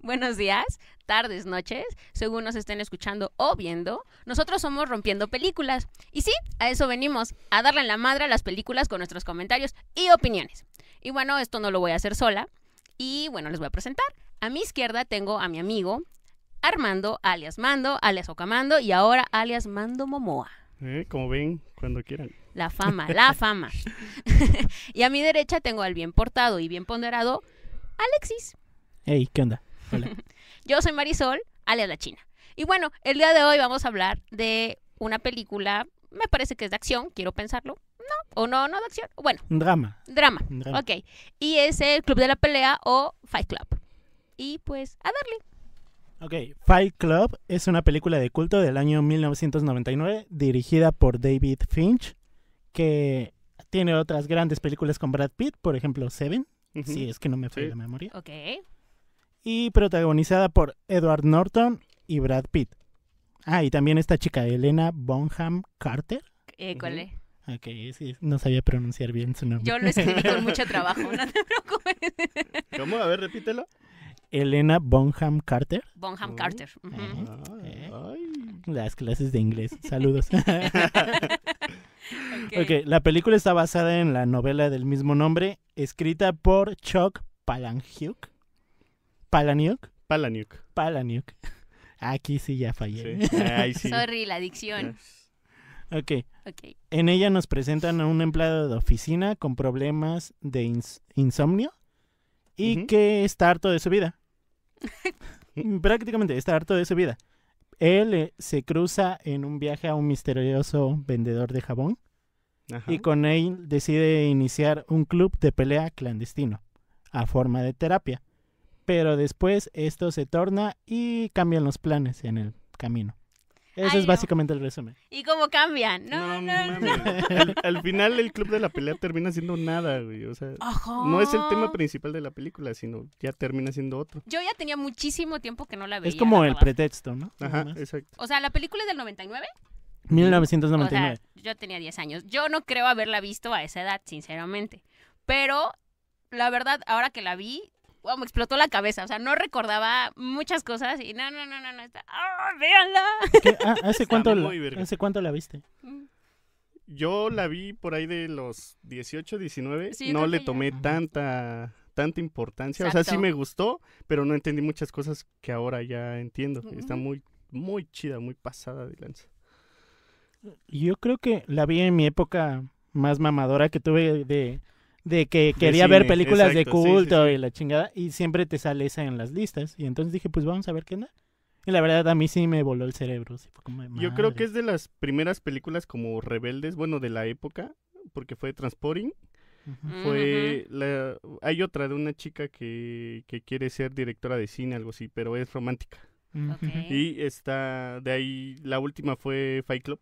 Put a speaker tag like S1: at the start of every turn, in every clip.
S1: buenos días, tardes, noches, según nos estén escuchando o viendo. Nosotros somos Rompiendo Películas. Y sí, a eso venimos, a darle en la madre a las películas con nuestros comentarios y opiniones. Y bueno, esto no lo voy a hacer sola. Y bueno, les voy a presentar. A mi izquierda tengo a mi amigo Armando, alias Mando, alias Ocamando y ahora alias Mando Momoa.
S2: Eh, como ven, cuando quieran.
S1: La fama, la fama. y a mi derecha tengo al bien portado y bien ponderado Alexis.
S3: Hey, ¿qué onda? Hola.
S1: Yo soy Marisol, alias La China. Y bueno, el día de hoy vamos a hablar de una película, me parece que es de acción, quiero pensarlo. No, o no, no de acción. Bueno,
S3: Un drama.
S1: drama.
S3: Un drama.
S1: Ok. Y es el Club de la Pelea o Fight Club. Y pues, a darle.
S3: Ok, Fight Club es una película de culto del año 1999 dirigida por David Finch que tiene otras grandes películas con Brad Pitt, por ejemplo Seven,
S2: Ujú.
S3: si es que no me falla
S2: Sí.
S3: la memoria,
S1: Ok.
S3: y protagonizada por Edward Norton y Brad Pitt. Ah, y también esta chica, Elena Bonham Carter.
S1: École.
S3: Ok, sí, no sabía pronunciar bien su nombre.
S1: Yo lo escribí con mucho trabajo, no te preocupes.
S2: ¿Cómo? A ver, repítelo.
S3: Elena Bonham Carter,
S1: Bonham
S2: Oh.
S1: Carter. ujú.
S3: Ajá.
S2: Ah,
S3: Eh.
S2: ay.
S3: las clases de inglés. Saludos.
S1: Ok.
S3: Ok, la película está basada en la novela del mismo nombre, escrita por Chuck Palahniuk. Palahniuk,
S2: Palaniuk.
S3: Palahniuk. Aquí sí ya fallé.
S2: Sí. Ay, sí.
S1: Sorry, la adicción.
S3: Ok,
S1: Ok.
S3: en ella nos presentan a un empleado de oficina con problemas de ins- insomnio y
S2: Ujú.
S3: que está harto de su vida. Prácticamente está harto de su vida. Él eh, se cruza en un viaje a un misterioso vendedor de jabón
S2: Ajá.
S3: y con él decide iniciar un club de pelea clandestino, a forma de terapia. Pero después esto se torna y cambian los planes en el camino. Ese
S1: Ay,
S3: es
S1: no.
S3: básicamente el resumen.
S1: ¿Y cómo cambian? No, no, no.
S2: mames. Al, al final el club de la pelea termina siendo nada, güey. O sea,
S1: Ojo.
S2: no es el
S1: Oh.
S2: tema principal de la película, sino ya termina siendo otro.
S1: Yo ya tenía muchísimo tiempo que no la veía.
S3: es como
S1: la
S3: el
S1: verdad.
S3: pretexto, ¿no? Nada
S2: Ajá,
S3: más.
S2: exacto.
S1: O sea, la película es del 99. O
S3: 1999.
S1: sea, yo tenía 10 años. Yo no creo haberla visto a esa edad, sinceramente. Pero la verdad, ahora que la vi, wow, me explotó la cabeza. O sea, no recordaba muchas cosas y no, no, no, no, no. Está... ¡Ah, véanla!
S3: ¿Qué? Ah, ¿hace, cuánto la,
S2: muy verga.
S3: hace cuánto la viste?
S2: Yo la vi por ahí de los 18, 19.
S1: Sí, yo
S2: no
S1: creo
S2: le
S1: que ya.
S2: tomé
S3: Ajá.
S2: tanta tanta importancia. O sea, sí
S1: Exacto.
S2: me gustó, pero no entendí muchas cosas que ahora ya entiendo. Está
S1: Ujú.
S2: muy, muy chida, muy pasada de lanza.
S3: Yo creo que la vi en mi época más mamadora que tuve de, de que
S2: De
S3: quería ver
S2: cine,
S3: películas de
S2: exacto, sí, sí,
S3: culto
S2: sí.
S3: y la chingada. Y siempre te sale esa en las listas. Y entonces dije, pues vamos a ver qué onda. Y la verdad, a mí sí me voló el cerebro. sí fue como de
S2: Yo creo
S3: madre.
S2: que es de las primeras películas como rebeldes, bueno, de la época, porque fue Transporting.
S3: Ujú.
S1: Mm,
S2: Fue la... Hay otra de una chica que, que quiere ser directora de cine, algo así, pero es romántica.
S3: Ujú.
S2: Y está... De ahí, la última fue Fight Club,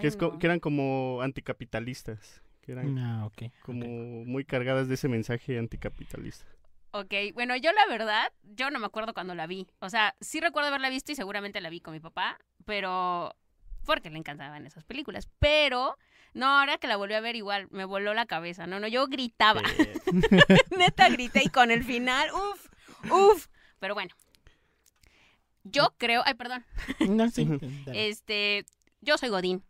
S2: que, es co- que eran como anticapitalistas. Que eran
S3: Ah, ok.
S2: como muy cargadas de ese mensaje anticapitalista.
S1: Ok, bueno, yo la verdad, yo no me acuerdo cuando la vi. O sea, sí recuerdo haberla visto y seguramente la vi con mi papá, pero porque le encantaban esas películas. Pero, no, ahora que la volví a ver igual, me voló la cabeza. No, no, yo gritaba. Neta grité y con el final, uff, uff. Pero bueno, yo creo, ay, perdón,
S3: No, sí,
S2: Ujú.
S3: Mm. dale. Eh,
S1: este, yo soy Godín.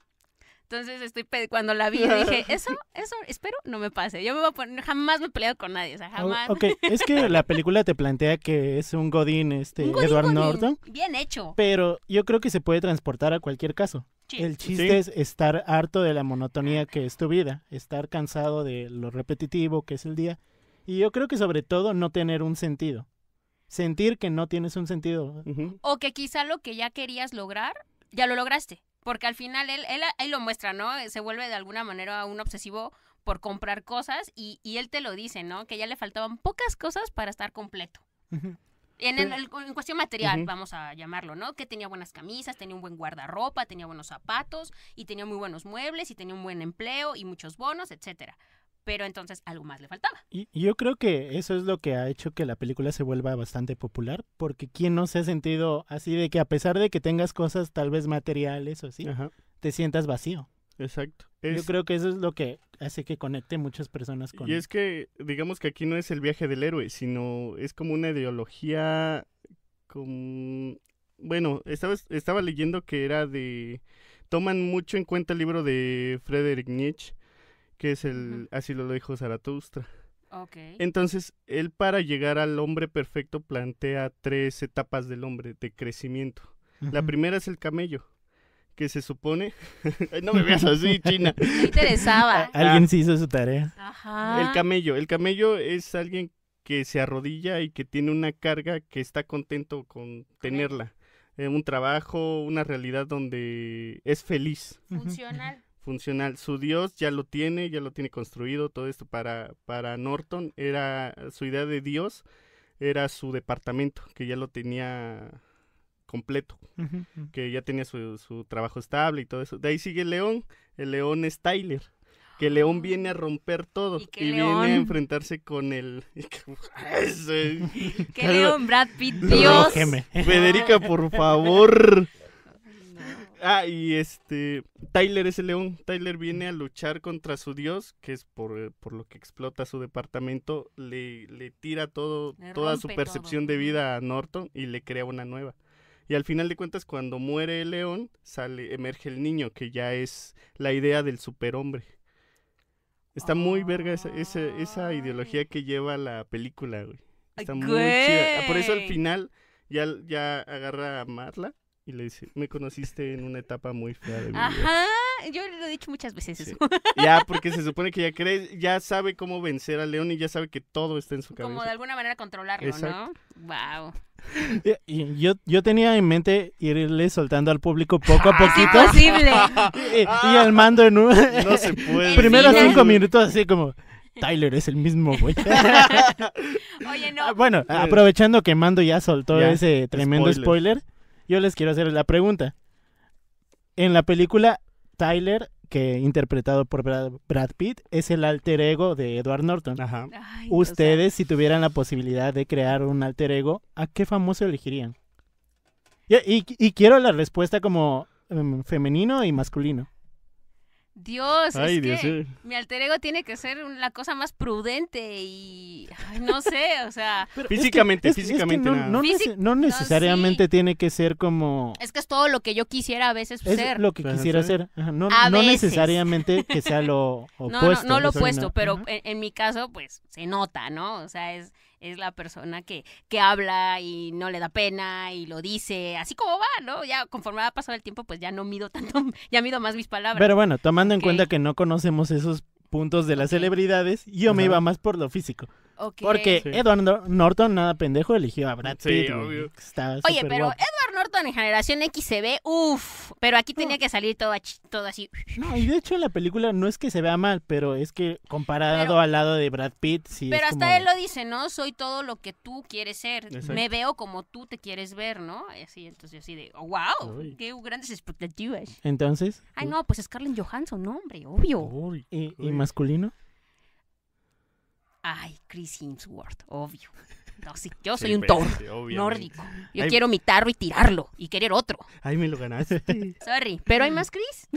S1: Entonces estoy pe- cuando la vi dije, eso, eso, espero no me pase. Yo me voy a poner, jamás me he peleado con nadie, o sea,
S3: Ah, O-
S1: jamás.
S3: ok, es que la película te plantea que es un godín, este,
S1: Un Godín,
S3: Edward
S1: Godín.
S3: Norton.
S1: Bien hecho.
S3: Pero yo creo que se puede transportar a cualquier caso.
S1: Sí.
S3: El chiste es estar harto de la monotonía que es tu vida, estar cansado de lo repetitivo que es el día. Y yo creo que sobre todo no tener un sentido. Sentir que no tienes un sentido.
S2: Ujú.
S1: O que quizá lo que ya querías lograr, ya lo lograste. Porque al final él, él, él lo muestra, ¿no? Se vuelve de alguna manera un obsesivo por comprar cosas y, y él te lo dice, ¿no? Que ya le faltaban pocas cosas para estar completo. En, el- el- en cuestión material,
S2: Ujú.
S1: vamos a llamarlo, ¿no? Que tenía buenas camisas, tenía un buen guardarropa, tenía buenos zapatos y tenía muy buenos muebles y tenía un buen empleo y muchos bonos, etcétera. Pero entonces algo más le faltaba.
S3: Y y yo creo que eso es lo que ha hecho que la película se vuelva bastante popular, porque ¿quién no se ha sentido así de que a pesar de que tengas cosas tal vez materiales o así,
S2: Ajá.
S3: te sientas vacío?
S2: Exacto.
S3: Yo
S2: Es-
S3: creo que eso es lo que hace que conecte muchas personas con...
S2: Y es que, digamos que aquí no es el viaje del héroe, sino es como una ideología como... Bueno, estaba, estaba leyendo que era de... Toman mucho en cuenta el libro de Friedrich Nietzsche, que es el...
S1: Ujú.
S2: Así lo dijo Zaratustra.
S1: Ok.
S2: Entonces, él para llegar al hombre perfecto plantea tres etapas del hombre de crecimiento. La
S3: Ujú.
S2: primera es el camello, que se supone... Ay, no me veas así, China.
S1: Me interesaba.
S3: Alguien sí hizo su tarea.
S1: Ajá.
S2: El camello. El camello es alguien que se arrodilla y que tiene una carga que está contento con tenerla. Eh, un trabajo, una realidad donde es feliz,
S1: Funcional.
S2: funcional. Su Dios ya lo tiene, ya lo tiene construido. Todo esto para, para Norton era su idea de Dios, era su departamento, que ya lo tenía completo,
S3: Ujú, ujú.
S2: que ya tenía su, su trabajo estable y todo eso. De ahí sigue el león. El león es Tyler. Que el León viene a romper todo
S1: ¿Y qué
S2: y,
S1: león?
S2: viene a enfrentarse con el... Ese-
S1: Que León Brad Pitt,
S2: Lo
S1: Dios.
S3: Rójeme.
S2: Federica, por favor.
S1: No.
S2: Ah, y este... Tyler es el león. Tyler viene a luchar contra su dios, que es por, por lo que explota su departamento. Le, le tira todo,
S1: Le
S2: toda su
S1: rompe
S2: percepción
S1: todo.
S2: de vida a Norton y le crea una nueva. Y al final de cuentas, cuando muere el león, sale, emerge el niño, que ya es la idea del superhombre. Está muy verga esa, esa, esa
S1: Ay.
S2: ideología que lleva la película, güey.
S1: Ay,
S2: Está muy chida. Ah, Por eso al
S1: güey.
S2: final ya, ya agarra a Marla y le dice, me conociste en una etapa muy fea de mi vida".
S1: Ajá. Yo lo he dicho muchas veces
S2: Sí.
S1: eso.
S2: Ya, porque se supone que ya cree, ya sabe cómo vencer a León y ya sabe que todo está en su cabeza.
S1: Como de alguna manera controlarlo,
S2: Exacto.
S1: ¿no? Wow.
S3: Y- Eh, y yo, yo tenía en mente irle soltando al público poco
S2: Ah,
S1: Ah,
S3: a poquito
S1: Imposible.
S3: y, y al mando en un...
S2: No se puede.
S3: Primeros
S1: Mira.
S3: cinco minutos así como... Tyler es el mismo, güey.
S1: Oye, no.
S3: Ah,
S2: Eh,
S3: bueno, aprovechando que Mando ya soltó
S2: Ya,
S3: ese tremendo
S2: spoiler.
S3: spoiler. yo les quiero hacer la pregunta. En la película, Tyler, que interpretado por Brad, Brad Pitt, es el alter ego de Edward Norton.
S2: Ajá.
S1: Ay, o
S3: Ustedes, si tuvieran la posibilidad de crear un alter ego, ¿a qué famoso elegirían? Y, y- y quiero la respuesta como em, femenino y masculino.
S1: sea, Dios,
S2: Ay,
S1: es
S2: Dios,
S1: que
S2: eh.
S1: mi alter ego tiene que ser la cosa más prudente y ay, no sé, o sea,
S2: Físicamente,
S3: Es que- es- es que
S2: físicamente
S3: no-
S2: nada.
S3: no,
S1: Físic-
S3: nece- no necesariamente tiene que ser como...
S1: es que es todo lo que yo quisiera a veces
S3: Es
S1: ser.
S3: lo que
S2: Ajá,
S3: quisiera
S2: sí.
S3: hacer. Ajá, No,
S1: A
S3: no
S1: veces.
S3: necesariamente que sea lo
S1: No,
S3: opuesto.
S1: no, no lo
S3: o sea,
S1: opuesto,
S3: no.
S1: pero
S3: Ajá.
S1: en, en mi caso, pues se nota, ¿no? O sea, es, es la persona que, que habla y no le da pena y lo dice, así como va, ¿no? Ya conforme ha pasado el tiempo, pues ya no mido tanto, ya mido más mis palabras.
S3: Pero bueno, tomando en
S1: Ok.
S3: cuenta que no conocemos esos puntos de las celebridades, yo me
S2: Ajá.
S3: iba más por lo físico.
S1: Ok.
S3: Porque
S2: Sí.
S3: Edward Nor- Norton, nada pendejo, eligió a Brad
S2: Sí,
S3: Pitt. güey.
S2: obvio.
S3: Está
S1: Oye,
S3: súper
S1: pero
S3: guapo.
S1: Edward Norton en Generación X se ve, uff, pero aquí tenía que salir todo, achi- todo así.
S3: No, y de hecho la película no es que se vea mal, pero es que comparado
S1: Pero-
S3: al lado de Brad Pitt, sí
S1: pero
S3: es
S1: hasta
S3: como-
S1: él lo dice, ¿no? Soy todo lo que tú quieres ser.
S2: Exacto.
S1: Me veo como tú te quieres ver, ¿no? Y Así, entonces yo así de, oh, wow,
S2: Uy.
S1: qué grandes expectativas.
S3: Entonces,
S1: Ay, no, pues Scarlett Johansson, no, hombre, obvio.
S2: Uy,
S3: y, y
S2: uy.
S3: masculino?
S1: Ay, Chris Hemsworth, obvio. No, sí, yo
S2: Sí,
S1: soy un
S2: pero
S1: Thor
S2: sí, obviamente.
S1: nórdico. Yo
S2: Ay.
S1: quiero mi tarro y tirarlo y querer otro.
S2: Ay, me lo ganaste.
S1: Sorry, pero hay más Chris.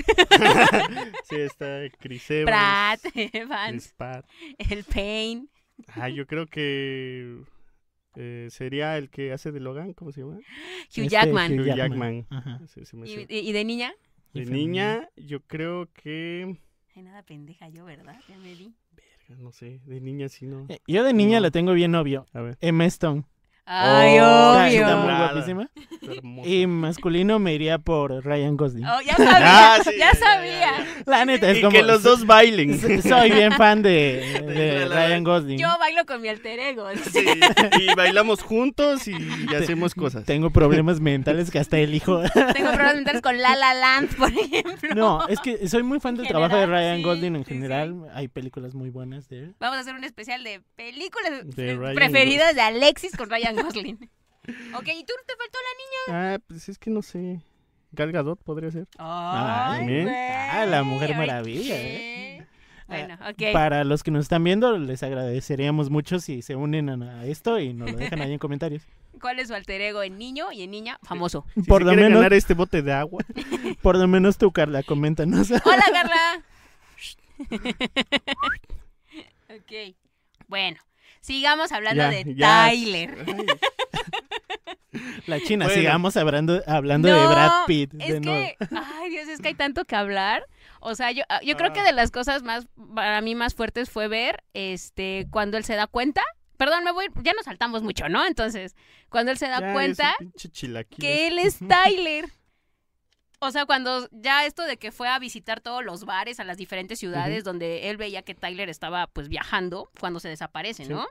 S2: sí, está Chris Evans.
S1: Pratt, Evans,
S2: Chris Pratt.
S1: el Payne.
S2: Ah, yo creo que eh, sería el que hace de Logan, ¿cómo se llama?
S1: Hugh
S3: Este,
S1: Jackman.
S2: Hugh Jackman.
S3: Ajá.
S2: Sí, se me
S1: ¿Y,
S2: hace.
S1: y- y de niña?
S3: y
S2: De
S3: femenino.
S2: niña, yo creo que...
S1: Ay, nada pendeja yo, ¿verdad? Ya me vi.
S2: No sé, de niña sí, ¿no?
S3: Eh, Yo de niña
S2: No.
S3: la tengo bien obvio.
S2: A ver.
S3: Emma Stone.
S1: Ay,
S2: Oh,
S3: Está-
S1: obvio.
S3: Está muy
S2: Nada.
S3: guapísima.
S2: está hermoso.
S3: Y masculino me iría por Ryan Gosling.
S1: Oh, ya sabía,
S2: Ah, sí,
S1: ya
S2: ya, ya,
S1: sabía.
S2: ya,
S3: La neta, es
S2: Y
S3: como...
S2: que los dos bailen.
S3: so- Soy bien fan de, de
S2: De la-
S3: Ryan Gosling.
S1: Yo bailo con mi alter ego.
S2: Sí, y bailamos juntos y, hacemos cosas.
S3: Tengo problemas mentales que hasta elijo.
S1: Tengo problemas mentales con La La Land, por ejemplo.
S3: No, es que soy muy fan del trabajo de
S1: general,
S3: Ryan
S1: sí,
S3: Gosling en
S1: sí,
S3: general. Hay películas muy buenas de él.
S1: Vamos a hacer un especial de películas
S2: De
S1: pre-
S2: Ryan
S1: preferidas de Alexis con Ryan Gosling. ok, ¿y tú no te faltó la
S2: Ah, pues es que no sé. Gal Gadot podría ser.
S1: niña?
S3: Ay, bien. Ah, la Mujer
S1: ¿ahorita
S3: Maravilla,
S1: qué? Bueno, ok.
S3: Para los que nos están viendo, les agradeceríamos mucho si se unen a, a esto y nos lo dejan ahí en comentarios.
S1: ¿Cuál es su alter ego en niño y en niña? Famoso.
S2: Si
S3: por,
S2: se
S3: lo
S2: quiere
S3: menos,
S2: ganar este bote de agua.
S3: por lo menos tú, Carla, coméntanos.
S1: Hola, Carla. ok. Bueno, sigamos hablando
S2: Ya,
S1: de
S2: ya.
S1: Tyler.
S2: Ay,
S3: La China,
S2: Bueno.
S3: sigamos hablando, hablando de
S1: No,
S3: Brad Pitt.
S1: Es
S3: de nuevo.
S1: que, ay Dios, es que hay tanto que hablar. O sea, yo, yo creo que
S2: Ah.
S1: de las cosas más, para mí más fuertes fue ver, este, cuando él se da cuenta. Perdón, me voy, ya nos saltamos mucho, ¿no? Entonces, cuando él se da
S2: ya,
S1: cuenta
S2: es un pinche chilaquiles.
S1: que él es Tyler. O sea, cuando ya esto de que fue a visitar todos los bares a las diferentes ciudades donde él veía que Tyler estaba pues viajando cuando se desaparece,
S2: Sí.
S1: ¿no?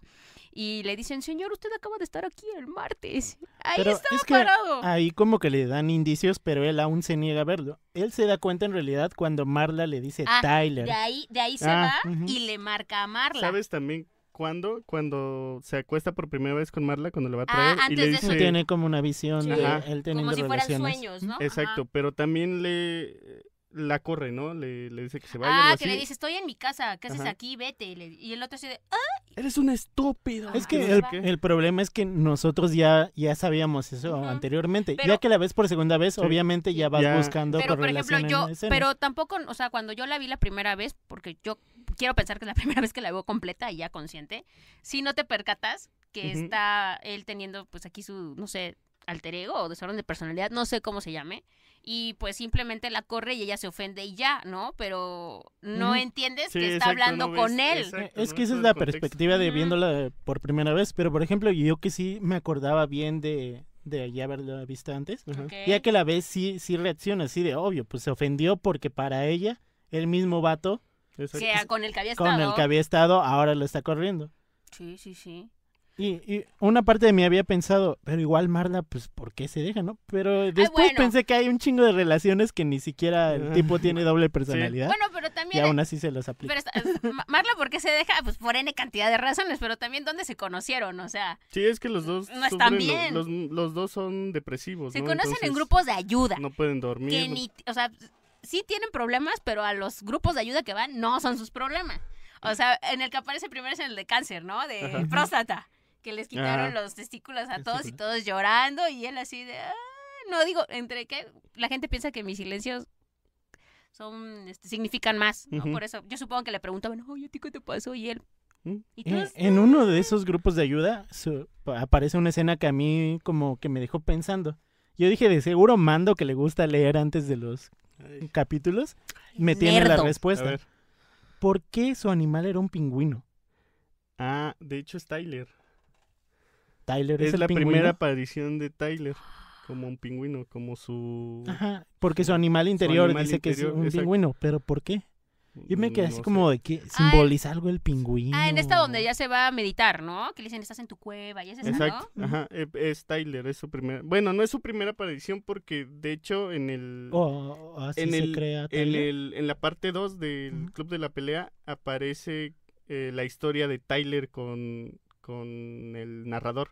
S1: Y le dicen, señor, usted acaba de estar aquí el martes. Ahí
S3: Pero
S1: estaba
S3: es que
S1: parado.
S3: Ahí como que le dan indicios, pero él aún se niega a verlo. Él se da cuenta en realidad cuando Marla le dice
S1: Ah,
S3: Tyler.
S1: De ahí, de ahí se
S3: Ah,
S1: va
S3: ujú.
S1: y le marca a Marla.
S2: ¿Sabes también cuándo? Cuando se acuesta por primera vez con Marla, cuando le va a
S1: Ah,
S2: traer y
S1: antes
S2: le
S1: de
S2: dice...
S1: eso.
S3: Él tiene como una visión
S1: Sí.
S3: de
S2: Ajá.
S3: él teniendo
S1: Como si fueran
S3: relaciones.
S1: sueños, ¿no?
S2: Exacto,
S1: Ajá.
S2: pero también le la corre, ¿no? Le, le dice que se vaya.
S1: Ah,
S2: algo
S1: que le
S2: así.
S1: dice, estoy en mi casa, ¿qué haces
S2: Ajá.
S1: aquí? Vete. Y, le- y el otro así de, "Ah".
S2: Eres un estúpido.
S3: Es
S1: Ah,
S3: que
S1: no
S3: el,
S1: sé.
S3: el problema es que nosotros ya, ya sabíamos eso
S1: Ujú.
S3: anteriormente. ya
S1: Pero-
S3: que la ves por segunda vez,
S2: Sí.
S3: obviamente ya vas
S2: Ya.
S3: buscando
S1: Pero, por ejemplo,
S3: correlación en
S1: yo,
S3: escenas.
S1: pero tampoco, o sea, cuando yo la vi la primera vez, porque yo quiero pensar que es la primera vez que la veo completa y ya consciente, si no te percatas que
S2: Ujú.
S1: está él teniendo, pues aquí su, no sé, alter ego o desorden de personalidad, no sé cómo se llame, y pues simplemente la corre y ella se ofende y ya, ¿no? Pero no
S3: Ujú.
S1: entiendes
S2: Sí,
S1: que está
S2: exacto,
S1: hablando
S2: no ves,
S1: con él.
S2: exacto.
S3: Eh, es
S2: ¿no? Todo
S3: que esa es
S2: el
S3: la
S2: contexto.
S3: perspectiva de
S1: Ujú.
S3: viéndola por primera vez. Pero, por ejemplo, yo que sí me acordaba bien de, de ya haberla visto antes.
S2: Ajá.
S1: Ok.
S3: Ya que la ves, sí, sí reacciona, así de obvio. Pues se ofendió porque para ella, el mismo vato
S2: Exacto.
S1: Que con el que había
S3: con el
S1: estado.
S3: que había estado, ahora lo está corriendo.
S1: Sí, sí, sí.
S3: Y, y una parte de mí había pensado, pero igual Marla, pues, ¿por qué se deja, no? Pero después
S1: Ah, bueno.
S3: pensé que hay un chingo de relaciones que ni siquiera el
S2: Ah.
S3: tipo tiene doble personalidad.
S1: Bueno, pero
S3: y
S1: también. eh,
S3: aún así se los aplica.
S1: pero está- Ma- Marla, ¿por qué se deja? Pues por N cantidad de razones, pero también dónde se conocieron, o sea,
S2: Sí, es que los dos
S1: No están
S2: sufren, lo-
S1: bien.
S2: Los, los dos son
S3: Pues
S2: depresivos.
S1: se
S2: ¿no?
S1: conocen en
S2: Entonces,
S1: grupos de ayuda.
S2: No pueden dormir.
S1: que ni, o sea, sí tienen problemas, pero a los grupos de ayuda que van no son sus problemas. O sea, en el que aparece primero es el de cáncer, ¿no? De
S2: Ajá.
S1: próstata, que les quitaron
S2: Ajá.
S1: los testículos a
S3: Testículos.
S1: todos y todos llorando y él así de, "Ah". no digo, entre que la gente piensa que mis silencios son, este, significan más, ¿no?
S2: Ujú.
S1: Por eso, yo supongo que le preguntaban, oye, ¿a ti qué te pasó? Y él,
S2: Mm.
S1: ¿y tú?
S3: Eh, en uno de esos grupos de ayuda su- aparece una escena que a mí como que me dejó pensando. Yo dije, de seguro Mando, que le gusta leer antes de los
S2: Ay,
S3: capítulos, me tiene la
S1: Nerdo.
S2: a
S3: respuesta.
S2: ver.
S3: ¿Por qué su animal era un pingüino?
S2: Ah, de hecho es Tyler.
S3: Tyler es,
S2: Es
S3: el
S2: la
S3: pingüino.
S2: primera aparición de Tyler. Como un pingüino, como su.
S3: Ajá, porque su animal interior
S2: animal
S3: dice que es
S2: interior,
S3: un
S2: exacto.
S3: pingüino, pero ¿por qué? Yo me quedé
S2: mm, no
S3: así
S2: sé.
S3: como de que simboliza algo el pingüino.
S1: Ah, en esta donde ya se va a meditar, ¿no? Que le dicen, estás en tu cueva y es esa,
S2: Exacto,
S1: ¿no?
S3: ¿no?
S2: ajá, e- es Tyler, es su primera, bueno, no es su primera aparición porque de hecho en el,
S3: O- o así
S2: en
S3: se
S2: el-
S3: crea.
S2: en,
S3: Tyler.
S2: el- en la parte 2 del
S3: Ujú.
S2: Club de la Pelea aparece eh, la historia de Tyler con, con el narrador,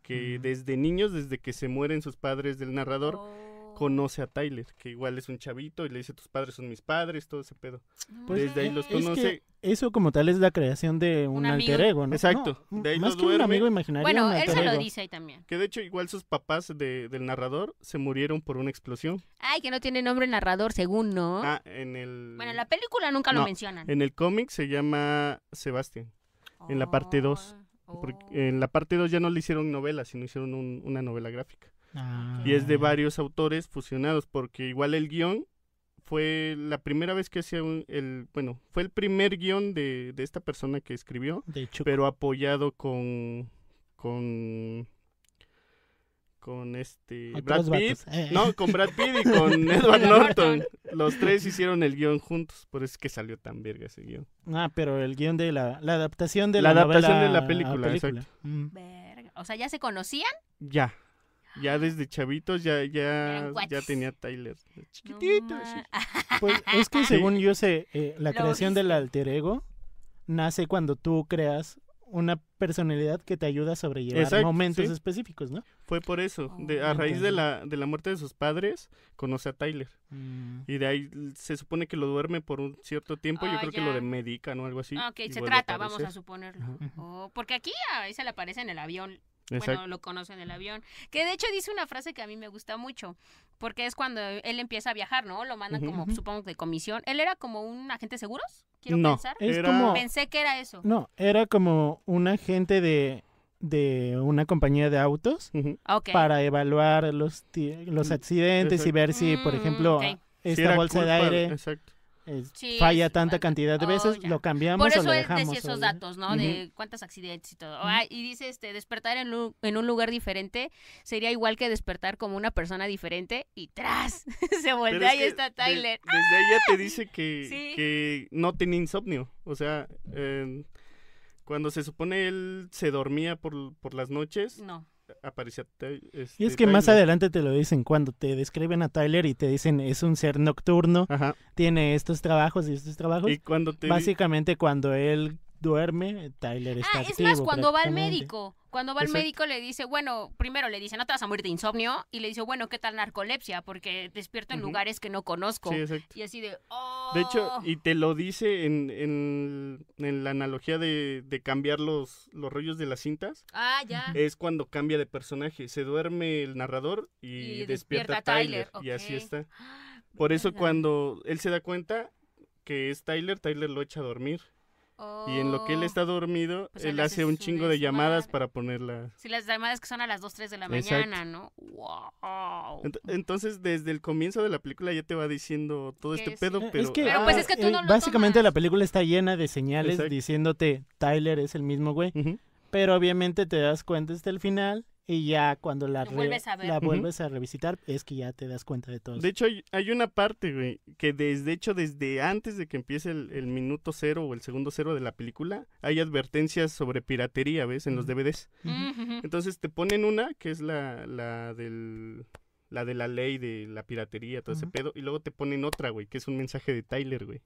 S2: que
S3: Mm.
S2: desde niños, desde que se mueren sus padres del narrador,
S1: Oh.
S2: conoce a Tyler, que igual es un chavito y le dice tus padres son mis padres, todo ese pedo.
S1: No
S3: Pues,
S2: desde ahí los
S3: es que-
S1: manches.
S2: conoce.
S3: Eso como tal es la creación de un,
S1: Un amigo.
S3: alter ego, ¿no?
S2: Exacto,
S3: No,
S2: de ahí
S3: más
S2: lo
S3: que un
S2: duerme.
S3: amigo imaginario,
S1: Bueno,
S3: un
S1: él
S3: alter
S1: se lo
S3: ego.
S1: dice ahí también.
S2: Que de hecho igual sus papás de- del narrador se murieron por una explosión.
S1: Ay, que no tiene nombre narrador, según, ¿no?
S2: Ah, en el...
S1: Bueno, en la película nunca lo
S2: No.
S1: mencionan.
S2: En el cómic se llama Sebastián. en la parte dos,
S1: Oh,
S2: porque eh,
S1: oh.
S2: en la parte 2 ya no le hicieron novela, sino hicieron un- una novela gráfica.
S3: Ah.
S2: Y es de varios autores fusionados, porque igual el guión fue la primera vez que hacía un- el... Bueno, fue el primer guión de, de esta persona que escribió,
S3: De hecho,
S2: pero apoyado con... con... con este... Brad
S3: otros
S2: Pitt.
S3: vatos. Eh,
S2: No, con Brad Pitt y con Edward
S1: Norton.
S2: Norton. Los tres hicieron el guión juntos, por eso es que salió tan verga ese guión.
S3: Ah, pero el guión de la, la adaptación de la,
S2: La adaptación
S3: novela
S2: de la
S3: a
S2: película,
S3: Mm.
S1: Verga. O sea, ¿ya se conocían?
S2: Ya. Ya desde chavitos ya ya
S1: Eran guaches.
S2: ya tenía Tyler.
S1: No
S2: Chiquitito.
S1: ma-
S2: así.
S1: Ah,
S3: Pues es que
S2: Sí.
S3: según yo sé, eh, la
S1: Lo
S3: creación del
S1: viste.
S3: alter ego nace cuando tú creas una personalidad que te ayuda a sobrellevar
S2: Exacto,
S3: momentos
S2: sí.
S3: específicos, ¿no?
S2: Fue por eso, de-
S3: Oh,
S2: a raíz de
S3: entiendo.
S2: la, de la muerte de sus padres, conoce a Tyler.
S3: Mm,
S2: Y de ahí se supone que lo duerme por un cierto tiempo, yo
S1: Ah,
S2: creo
S1: ya.
S2: que lo medican o algo así.
S1: Ah, ok,
S2: y
S1: se
S2: vuelve
S1: trata, vamos a
S2: aparecer.
S1: suponerlo.
S2: Ajá.
S1: Oh, porque aquí a ese le aparece en el avión.
S2: Exacto.
S1: Bueno, lo conoce en el avión. Que de hecho dice una frase que a mí me gusta mucho. Porque es cuando él empieza a viajar, ¿no? Lo mandan
S2: Ujú,
S1: como,
S3: ujú.
S1: supongo, de comisión. Él era como un agente de seguros, quiero
S2: no,
S1: pensar.
S3: Es
S2: era-
S3: como-
S1: Pensé que era eso.
S3: No, era como un agente de, de una compañía de autos
S2: Ujú.
S1: Ah, Ok.
S3: para evaluar los, ti- los
S2: Mm,
S3: accidentes y
S2: exacto.
S3: ver si, por
S1: Mm,
S3: ejemplo,
S1: ok.
S2: Sí,
S3: esta
S2: era
S3: bolsa de
S2: culpa de-
S3: aire
S2: Exacto.
S3: es-
S1: Sí,
S3: falla
S1: es-
S3: tanta
S1: bueno,
S3: cantidad de
S1: oh,
S3: veces,
S1: ya.
S3: lo cambiamos
S1: Por
S3: o
S1: eso
S3: lo
S1: él
S3: dejamos.
S1: decía esos
S3: ahí.
S1: datos, ¿no? De cuántos accidentes y todo. Ah, y dice, este, despertar en, lu- en un lugar diferente sería igual que despertar como una persona diferente y tras, se
S2: Pero
S1: voltea
S2: es
S1: y
S2: que
S1: Pues está
S2: de-
S1: Tyler.
S2: desde ahí ya te dice que,
S1: Sí.
S2: que no tenía insomnio. O sea, eh, cuando se supone él se dormía por, por las noches,
S1: No. Ah,
S2: aparecía. Ty-
S3: Y es
S2: este,
S3: que más
S2: Tyler.
S3: adelante te lo dicen cuando te describen a Tyler y te dicen es un ser nocturno,
S2: Ajá.
S3: tiene estos trabajos y estos trabajos.
S2: Y cuando te. di-
S3: Básicamente cuando él duerme, Tyler está
S1: Ah, es
S3: activo.
S1: más, cuando va al
S3: prácticamente.
S1: médico. Cuando va al
S2: Exacto.
S1: médico le dice, bueno, primero le dice, no te vas a morir de insomnio. Y le dice, bueno, ¿qué tal narcolepsia? Porque despierto en
S2: Ujú.
S1: lugares que no conozco.
S2: Sí, exacto.
S1: Y así de, oh.
S2: De hecho, y te lo dice en, en- en la analogía de, de cambiar los, los rollos de las cintas.
S1: Ah, ya.
S2: Es cuando cambia de personaje. Se duerme el narrador y,
S1: Y
S2: despierta,
S1: despierta
S2: Tyler.
S1: Tyler,
S2: Y así
S1: ok.
S2: está. Por eso
S1: Verga.
S2: cuando él se da cuenta que es Tyler, Tyler lo echa a dormir. Y en lo que él
S1: Oh.
S2: está dormido,
S1: Pues
S2: él
S1: él hace
S2: hace un
S1: su
S2: chingo de llamadas
S1: desmadre.
S2: para ponerla.
S1: Sí, las llamadas que son a las 2, 3 de la
S2: Exacto.
S1: mañana, ¿no? ¡Wow!
S2: Ent- Entonces, desde el comienzo de la película ya te va diciendo todo
S1: Que
S2: este
S1: sí.
S2: pedo,
S3: Eh,
S2: pero...
S3: es que,
S1: Pero pues es que tú
S3: eh,
S1: no lo
S3: básicamente
S1: tomas.
S3: la película está llena de señales
S2: Exacto.
S3: diciéndote Tyler es el mismo güey,
S2: Ujú.
S3: pero obviamente te das cuenta hasta el final y ya cuando la,
S1: Lo vuelves a ver.
S3: la
S2: Ujú.
S3: vuelves a revisitar es que ya te das cuenta de todo.
S2: De hecho, hay, hay una parte, güey, que desde de hecho, desde antes de que empiece el, el minuto cero o el segundo cero de la película, hay advertencias sobre piratería, ¿ves? En los
S3: Ujú.
S2: DVDs.
S1: Mm, ujú.
S2: Entonces te ponen una que es la, la del la de la ley de la piratería, todo ese
S3: Ujú.
S2: pedo, y luego te ponen otra, güey, que es un mensaje de Tyler, güey.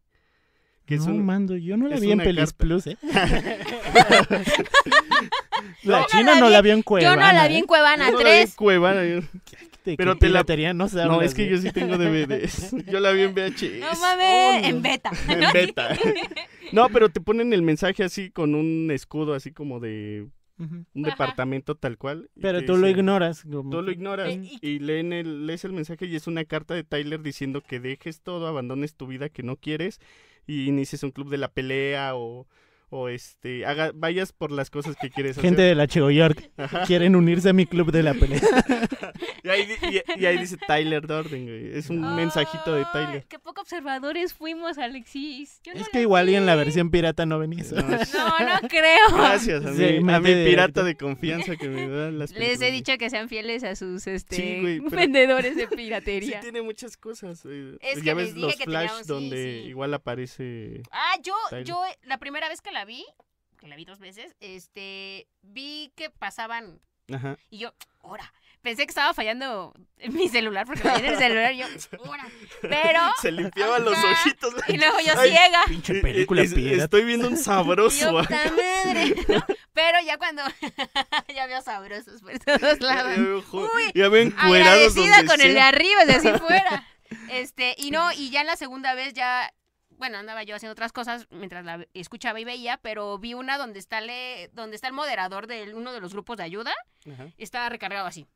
S2: Que es
S3: no,
S2: un-
S3: mando, yo no la
S2: es
S3: vi en
S2: una
S3: Pelis
S2: carta.
S3: Plus, ¿eh? la
S1: no
S3: china
S1: la
S3: no
S1: vi-
S3: la vi en Cuevana.
S1: Yo no la vi
S3: ¿eh?
S1: en Cuevana
S2: No, la vi en
S1: 3.
S2: Cuevana, yo-
S3: De que
S2: pero te la-
S3: piratería no se
S2: eh, No,
S3: habla,
S2: es que
S3: ¿eh?
S2: yo sí tengo DVDs. Yo la vi en VHS.
S1: No mames,
S2: Oh, no.
S1: en beta.
S2: En beta. No, pero te ponen el mensaje así con un escudo así como de
S3: Ujú.
S2: un
S1: Ajá.
S2: departamento tal cual. y
S3: Pero
S2: te
S3: tú lo
S2: dicen-
S3: ignoras. como
S2: Tú lo
S3: que-
S2: ignoras
S1: Eh, y-
S2: y leen el, lees el mensaje y es una carta de Tyler diciendo que dejes todo, abandones tu vida que no quieres y inicies un club de la pelea o, o este, haga, vayas por las cosas que quieres
S3: Gente de la Chico York quieren unirse a mi club de la pelea.
S2: hacer. Y ahí, di- y- y ahí dice Tyler Dorden, güey. Es un
S1: Ah.
S2: mensajito de Tyler.
S1: Ay, Qué poco observadores fuimos, Alexis. Yo no
S3: Es
S1: la
S3: que igual y en la
S1: vi.
S3: versión pirata no ven eso.
S2: No, es-
S1: No, no creo.
S2: Gracias a,
S3: Sí,
S2: mi-
S3: me
S2: a mi
S3: de-
S2: pirata de confianza que me dan las
S1: Les he
S2: películas.
S1: dicho que sean fieles a sus este,
S2: Sí, güey, pero-
S1: vendedores de
S2: Sí,
S1: piratería.
S2: tiene muchas cosas. eh,
S1: Es
S2: ya
S1: que les
S2: ves
S1: dije
S2: los
S1: que
S2: flash
S1: teníamos- sí,
S2: donde
S1: sí.
S2: igual aparece.
S1: Ah, yo,
S2: Tyler.
S1: yo, eh, la primera vez que la vi, que la vi dos veces, este, vi que pasaban
S2: Ajá.
S1: Y yo, ¡hora! Pensé que estaba fallando en mi celular porque fallé en el celular y yo, ¡hora! Pero,
S2: Se limpiaba los
S1: Ajá.
S2: ojitos.
S1: y luego yo
S2: Ay,
S1: ciega.
S3: Pinche película
S2: Es-
S3: pirata.
S2: Estoy viendo un
S1: Y yo,
S2: sabroso. ah. acá.
S1: ¡puta madre! ¿no? Pero ya cuando, ya veo sabrosos por todos
S2: Ya,
S1: lados.
S2: veo jo-
S1: Uy,
S2: ya veo encuerados
S1: Agradecida
S2: Eh, donde
S1: con el de
S2: sea.
S1: arriba, si así fuera. Este, y no, y ya en la segunda vez ya, bueno, andaba yo haciendo otras cosas mientras la ve- escuchaba y veía, pero vi una donde está, le, donde está el moderador de uno de los grupos de ayuda
S2: Ajá.
S1: y estaba recargado así.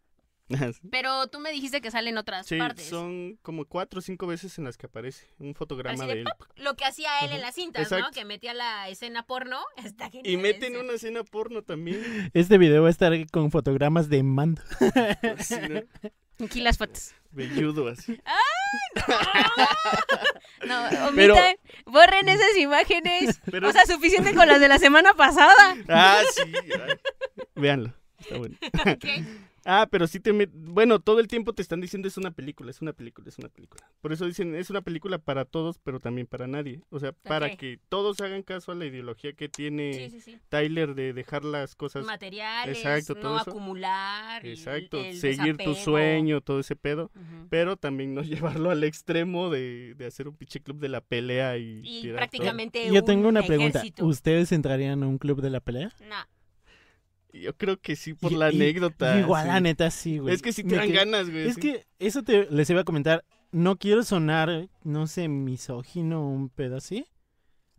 S1: Pero tú me dijiste que salen otras
S2: Sí,
S1: partes.
S2: son como cuatro o cinco veces en las que aparece un fotograma
S1: Así
S2: de,
S1: de
S2: él.
S1: lo que hacía él en
S2: Ajá,
S1: las cintas, ¿no?
S2: exacto.
S1: Que metía la escena porno. Está genial
S2: Y meten
S1: eso.
S2: una escena porno también.
S3: Este video va a estar con fotogramas de mando.
S2: así, ¿no?
S1: Aquí las fotos.
S2: Velludo así.
S1: No, omitan,
S2: Pero-
S1: borren esas imágenes.
S2: Pero-
S1: O sea, suficiente con las de la semana pasada.
S2: Ah, sí. ay. Véanlo. Está bueno.
S1: ¿Qué?
S2: Ah, pero sí te... met- Bueno, todo el tiempo te están diciendo es una película, es una película, es una película. Por eso dicen es una película para todos, pero también para nadie. O sea, para
S1: Ok.
S2: que todos hagan caso a la ideología que tiene
S4: Sí, sí, sí.
S2: Tyler de dejar las cosas...
S4: Materiales,
S2: exacto, todo
S4: no
S2: eso.
S4: acumular. el-
S2: Exacto,
S4: el
S2: seguir tu
S4: desapego.
S2: sueño, todo ese pedo.
S4: Ujú.
S2: Pero también no llevarlo al extremo de, de hacer un pinche club de la pelea y...
S4: Y
S2: tirar todo.
S4: prácticamente.
S3: Yo tengo
S4: un
S3: una pregunta.
S4: ejército.
S3: ¿Ustedes entrarían a un club de la pelea?
S4: No.
S2: Yo creo que sí, por
S3: Y-
S2: la
S3: y-
S2: anécdota.
S3: Igual, la
S2: Ah, sí.
S3: neta, sí, güey.
S2: Es que sí
S3: Me
S2: te dan
S3: que-
S2: ganas, güey.
S3: Es
S2: sí.
S3: que eso te, les iba a comentar. No quiero sonar, no sé, misógino o un pedo así.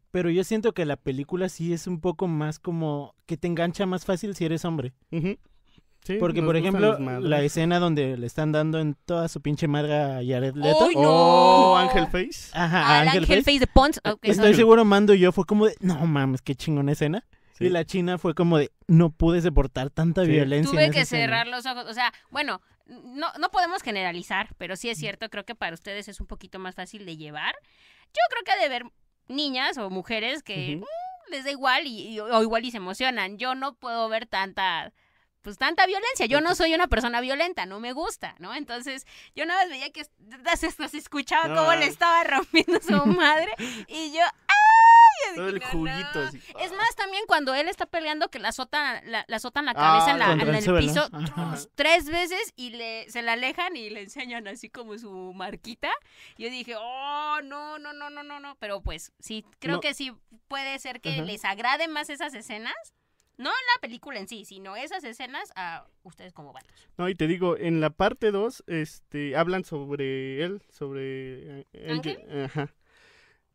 S3: Pero yo siento que la película sí es un poco más como que te engancha más fácil si eres hombre.
S2: Ujú. Sí,
S3: Porque,
S2: nos gustan
S3: por ejemplo,
S2: las madres.
S3: la escena donde le están dando en toda su pinche marga a Jared Leto.
S4: ¡Uy, no!
S2: Oh, Ángel Face.
S3: Ajá, a
S1: Al
S3: Ah, Ángel
S1: Ángel
S3: Face.
S1: Face de Pons. ok.
S3: Estoy seguro, Mando y yo fue como de, no mames, qué chingona escena.
S2: Sí.
S3: Y la china fue como de, no pude soportar tanta
S2: Sí.
S3: violencia. en
S1: Tuve
S3: esa
S1: que
S3: escena".
S1: cerrar los ojos. O sea, bueno, no, no podemos generalizar, pero sí es cierto, creo que para ustedes es un poquito más fácil de llevar. Yo creo que ha de ver niñas o mujeres que
S2: Ujú.
S1: mm, les da igual y, y- o igual y se emocionan. Yo no puedo ver tanta... Pues tanta violencia. Yo no soy una persona violenta, no me gusta, ¿no? Entonces, yo nada más veía que las, las escuchaba
S2: No,
S1: cómo
S2: no.
S1: le estaba rompiendo su madre y yo, ¡ay!
S2: Todo
S1: No,
S2: el
S1: no.
S2: juguito así. Ah.
S1: Es más, también cuando él está peleando que la azotan la, la, azotan la
S2: Ah,
S1: cabeza en, la-
S3: contra
S1: en
S3: el
S1: el
S3: suelo.
S1: piso
S3: Ajá.
S1: tros, tres veces y le, se la alejan y le enseñan así como su marquita. Yo dije, oh, no, no, no, no, no, no. Pero pues sí, creo
S2: No.
S1: que sí puede ser que
S2: Ajá.
S1: les agrade más esas escenas. No la película en sí, sino esas escenas a ustedes como van.
S2: No, y te digo, en la parte 2, este, hablan sobre él, sobre... eh,
S1: ¿Ángel?
S2: Ange- Ajá.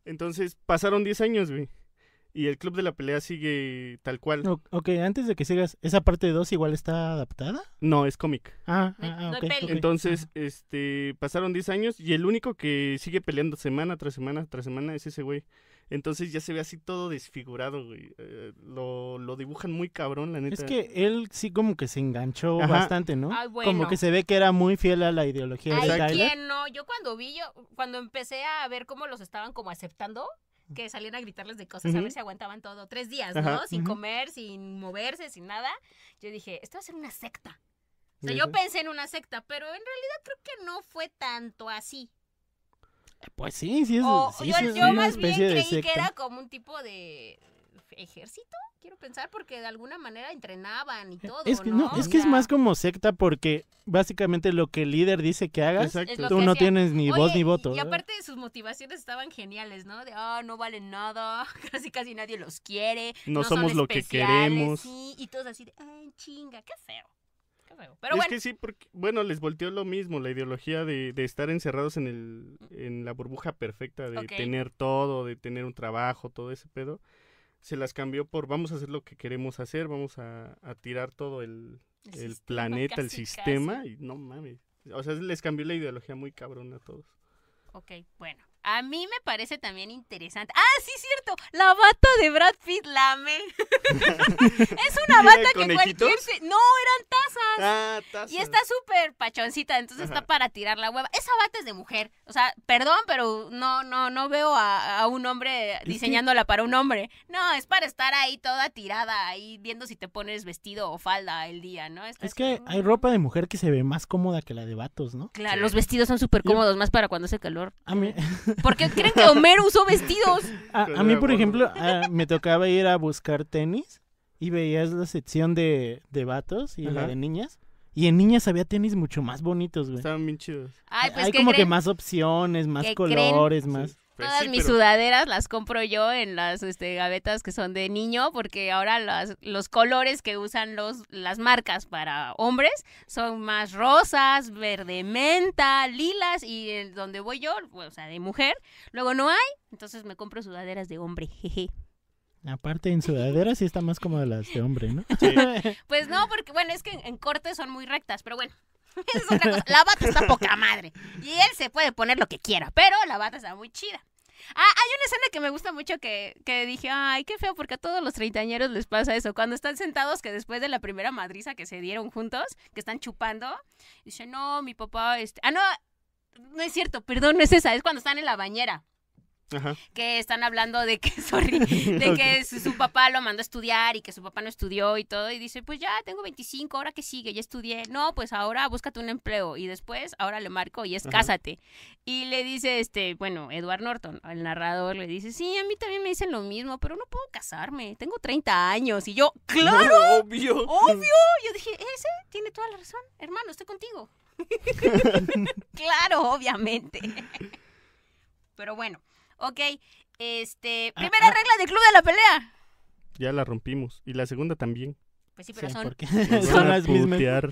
S2: Entonces, pasaron 10 años, güey. Y el club de la pelea sigue tal cual. No,
S3: O- ok, antes de que sigas, ¿esa parte 2 igual está adaptada?
S2: es cómic.
S3: Ah,
S1: No hay-
S3: ah,
S1: no hay
S3: ok,
S1: peli.
S3: ok.
S2: Entonces,
S3: Ajá.
S2: este, pasaron 10 años y el único que sigue peleando semana tras semana tras semana es ese güey. Entonces ya se ve así todo desfigurado, güey. Eh, lo, lo dibujan muy cabrón, la neta.
S3: Ah. Es que él sí como que se enganchó
S2: Ajá.
S3: bastante, ¿no?
S1: Ay, bueno.
S3: Como que se ve que era muy fiel a la ideología de
S1: Ay,
S2: Exacto.
S3: Tyler.
S1: ¿quién no? Yo cuando vi, yo cuando empecé a ver cómo los estaban como aceptando, que salían a gritarles de cosas, a
S2: Ujú.
S1: ver si aguantaban todo. Tres días,
S2: Ajá.
S1: ¿no? Sin
S3: Ujú.
S1: comer, sin moverse, sin nada. Yo dije, esto va a ser una secta. O sea,
S2: Ya
S1: yo
S2: sé.
S1: pensé en una secta, pero en realidad creo que no fue tanto así.
S3: Pues sí, sí es,
S1: O-
S3: sí
S1: yo
S3: es
S1: yo
S3: una
S1: más bien
S3: especie de
S1: creí
S3: secta.
S1: que era como un tipo de ejército, quiero pensar, porque de alguna manera entrenaban y todo,
S3: Es que,
S1: ¿no?
S3: no,
S1: O
S3: es que es
S1: sea,
S3: más como secta porque básicamente lo que el líder dice que hagas,
S2: Exacto.
S1: es lo
S3: tú
S1: que
S3: no
S1: hacían.
S3: tienes ni voz
S1: Oye,
S3: ni
S1: y-
S3: voto.
S2: ¿eh?
S1: Y aparte sus motivaciones estaban geniales, ¿no? De, ah, no valen nada, casi casi nadie los quiere.
S2: No
S1: son
S2: somos lo que
S1: especiales",
S2: queremos.
S1: Sí, y todos así de, ay, chinga, qué feo. Qué feo. Pero
S2: es
S1: bueno,
S2: que sí, porque, bueno, les volteó lo mismo, la ideología de, de estar encerrados en, el, en la burbuja perfecta, de
S1: Ok.
S2: tener todo, de tener un trabajo, todo ese pedo. Se las cambió por vamos a hacer lo que queremos hacer, vamos a, a tirar todo el,
S1: el
S2: el
S1: sistema
S2: planeta, el
S1: casi,
S2: sistema,
S1: casi.
S2: y no mames. O sea, les cambió la ideología muy cabrón a todos.
S1: Ok, bueno. A mí me parece también interesante. Ah, sí, cierto. La bata de Brad Pitt, la amé. es una
S2: ¿Era de
S1: bata que
S2: conejitos?
S1: cualquier... se- No, eran tazas.
S2: Ah, tazas.
S1: Y está súper pachoncita, entonces
S2: Ajá.
S1: está para tirar la hueva. Esa bata es de mujer. O sea, perdón, pero no, no, no veo a, a un hombre
S3: que-
S1: diseñándola para un hombre. No, es para estar ahí toda tirada, ahí viendo si te pones vestido o falda el día, ¿no? Estás
S3: Es que
S1: como-
S3: hay ropa de mujer que se ve más cómoda que la de vatos, ¿no?
S1: Claro,
S2: Sí.
S1: los vestidos son súper
S3: Yo-
S1: cómodos, más para cuando hace calor.
S3: A mí,
S1: Porque creen que Homero usó vestidos.
S3: a,
S2: Pero
S3: a mí
S2: era
S3: por
S2: gordo.
S3: ejemplo, ah, me tocaba ir a buscar tenis y veías la sección de, de vatos y la
S2: Ajá.
S3: de niñas. Y en niñas había tenis mucho más bonitos, güey.
S2: Estaban bien chidos.
S1: Ay, pues
S3: hay
S1: ¿qué
S3: como que
S1: creen?
S3: más opciones, más
S1: ¿Qué creen?
S3: colores,
S2: Sí.
S3: más...
S2: Pues
S1: Todas
S2: sí,
S1: mis
S2: pero-
S1: sudaderas las compro yo en las este, gavetas que son de niño, porque ahora las, los colores que usan los, las marcas para hombres son más rosas, verde menta, lilas, y en donde voy yo, bueno, o sea, de mujer, luego no hay, entonces me compro sudaderas de hombre, jeje.
S3: Aparte en sudadera sí está más cómoda las de hombre, ¿no?
S2: Sí.
S1: Pues no, porque bueno, es que en, en corte son muy rectas, pero bueno. Esa es otra cosa. La bata está poca madre. Y él se puede poner lo que quiera, pero la bata está muy chida. Ah, hay una escena que me gusta mucho que, que dije, ay, qué feo, porque a todos los treintañeros les pasa eso. Cuando están sentados, que después de la primera madriza que se dieron juntos, que están chupando, dice, no, mi papá, este... Ah, no, no es cierto, perdón, no es esa, es cuando están en la bañera.
S2: Ajá.
S1: que están hablando de que, sorry, de que su, su papá lo mandó a estudiar y que su papá no estudió y todo, y dice, pues ya tengo 25, ahora que sigue, ya estudié, no, pues ahora búscate un empleo, y después, ahora le marco y es
S2: Ajá.
S1: cásate. Y le dice, este, bueno, Edward Norton, el narrador, le dice, sí, a mí también me dicen lo mismo, pero no puedo casarme, tengo 30 años, y yo, claro,
S2: Obvio.
S1: obvio, yo dije, ese tiene toda la razón, hermano, estoy contigo. claro, obviamente. Pero bueno, ok. Este,
S3: Ah,
S1: primera
S3: ah.
S1: regla del club de la pelea.
S2: Ya la rompimos. Y la segunda también.
S1: Pues sí, pero
S3: Sí,
S1: son,
S3: porque
S2: Nos
S3: son
S2: van a
S3: las mismas.
S2: putear.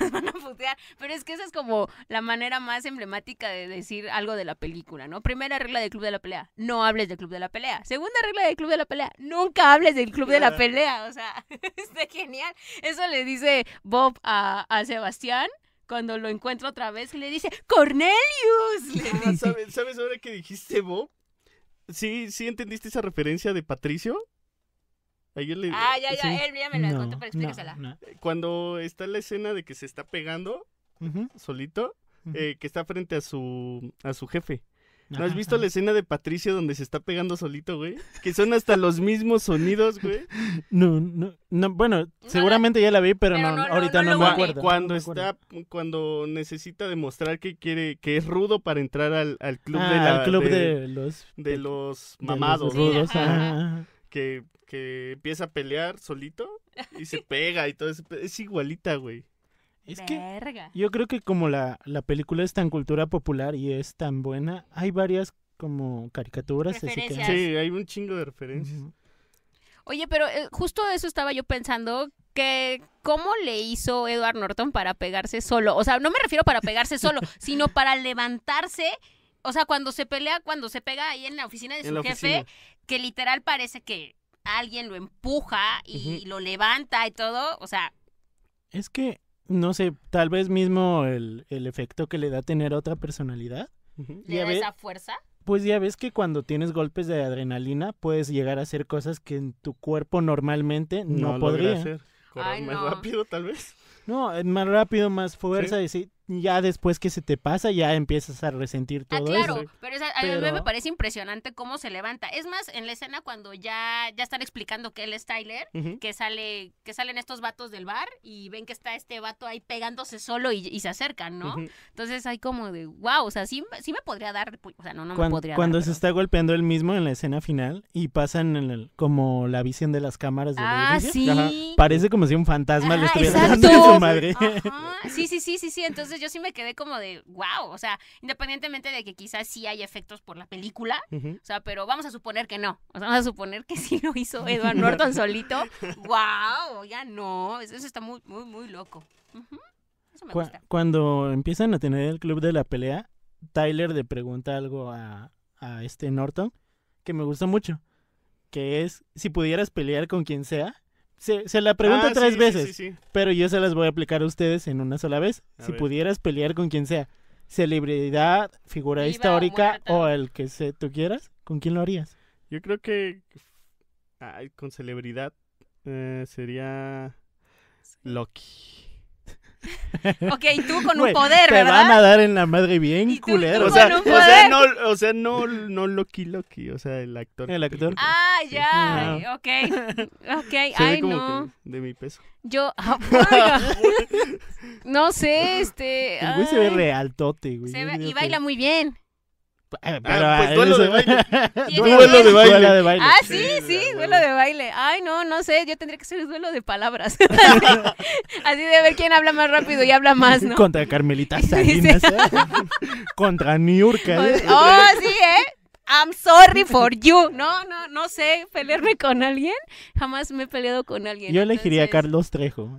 S1: nos van a putear. Pero es que esa es como la manera más emblemática de decir algo de la película, ¿no? Primera regla del club de la pelea, no hables del club de la pelea. Segunda regla del club de la pelea, nunca hables del club de la pelea. O sea, está genial. Eso le dice Bob a, a Sebastián. Cuando lo encuentra otra vez, y le dice, ¡Cornelius! Le-
S2: Ah, ¿Sabes, sabes ahora que dijiste Bob? Sí, sí entendiste esa referencia de Patricio. Ayer le,
S1: Ah, ya, ya,
S2: sí.
S1: él ya me la
S3: No,
S1: contó, pero
S3: no,
S1: explícasela.
S3: no.
S2: Cuando está la escena de que se está pegando
S3: Ujú,
S2: solito,
S3: ujú.
S2: eh, que está frente a su a su jefe. ¿No has
S3: Ajá,
S2: visto
S3: ajá.
S2: la escena de Patricio donde se está pegando solito, güey? Que son hasta los mismos sonidos, güey.
S3: No, no, no, bueno,
S1: la-
S3: seguramente ya la vi, pero,
S1: pero
S3: no,
S1: no, no, no
S3: ahorita no,
S1: lo
S3: me
S1: ubico.
S3: acuerdo. no
S2: Cuando
S3: me acuerdo.
S2: está, cuando necesita demostrar que quiere, que es rudo para entrar al, al club
S3: Ah,
S2: de la-
S3: al club de,
S2: de-
S3: los
S2: de los
S3: de los
S2: mamados, ¿no?
S3: rudos,
S1: Sí,
S3: ajá,
S1: ajá.
S3: ajá.
S2: que, que empieza a pelear solito y se pega y todo eso. Es igualita, güey.
S3: Es que
S1: Verga.
S3: yo creo que como la, la película es tan cultura popular y es tan buena, hay varias como caricaturas, así que...
S1: Referencias.
S2: Sí, hay un chingo de referencias.
S3: Ujú.
S1: Oye, pero eh, justo eso estaba yo pensando que cómo le hizo Edward Norton para pegarse solo. O sea, no me refiero para pegarse solo, sino para levantarse. O sea, cuando se pelea, cuando se pega ahí en la oficina de
S2: En
S1: su
S2: la
S1: jefe,
S2: oficina.
S1: que literal parece que alguien lo empuja y
S2: Ujú.
S1: lo levanta y todo. O sea,
S3: Es que, no sé, tal vez mismo el, el efecto que le da tener otra personalidad.
S2: Ujú.
S1: le
S3: Ya
S1: da
S3: ve-
S1: esa fuerza.
S3: Pues ya ves que cuando tienes golpes de adrenalina puedes llegar a hacer cosas que en tu cuerpo normalmente no,
S2: logra
S3: podría.
S2: hacer. Correr
S1: Ay,
S2: más
S1: no.
S2: rápido, tal vez.
S3: No, es más rápido, más fuerza, y sí, ya después que se te pasa, ya empiezas a resentir
S1: Ah,
S3: todo
S1: claro,
S3: eso.
S1: pero esa- a mí me
S3: Pero-
S1: parece impresionante cómo se levanta. Es más, en la escena cuando ya, ya están explicando que él es Tyler,
S2: Ujú.
S1: que sale que salen estos vatos del bar y ven que está este vato ahí pegándose solo y, y se acercan, ¿no?
S2: Ujú.
S1: Entonces hay como de, wow, o sea, sí, sí me podría dar, pu- o sea, no, no
S3: Cuan-
S1: me podría
S3: Cuando, se
S1: dar.
S3: está golpeando él mismo en la escena final y pasan en el- como la visión de las cámaras del
S1: pero- Ah,
S3: edificio,
S1: sí.
S2: Ajá.
S3: parece como si un fantasma
S1: Ajá,
S3: le estuviera
S1: exacto. Ah,
S3: dando en su madre.
S1: Ajá. Sí, sí, sí, sí, sí. Entonces yo sí me quedé como de, wow, o sea, independientemente de que quizás sí hay efectos por la película,
S2: Ujú.
S1: o sea, pero vamos a suponer que no. O sea, vamos a suponer que sí lo hizo Edward Norton solito. Wow, ya no. Eso eso está muy, muy, muy loco. Ujú. Eso me
S3: Cua-
S1: gusta.
S3: cuando empiezan a tener el club de la pelea, Tyler le pregunta algo a, a este Norton que me gusta mucho, que es si pudieras pelear con quien sea. Se, se la pregunta
S2: Ah, sí,
S3: tres
S2: sí,
S3: veces,
S2: sí, sí.
S3: pero yo se las voy a aplicar a ustedes en una sola vez.
S2: A
S3: si
S2: ver.
S3: pudieras pelear con quien sea, celebridad, figura
S1: Viva o
S3: histórica
S1: muerta.
S3: o el que se, tú quieras, ¿con quién lo harías?
S2: Yo creo que ay, con celebridad eh, sería Loki.
S1: Ok, y tú con un
S3: Güey,
S1: poder,
S3: Te
S1: ¿verdad?
S3: van a dar en la madre bien
S1: Y tú-
S3: culero.
S1: tú
S2: O sea,
S1: Bueno,
S2: o
S1: pues.
S2: sea, no, o sea, no, no Loki Loki, o sea, el actor.
S3: El
S2: del
S3: actor.
S2: que-
S1: Ah,
S2: Sí.
S1: ya, ok, ok,
S2: Se ve
S1: ay
S2: como
S1: no,
S2: que de mi peso.
S1: yo, ah, verga. no sé, este,
S3: El güey se ve
S1: ay,
S3: real tote, güey.
S1: se
S3: Yo
S1: ve-
S3: digo
S1: y
S3: que-
S1: baila muy bien,
S3: Ah,
S2: Ah, pues,
S3: ah,
S2: duelo
S3: eso-
S2: de baile.
S1: Duelo
S3: Duelo
S1: de
S3: de baile.
S2: baile.
S1: ah sí,
S2: Sí,
S1: sí,
S2: la
S1: duelo de baile, ay no, no sé, yo tendría que ser un duelo de palabras, así de ver quién habla más rápido y habla más, ¿no?
S3: Contra Carmelita Salinas. ¿eh? Contra Niurka. ¿eh?
S1: Oh, sí, ¿eh? I'm sorry for you. No, no, no sé pelearme con alguien. Jamás me he peleado con alguien.
S3: Yo elegiría a
S1: entonces-
S3: Carlos Trejo.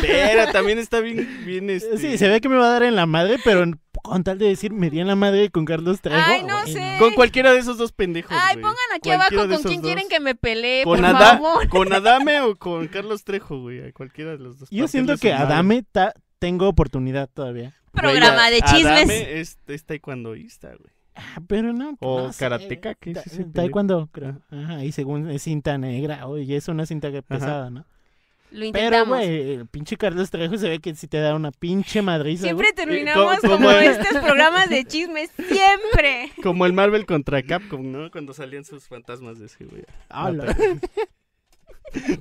S2: Pero también está bien, bien este.
S3: Sí, se ve que me va a dar en la madre, pero en- con tal de decir me di en la madre con Carlos Trejo.
S1: Ay, no
S3: güey,
S1: sé.
S2: Con cualquiera de esos dos pendejos.
S1: Ay,
S2: güey.
S1: pongan aquí
S2: Cualquiera
S1: abajo
S2: de
S1: con
S2: esos
S1: quién
S2: dos.
S1: quieren que me pelee,
S2: Con
S1: por
S2: Ada-
S1: favor.
S2: ¿Con Adame o con Carlos Trejo, güey? A cualquiera de los dos.
S3: Yo
S2: Partirle
S3: siento
S2: su
S3: que
S2: madre.
S3: Adame ta- tengo oportunidad todavía.
S2: Güey,
S1: Programa
S2: a-
S1: de chismes.
S2: Adame es, es taekwondoísta, güey.
S3: Ah, Pero no.
S2: O
S3: no sé,
S2: karateca, ¿qué es
S3: ta-
S2: ese pendejo?
S3: Ah. Taekwondo, creo. Ajá, y según es cinta negra, oye, es una cinta que- pesada, ¿no?
S1: Lo
S3: Pero,
S1: intentamos.
S3: güey, el pinche Carlos Trejo se ve que si te da una pinche madriza, güey.
S1: Siempre terminamos
S2: ¿Cómo-
S1: como
S2: cómo es?
S1: estos programas de chismes. Siempre.
S2: Como el Marvel contra Capcom, ¿no? Cuando salían sus fantasmas de ese, güey.
S3: ¡Hala!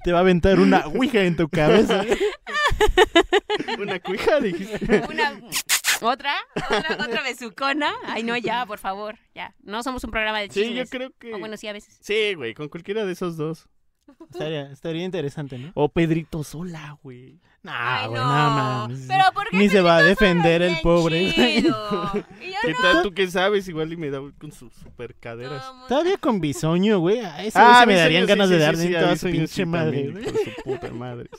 S3: Te va a aventar una ouija en tu cabeza.
S2: Una cuija, dijiste.
S1: Una. ¿Otra? ¿Otra? ¿Otra besucona? Ay, no, ya, por favor. Ya. No somos un programa de
S2: Sí, yo
S1: chismes.
S2: creo que...
S1: O bueno, sí, a veces.
S2: Sí, güey, con cualquiera de esos dos.
S3: Estaría, estaría interesante, ¿no?
S2: O Pedrito Sola, güey.
S3: Nah,
S2: Ah,
S1: Ay,
S3: güey,
S1: no.
S3: no mames.
S1: Pero ¿por qué
S3: Ni se va a
S1: Pedrito Sola
S3: defender
S1: es
S3: el
S1: bien
S3: pobre.
S1: chido? Y yo
S2: ¿Qué
S1: Ah, no,
S2: tal? ¿Tú qué sabes? Igual y me da con sus super caderas.
S1: todo mundo-
S3: Todavía con bisoño, güey. A ese güey
S2: Ah,
S3: se me darían ganas de darle
S2: darle
S3: en toda su pinche madre, güey.
S2: Con su puta madre.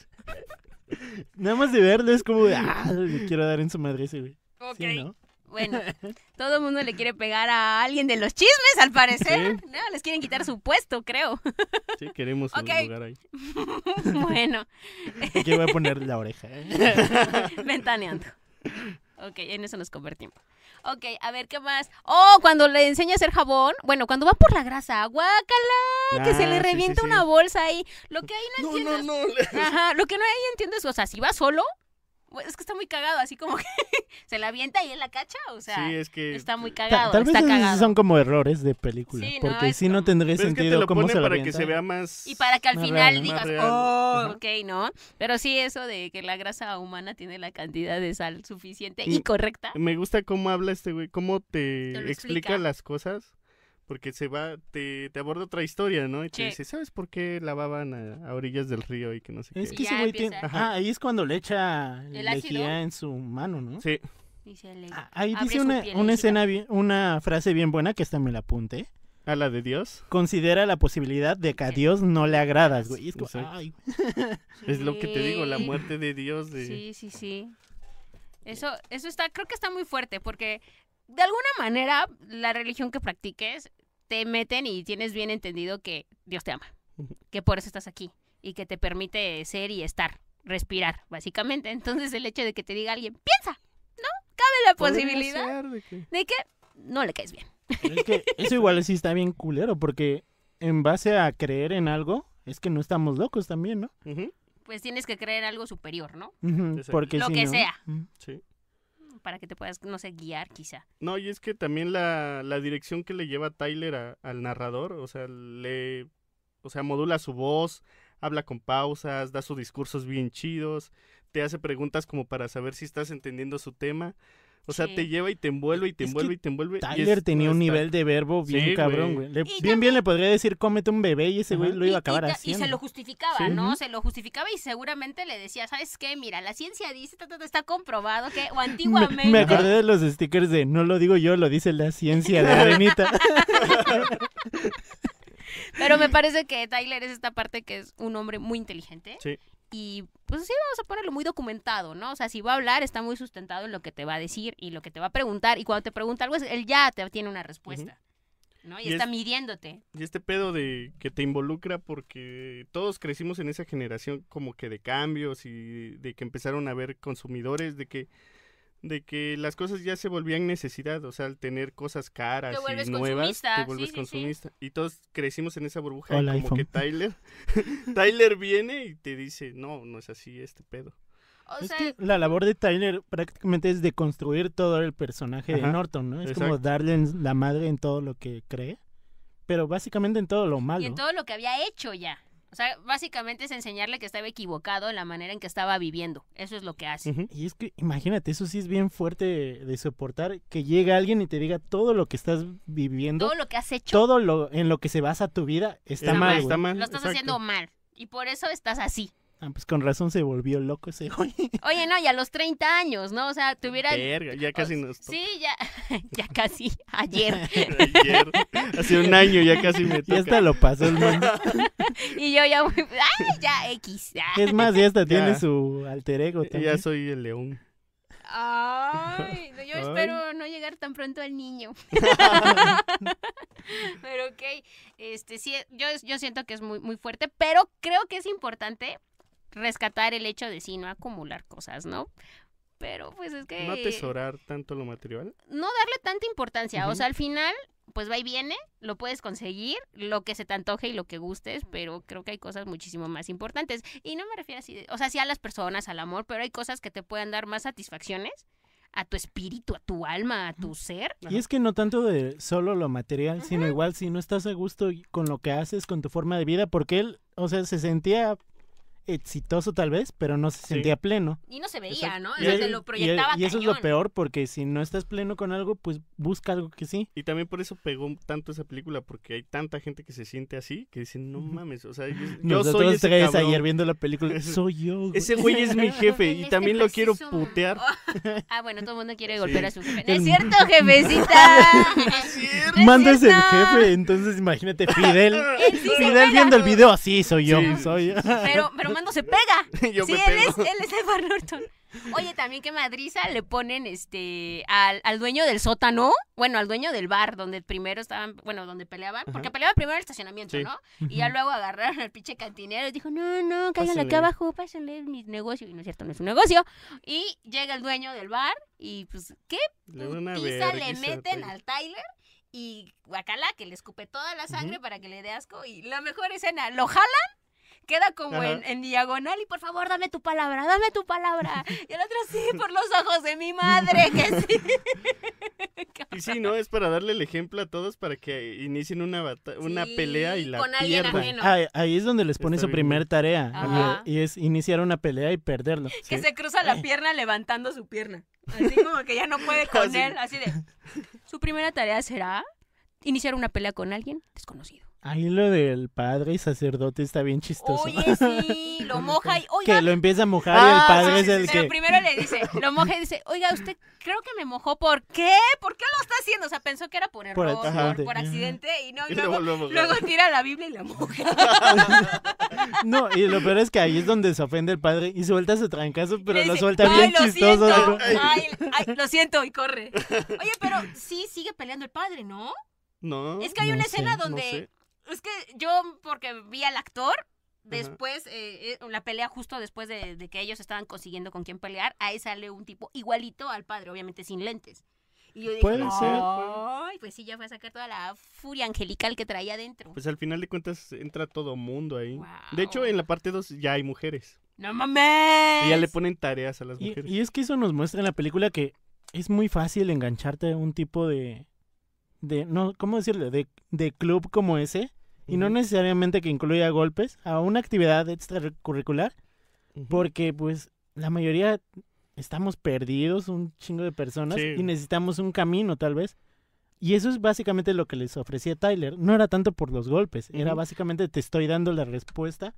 S3: Nada más de verlo es como de, ah, le quiero dar en su madre ese güey.
S1: Ok,
S3: Sí, ¿no?
S1: bueno. Todo el mundo le quiere pegar a alguien de los chismes, al parecer. No, les quieren quitar su puesto, creo.
S2: Sí, queremos un
S1: Ok.
S2: lugar ahí.
S1: bueno,
S3: Que voy a poner la oreja. ¿eh?
S1: ventaneando. Ok, en eso nos convertimos. Ok, a ver, ¿qué más? Oh, cuando le enseña a hacer jabón. Bueno, cuando va por la grasa, guácala, que se
S2: Ah,
S1: le revienta una bolsa ahí. Lo que ahí no,
S2: No,
S1: entiendo
S2: no,
S1: es-
S2: no.
S1: Ajá, lo que no ahí entiendo es, o sea, si va solo, pues, es que está muy cagado, así como que se la avienta y él la cacha, o sea,
S2: Sí, es que...
S1: está muy
S3: Ta-
S1: cagado,
S3: tal vez
S1: está
S3: esos
S1: cagado.
S3: son como errores de película.
S1: Sí, no,
S3: porque
S1: es
S3: si no
S1: como-
S3: tendría
S2: Pero es que te
S3: sentido
S2: lo
S3: cómo
S2: ponen
S3: se lo
S2: para que se
S3: avienta.
S2: vea más...
S1: Y para que al
S3: Más
S1: final
S3: real, más
S1: digas,
S2: real.
S1: oh,
S3: Ajá.
S1: ok, ¿no? Pero sí eso de que la grasa humana tiene la cantidad de sal suficiente y
S2: Mm.
S1: correcta.
S2: Me gusta cómo habla este güey, cómo te,
S1: Te lo
S2: explica.
S1: explica.
S2: las cosas, porque se va, te, te aborda otra historia, ¿no? Y te
S1: Sí.
S2: dice, ¿sabes por qué lavaban a, a orillas del río y que no sé
S3: Es
S2: qué?
S1: Y
S3: que ese
S1: ya
S3: güey tiene.
S1: empieza.
S2: Ajá.
S3: Ajá, ahí es cuando le echa
S1: ¿El ácido?
S3: lejía en su mano, ¿no?
S2: Sí,
S1: Y se le-
S3: Ah, Ahí
S1: Abre
S3: dice
S1: su
S3: una,
S1: piel
S3: una
S1: lejía.
S3: escena, bien- una frase bien buena que esta me la apunté.
S2: a la de Dios,
S3: Considera la posibilidad de que a Dios no le agradas, güey. Y es como,
S2: Exacto.
S3: ay, güey.
S2: es lo que te digo, la
S1: Sí.
S2: muerte de Dios. De...
S1: Sí, sí, sí. Eso, eso está, creo que está muy fuerte, porque de alguna manera la religión que practiques te meten y tienes bien entendido que Dios te ama,
S2: Ujú.
S1: que por eso estás aquí y que te permite ser y estar, respirar, básicamente. Entonces el hecho de que te diga alguien, piensa, ¿no? Cabe la
S2: Podría
S1: posibilidad
S2: ser de que-
S1: de que no le caes bien.
S3: Pero es que eso igual sí está bien culero, porque en base a creer en algo, es que no estamos locos también, ¿no?
S2: Ujú,
S1: Pues tienes que creer algo superior, ¿no?
S3: Ujú,
S2: Exacto.
S3: Porque
S1: Lo
S3: si
S1: que
S3: no-
S1: sea.
S3: Mm.
S2: sí.
S1: Para que te puedas, no sé, guiar quizá.
S2: No, y es que también la, la dirección que le lleva Tyler a- al narrador, o sea, le, o sea, modula su voz, habla con pausas, da sus discursos bien chidos, te hace preguntas como para saber si estás entendiendo su tema. O sea,
S1: Sí.
S2: te lleva y te envuelve y te
S3: Es
S2: envuelve
S3: que
S2: y te envuelve. y
S3: Tyler
S2: es-
S3: tenía un
S2: está-
S3: nivel de verbo bien
S2: Sí,
S3: cabrón,
S2: güey.
S3: güey. Le-
S1: Y
S3: bien,
S1: también-
S3: bien le podría decir, cómete un bebé y ese güey
S2: Ajá.
S3: lo iba a acabar
S1: y, ta- y
S3: haciendo.
S1: se lo justificaba,
S2: Sí.
S1: ¿no?
S3: Ujú.
S1: Se lo justificaba y seguramente le decía, ¿sabes qué? Mira, la ciencia dice, ta, ta, ta, está comprobado que, o antiguamente.
S3: Me, me acordé de los stickers de no lo digo yo, lo dice la ciencia de Arenita.
S1: Pero me parece que Tyler es esta parte que es un hombre muy inteligente.
S2: Sí.
S1: Y pues sí, vamos a ponerlo muy documentado, ¿no? O sea, si va a hablar, está muy sustentado en lo que te va a decir y lo que te va a preguntar. Y cuando te pregunta algo, él ya te tiene una respuesta. ¿No? Y,
S2: Y
S1: está
S2: es-
S1: midiéndote.
S2: Y este pedo de que te involucra porque todos crecimos en esa generación como que de cambios y de que empezaron a haber consumidores, de que de que las cosas ya se volvían necesidad, o sea, al tener cosas caras
S1: Te vuelves
S2: y nuevas,
S1: consumista,
S2: te
S1: sí,
S2: vuelves
S1: sí, sí.
S2: consumista. Y todos crecimos en esa burbuja
S3: Hola,
S2: y como que
S3: iPhone.
S2: Tyler Tyler viene y te dice, "No, no es así este pedo."
S1: O
S3: Es
S1: sea,
S3: que la labor de Tyler prácticamente es de construir todo el personaje de
S2: Ajá,
S3: Norton, ¿no? Es como
S2: exacto.
S3: darle en la madre en todo lo que cree, pero básicamente en todo lo
S1: y
S3: malo.
S1: en todo lo que había hecho ya. O sea, básicamente es enseñarle que estaba equivocado en la manera en que estaba viviendo. Eso es lo que hace.
S2: Ujú.
S3: Y es que imagínate, eso sí es bien fuerte de, de soportar, que llega alguien y te diga todo lo que estás viviendo,
S1: Todo lo que has hecho
S3: todo lo en lo que se basa tu vida está
S1: Está
S3: mal.
S1: mal,
S3: güey.
S1: lo estás
S2: exacto.
S1: haciendo mal. Y por eso estás así.
S3: Ah, pues con razón se volvió loco ese güey.
S1: Oye, no, y a los 30 años, ¿no? O sea, te hubieran...
S2: Verga, ya casi nos toca.
S1: pues, Sí, ya, ya casi ayer.
S2: Ayer, hace un año ya casi me
S3: Y
S2: toca.
S3: hasta lo pasó el man.
S1: Y yo ya voy... ¡Ay, ya, X!
S3: Es más, ya hasta tiene
S2: Ya.
S3: su alter ego
S2: Y
S3: también.
S2: ya soy el león.
S1: ¡Ay! no, Yo
S2: Ay.
S1: espero no llegar tan pronto al niño. pero ok, este, sí, yo, yo siento que es muy, muy fuerte, pero creo que es importante rescatar el hecho de sí, no acumular cosas, ¿no? Pero pues es que...
S2: No atesorar tanto lo material.
S1: no darle tanta importancia. O
S2: Ujú.
S1: sea, al final pues va y viene, lo puedes conseguir, lo que se te antoje y lo que gustes, pero creo que hay cosas muchísimo más importantes. Y no me refiero así, de- o sea, sí a las personas, al amor, pero hay cosas que te pueden dar más satisfacciones a tu espíritu, a tu alma, a tu ser.
S3: Y es que no tanto de solo lo material, sino igual si no estás a gusto y- con lo que haces, con tu forma de vida, porque él, o sea, se sentía exitoso tal vez, pero no se
S2: Sí.
S3: sentía pleno.
S1: Y no se veía,
S2: Exacto.
S1: ¿no? O
S2: Y
S1: sea,
S2: es-
S1: te lo
S3: y- y
S1: proyectaba
S3: eso es lo
S1: cañón.
S3: peor, porque si no estás pleno con algo, pues busca algo que sí.
S2: Y también por eso pegó tanto esa película, porque hay tanta gente que se siente así, que dicen, no mames, o sea, yo, yo soy
S3: Nosotros
S2: ese
S3: tres
S2: cabrón.
S3: ayer viendo la película, soy yo. güey.
S2: Ese güey es mi jefe
S1: En
S2: y
S1: este
S2: también lo quiero
S1: preciso momento-
S2: putear.
S1: Ah, bueno, todo el mundo quiere
S2: Sí.
S1: golpear a su jefe. ¡No
S3: El-
S1: es cierto, jefecita! ¡No es cierto!
S3: Manda es el jefe, entonces imagínate Fidel. Fidel viendo el video, así soy yo,
S2: Sí,
S3: soy yo.
S1: Pero, pero Mando se pega.
S2: Yo
S1: sí,
S2: me
S1: él es,
S2: pego.
S1: él es Edward Norton. Oye, también que Madriza le ponen este al, al dueño del sótano, bueno, al dueño del bar, donde primero estaban, bueno, donde peleaban, porque peleaban primero en el estacionamiento,
S2: Sí.
S1: ¿no? Y ya luego agarraron al pinche cantinero y dijo, no, no, cáiganle
S2: Pásenle.
S1: acá abajo, pásenle mi negocio. Y no es cierto, no es un negocio. Y llega el dueño del bar y pues, ¿qué
S2: Le doy una
S1: putiza le
S2: verguiza,
S1: meten
S2: tío.
S1: al Tyler y guacala que le escupe toda la sangre para que le dé asco y la mejor escena, lo jalan, queda como
S2: Ajá.
S1: en, en diagonal y por favor dame tu palabra, dame tu palabra. Y el otro sí, por los ojos de mi madre, que sí.
S2: Y sí, no, es para darle el ejemplo a todos para que inicien una bata- una
S1: Sí,
S2: pelea y la
S1: con alguien
S2: pierdan.
S1: ajeno.
S3: Ahí, ahí es donde les pone
S2: Está
S3: su
S2: bien.
S3: primer tarea.
S1: Ajá.
S3: Y, y es iniciar una pelea y perderlo.
S1: Que se cruza la pierna levantando su pierna. Así como que ya no puede con
S2: Así.
S1: él, así de... Su primera tarea será iniciar una pelea con alguien desconocido.
S3: Ahí lo del padre y sacerdote está bien chistoso.
S1: Oye, sí, lo moja y... Oiga,
S3: que lo empieza a mojar y
S2: Ah,
S3: el padre
S2: sí,
S3: es
S2: sí,
S3: el
S2: sí,
S1: Pero
S3: que...
S1: primero le dice, lo moja y dice, oiga, usted creo que me mojó, ¿por qué? ¿Por qué lo está haciendo? O sea, pensó que era por error,
S3: Por
S1: por
S3: accidente.
S1: por, accidente, y no, y
S2: Y luego,
S1: luego,
S2: luego,
S1: luego
S2: luego.
S1: tira la Biblia y la moja.
S3: No, y lo peor es que ahí es donde se ofende el padre y suelta su trancazo,
S1: Y
S3: pero
S1: le
S3: lo
S1: dice,
S3: suelta
S1: "Ay,
S3: bien
S1: lo
S3: chistoso.
S1: siento,
S3: ¿no?
S1: ay, ay, lo siento, y corre. Oye, pero sí sigue peleando el padre, ¿no?
S2: No,
S1: Es que hay
S3: No
S1: una
S3: sé,
S1: escena
S2: no
S1: donde...
S2: sé.
S1: Es que yo, porque vi al actor, después, eh, eh, la pelea justo después de, de que ellos estaban consiguiendo con quién pelear, ahí sale un tipo igualito al padre, obviamente sin lentes. Y yo dije,
S3: Puede ser, puede.
S1: "Ay, pues sí, ya fue a sacar toda la furia angelical que traía adentro.
S2: Pues al final de cuentas entra todo mundo ahí.
S1: Guau.
S2: De hecho, en la parte 2 ya hay mujeres.
S1: ¡No mames!
S2: Y ya le ponen tareas a las
S3: Y,
S2: mujeres.
S3: y es que eso nos muestra en la película que es muy fácil engancharte a un tipo de... de no, ¿Cómo decirlo? De, de club como ese. Y no
S2: Ujú.
S3: necesariamente que incluya golpes, a una actividad extracurricular
S2: Ujú.
S3: Porque pues la mayoría estamos perdidos, un chingo de personas,
S2: Sí.
S3: y necesitamos un camino tal vez. Y eso es básicamente lo que les ofrecía Tyler. No era tanto por los golpes, era
S2: Ujú.
S3: básicamente te estoy dando la respuesta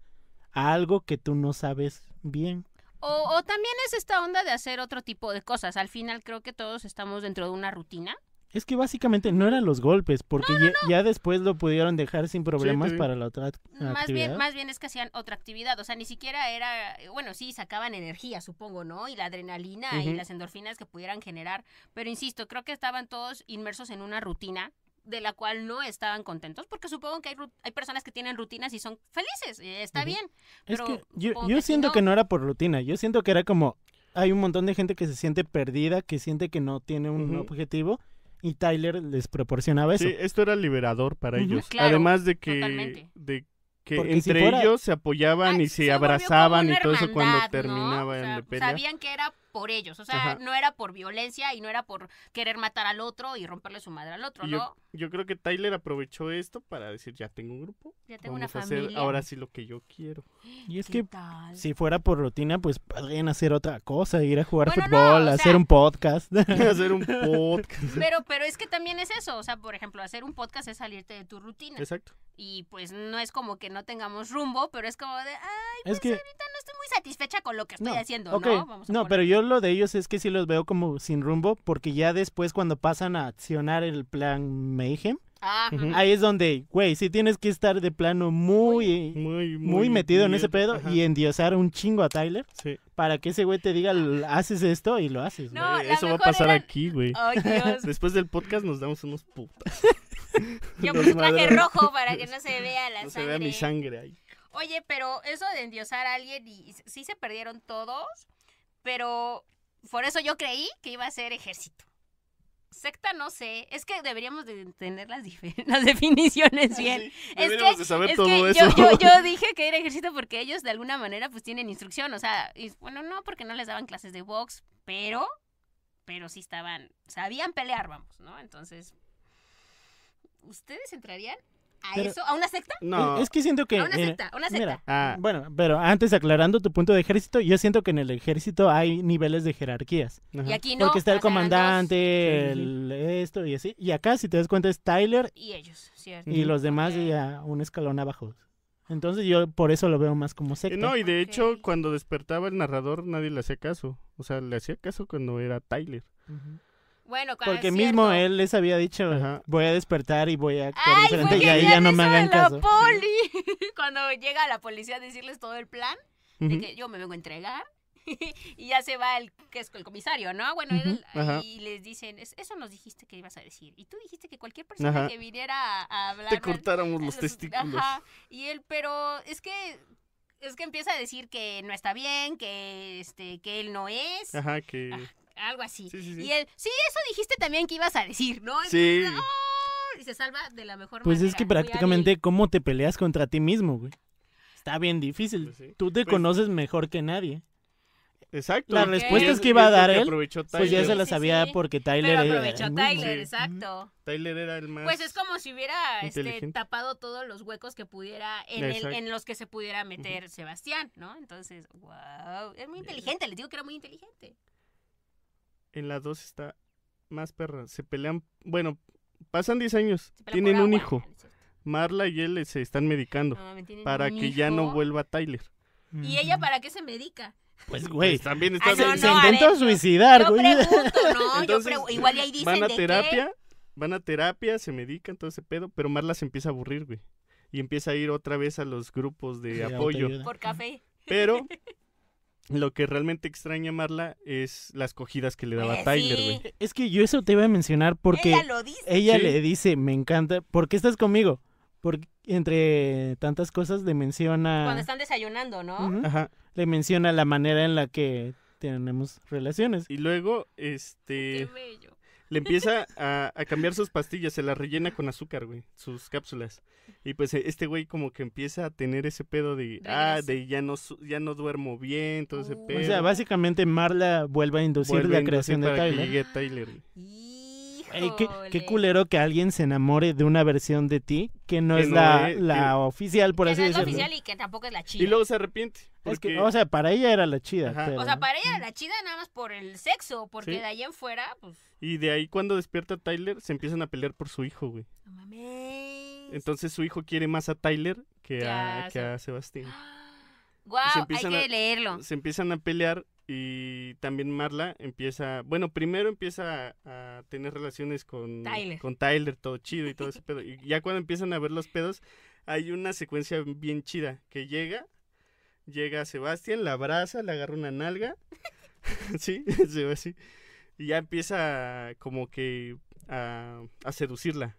S3: a algo que tú no sabes bien.
S1: O, o también es esta onda de hacer otro tipo de cosas. Al final creo que todos estamos dentro de una rutina.
S3: Es que básicamente no eran los golpes, porque ya, ya después lo pudieron dejar sin problemas
S2: sí.
S3: para la otra act-
S1: Más
S3: actividad.
S1: bien, más bien es que hacían otra actividad, o sea, ni siquiera era, bueno, sí, sacaban energía, supongo, ¿no? Y la adrenalina y
S2: Ujú.
S1: las endorfinas que pudieran generar, pero insisto, creo que estaban todos inmersos en una rutina de la cual no estaban contentos, porque supongo que hay, ru- hay personas que tienen rutinas y son felices, y está
S3: Ujú.
S1: bien.
S3: Es
S1: Pero
S3: que yo,
S1: supongo
S3: yo
S1: que si
S3: siento
S1: no-
S3: que no era por rutina, yo siento que era como hay un montón de gente que se siente perdida, que siente que no tiene un
S2: Ujú.
S3: objetivo y Tyler les proporcionaba eso.
S2: Sí, esto era liberador para
S3: Ujú.
S2: ellos.
S1: Claro,
S2: Además de
S1: totalmente.
S2: que, de que
S3: Porque si
S2: entre
S3: fuera-
S2: ellos se apoyaban
S1: Ah,
S2: y se,
S1: volvió como
S2: abrazaban y
S1: una
S2: todo eso cuando
S1: hermandad, ¿no?
S2: terminaban
S1: O sea, pues,
S2: de pelea.
S1: Sabían que era por ellos, o sea,
S2: Ajá.
S1: no era por violencia y no era por querer matar al otro y romperle su madre al otro,
S2: Y yo-
S1: ¿no?
S2: Yo creo que Tyler aprovechó esto para decir, ya tengo un grupo,
S1: Ya tengo
S2: vamos
S1: una
S2: a hacer
S1: familia.
S2: ahora sí lo que yo quiero.
S3: Y es
S1: ¿Qué
S3: que
S1: tal?
S3: si fuera por rutina, pues podrían hacer otra cosa, ir a jugar
S1: Bueno, no, o
S3: fútbol, hacer
S1: sea- pues,
S3: un podcast.
S2: hacer un podcast.
S1: Pero, pero es que también es eso, o sea, por ejemplo, hacer un podcast es salirte de tu rutina.
S2: Exacto.
S1: Y pues no es como que no tengamos rumbo, pero es como de, ay,
S3: es que
S1: no estoy muy satisfecha con lo que estoy
S3: no,
S1: haciendo,
S3: ok,
S1: ¿no? Vamos a
S3: no,
S1: poner-
S3: pero yo lo de ellos es que sí los veo como sin rumbo, porque ya después cuando pasan a accionar el plan Mayhem,
S1: Ajá.
S2: Ujú.
S3: ahí es donde, güey, sí tienes que estar de plano muy
S2: Muy, muy,
S3: muy metido en ese pedo
S2: ajá,
S3: y endiosar un chingo a Tyler
S2: sí.
S3: para que ese güey te diga, "L- haces esto y lo haces.
S1: No,
S2: Güey,
S1: la
S2: Eh, eso va a
S1: mejor Oh.
S2: pasar
S1: eran-
S2: aquí, güey.
S1: Ay, Dios.
S2: Después del podcast nos damos unos putas.
S1: Yo
S2: Los
S1: puse traje
S2: madres.
S1: rojo para que no se vea la
S2: No se
S1: sangre.
S2: vea mi sangre ahí.
S1: Oye, pero eso de endiosar a alguien y y sí se perdieron todos, pero por eso yo creí que iba a ser ejército. O Secta no sé, es que deberíamos de tener las, dife- las definiciones bien. es
S2: deberíamos
S1: que,
S2: de saber
S1: es
S2: todo
S1: que
S2: eso.
S1: Yo, yo- yo dije que era ejército porque ellos de alguna manera pues tienen instrucción, o sea, y, bueno, no porque no les daban clases de box, pero, pero sí estaban, sabían pelear, vamos, ¿no? Entonces, ¿ustedes entrarían a
S3: Pero-
S1: eso? ¿A una secta?
S2: No,
S3: Es que siento que...
S1: a una
S3: eh,
S1: secta, a una secta.
S3: mira,
S2: ah,
S3: Bueno, pero antes aclarando tu punto de ejército, yo siento que en el ejército hay niveles de jerarquías.
S1: y
S2: ajá.
S1: aquí no.
S3: porque está el
S1: acá eran dos
S3: comandante,
S2: Sí, sí, sí.
S3: el esto y así. Y acá, si te das cuenta, es Tyler
S1: Y ellos, ¿cierto?
S3: y
S2: Ujú.
S3: los demás
S1: Ok.
S3: ya un escalón abajo. Entonces yo por eso lo veo más como
S2: Eh,
S3: secta.
S2: No, y de
S1: Ok.
S2: hecho, cuando despertaba el narrador, nadie le hacía caso. O sea, le hacía caso cuando era Tyler.
S3: Ujú.
S1: Bueno, cuando
S3: Porque
S1: Ah, es
S3: mismo
S1: cierto.
S3: él les había dicho,
S2: Ajá.
S3: voy a despertar y voy a actuar
S1: Ay,
S3: diferente
S1: fue
S3: y ahí ya no me hagan caso.
S1: la poli. Cuando llega la policía a decirles todo el plan, de
S2: Ujú.
S1: que yo me vengo a entregar. y ya se va el, que es el comisario, ¿no? Bueno,
S3: Ujú,
S1: él-
S2: ajá.
S1: y les dicen, "Es- eso nos dijiste que ibas a decir. Y tú dijiste que cualquier persona
S2: Ajá.
S1: que viniera a, a hablar...
S2: Te cortáramos los
S1: Ajá.
S2: testículos.
S1: Y él, pero es que... Es que empieza a decir que no está bien, que este que él no es,
S2: Ajá, que.
S1: Ah, algo así.
S2: Sí, sí, sí.
S1: Y él, sí, eso dijiste también que ibas a decir, ¿no?
S2: Sí.
S1: Entonces, ¡ah! Y se salva de la mejor
S3: Pues
S1: manera.
S3: es que
S1: Muy
S3: prácticamente cómo te peleas contra ti mismo, güey. Está bien difícil.
S2: Pues sí.
S3: Tú te
S2: Pues-
S3: conoces mejor que nadie.
S2: Exacto.
S3: Las
S2: Y
S1: respuestas
S2: es-
S3: que iba a
S2: es lo
S3: dar
S2: que
S3: él,
S2: aprovechó
S3: Pues ya
S1: Sí,
S3: se
S2: Tyler.
S3: la
S1: sí,
S3: sabía
S1: sí.
S3: porque
S1: hábil.
S3: Tyler
S1: Pero
S3: era-
S1: aprovechó
S3: Mm.
S1: Tyler,
S2: Sí.
S1: exacto.
S2: Tyler era el más.
S1: Pues es como si hubiera este,
S2: Inteligente.
S1: tapado todos los huecos que pudiera, en, el-
S2: Exacto.
S1: en los que se pudiera meter Sebastián, ¿no? Entonces, wow, es muy inteligente, les digo que era muy inteligente.
S2: En la 2 está más perra. Se pelean. Bueno, pasan 10 años.
S1: Se pelea
S2: Tienen
S1: por
S2: un
S1: agua,
S2: hijo.
S1: ¿no es cierto?
S2: Marla y él eh, se están medicando.
S1: No, me tienen
S2: para
S1: Ah, un
S2: que ya no
S1: hijo.
S2: vuelva Tyler.
S1: ¿Y ella para qué se medica?
S3: Pues, güey,
S2: Pues también
S1: Ah,
S2: está.
S3: se,
S1: no, no,
S3: se
S1: a
S3: intentó
S1: ver, yo-
S3: suicidar,
S1: Yo
S3: güey.
S1: pregunto, ¿no?
S2: Entonces,
S1: Yo pregu- Igual y ahí dicen
S2: van a
S1: de qué.
S2: terapia, van a terapia, se medican, todo ese pedo, pero Marla se empieza a aburrir, güey. Y empieza a ir otra vez a los grupos de
S3: De
S2: apoyo.
S3: autoayuda.
S1: por café.
S2: Pero lo que realmente extraña a Marla es las cogidas que le daba
S1: Pues
S2: Tyler,
S1: sí.
S2: güey.
S3: Es que yo eso te iba a mencionar porque
S1: Ella
S3: ella,
S1: lo dice.
S2: Sí.
S3: le dice, me encanta, ¿por qué estás conmigo? Porque entre tantas cosas le
S1: Cuando
S2: Ah.
S3: menciona,
S1: están desayunando, ¿no?
S3: Ujú.
S2: Ajá.
S3: le menciona la manera en la que tenemos relaciones.
S2: Y luego,
S1: Qué
S2: este,
S1: bello.
S2: le empieza a, a cambiar sus pastillas, se las rellena con azúcar, güey, sus cápsulas. Y pues eh, este güey como que empieza a tener ese pedo de, ah,
S1: Regresa.
S2: de ya no, su- ya no duermo bien, todo ese
S1: Uh. O
S2: pedo.
S3: O sea, básicamente Marla vuelve a inducir
S2: Vuelve a
S3: la creación de
S2: inducir para que
S3: Tyler.
S2: llegue Tyler, güey.
S3: Ey,
S1: Híjole.
S3: qué, qué culero que alguien se enamore de una versión de ti que no
S2: Que
S3: es
S2: no
S3: la,
S2: es-
S3: la
S2: que-
S3: oficial, por
S1: Que
S3: así
S1: no es la
S3: decirlo.
S1: oficial y que tampoco es la chida.
S2: Y luego se arrepiente.
S3: Es
S2: Porque
S3: que, o sea, para ella era la chida.
S2: Ajá.
S3: pero-
S1: O sea, para ella la chida nada más por el sexo, porque
S2: Sí.
S1: de ahí en fuera, pues,
S2: Y de ahí cuando despierta Tyler, se empiezan a pelear por su hijo, güey.
S1: no mames.
S2: Entonces su hijo quiere más a Tyler que
S1: Ya,
S2: a, que
S1: se-
S2: a Sebastián.
S1: Wow,
S2: se
S1: hay
S2: empiezan
S1: que
S2: a-
S1: leerlo.
S2: Se empiezan a pelear y también Marla empieza, bueno, primero empieza a, a tener relaciones con
S1: Tyler.
S2: con Tyler, todo chido y todo ese pedo. Y ya cuando empiezan a ver los pedos, hay una secuencia bien chida que llega, llega Sebastián, la abraza, le agarra una nalga, sí, se va así, y ya empieza como que a, a seducirla.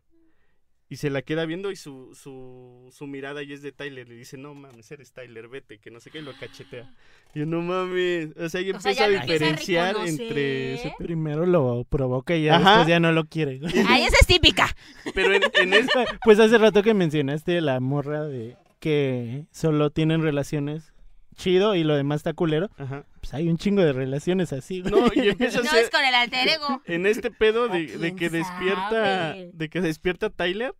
S2: Y se la queda viendo y su, su, su mirada ahí es de Tyler. Le dice, no mames, eres Tyler, vete, que no sé qué, y lo cachetea. Y yo, no mames. O sea, ella
S1: O sea,
S2: empieza
S1: ya la
S2: a
S1: empieza a
S2: diferenciar
S1: reconocer.
S2: entre... ese-
S3: Primero lo provoca y ya
S2: Ajá.
S3: después ya no lo quiere. güey.
S1: Ahí esa es típica.
S2: Pero en, en es-
S3: pues hace rato que mencionaste la morra de que solo tienen relaciones chido y lo demás está culero.
S2: Ajá.
S3: Pues hay un chingo de relaciones así, güey.
S2: No, y empieza a
S1: No
S2: ser...
S1: es con el alter ego.
S2: en este pedo de,
S1: ¿A
S2: de que
S1: Ah, quién
S2: despierta
S1: sabe?
S2: de que despierta Tyler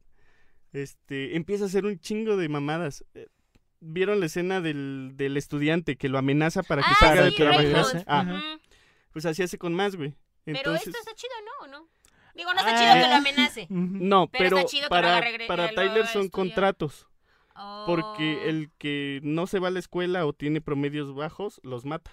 S2: este empieza a hacer un chingo de mamadas Eh, vieron la escena del, del estudiante que lo amenaza para que
S1: Ah,
S2: salga
S3: sí,
S2: de trabajar
S3: Reynolds.
S2: Ah,
S3: Ajá.
S1: Mm,
S2: pues así hace con más güey
S1: Pero
S2: entonces eh,
S1: esto está chido, ¿no? ¿O no? Digo, no está
S3: Ah.
S1: chido que lo amenace.
S3: Ujú.
S2: no
S1: pero
S2: pero,
S1: está chido que lo
S2: para
S1: haga regre-
S2: para
S1: lo
S2: Tyler
S1: haga
S2: son
S1: estudiar.
S2: contratos
S1: Oh.
S2: porque el que no se va a la escuela o tiene promedios bajos los mata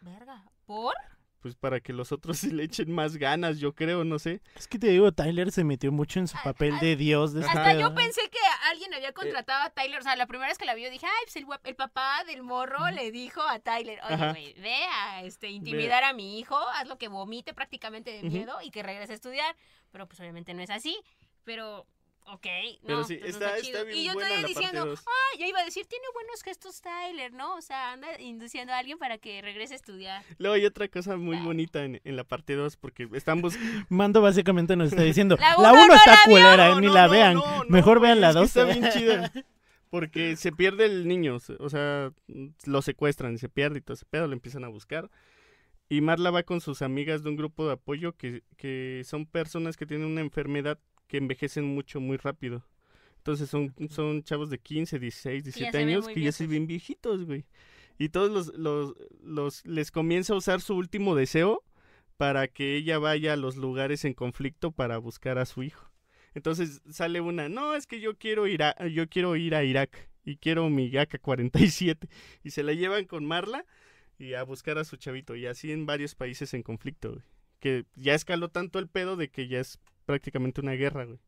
S1: Verga. ¿Por?
S2: pues para que los otros sí le echen más ganas yo creo no sé
S3: Es que te digo, Tyler se metió mucho en su papel de Dios. De ese
S1: Ah, Hasta
S3: pedo,
S1: yo
S3: ¿eh?
S1: pensé que alguien había contratado a Tyler. O sea, la primera vez que la vi, yo dije, ay, pues el, guap- el papá del morro le dijo a Tyler, oye,
S2: Ajá.
S1: güey, ve a este, intimidar a mi hijo, hazlo que vomite prácticamente de
S2: Ujú.
S1: miedo y que regrese a estudiar. Pero pues obviamente no es así. Pero Ok, no,
S2: Pero sí,
S1: pues no
S2: está-
S1: chido.
S2: está bien
S1: Y yo
S2: buena
S1: todavía
S2: la parte
S1: diciendo,
S2: dos.
S1: ah, yo iba a decir, tiene buenos gestos Tyler, ¿no? O sea, anda induciendo a alguien para que regrese a estudiar.
S2: Luego hay otra cosa muy bonita en, en la parte 2, porque están buscando...
S3: Mando básicamente nos está diciendo,
S1: La
S3: la
S1: uno
S3: 1
S1: no
S3: está
S1: la vio".
S3: culera, eh, ni la vean. Mejor vean la dos.
S2: Está bien chida. Porque se pierde el niño, se- o sea, lo secuestran, se pierde y todo ese pedo, lo empiezan a buscar. Y Marla va con sus amigas de un grupo de apoyo que, que son personas que tienen una enfermedad que envejecen mucho, muy rápido. Entonces son, son chavos de 15, 16,
S1: se
S2: 17
S1: ven
S2: años
S1: muy
S2: que ya se
S1: viejos.
S2: ven viejitos, güey. Y todos los, los, los- les comienza a usar su último deseo para que ella vaya a los lugares en conflicto para buscar a su hijo. Entonces sale una, no, es que yo quiero ir a, yo quiero ir a Irak y quiero mi AK-47. Y se la llevan con Marla y a buscar a su chavito. Y así en varios países en conflicto, güey. Que ya escaló tanto el pedo de que ya es prácticamente una guerra, güey.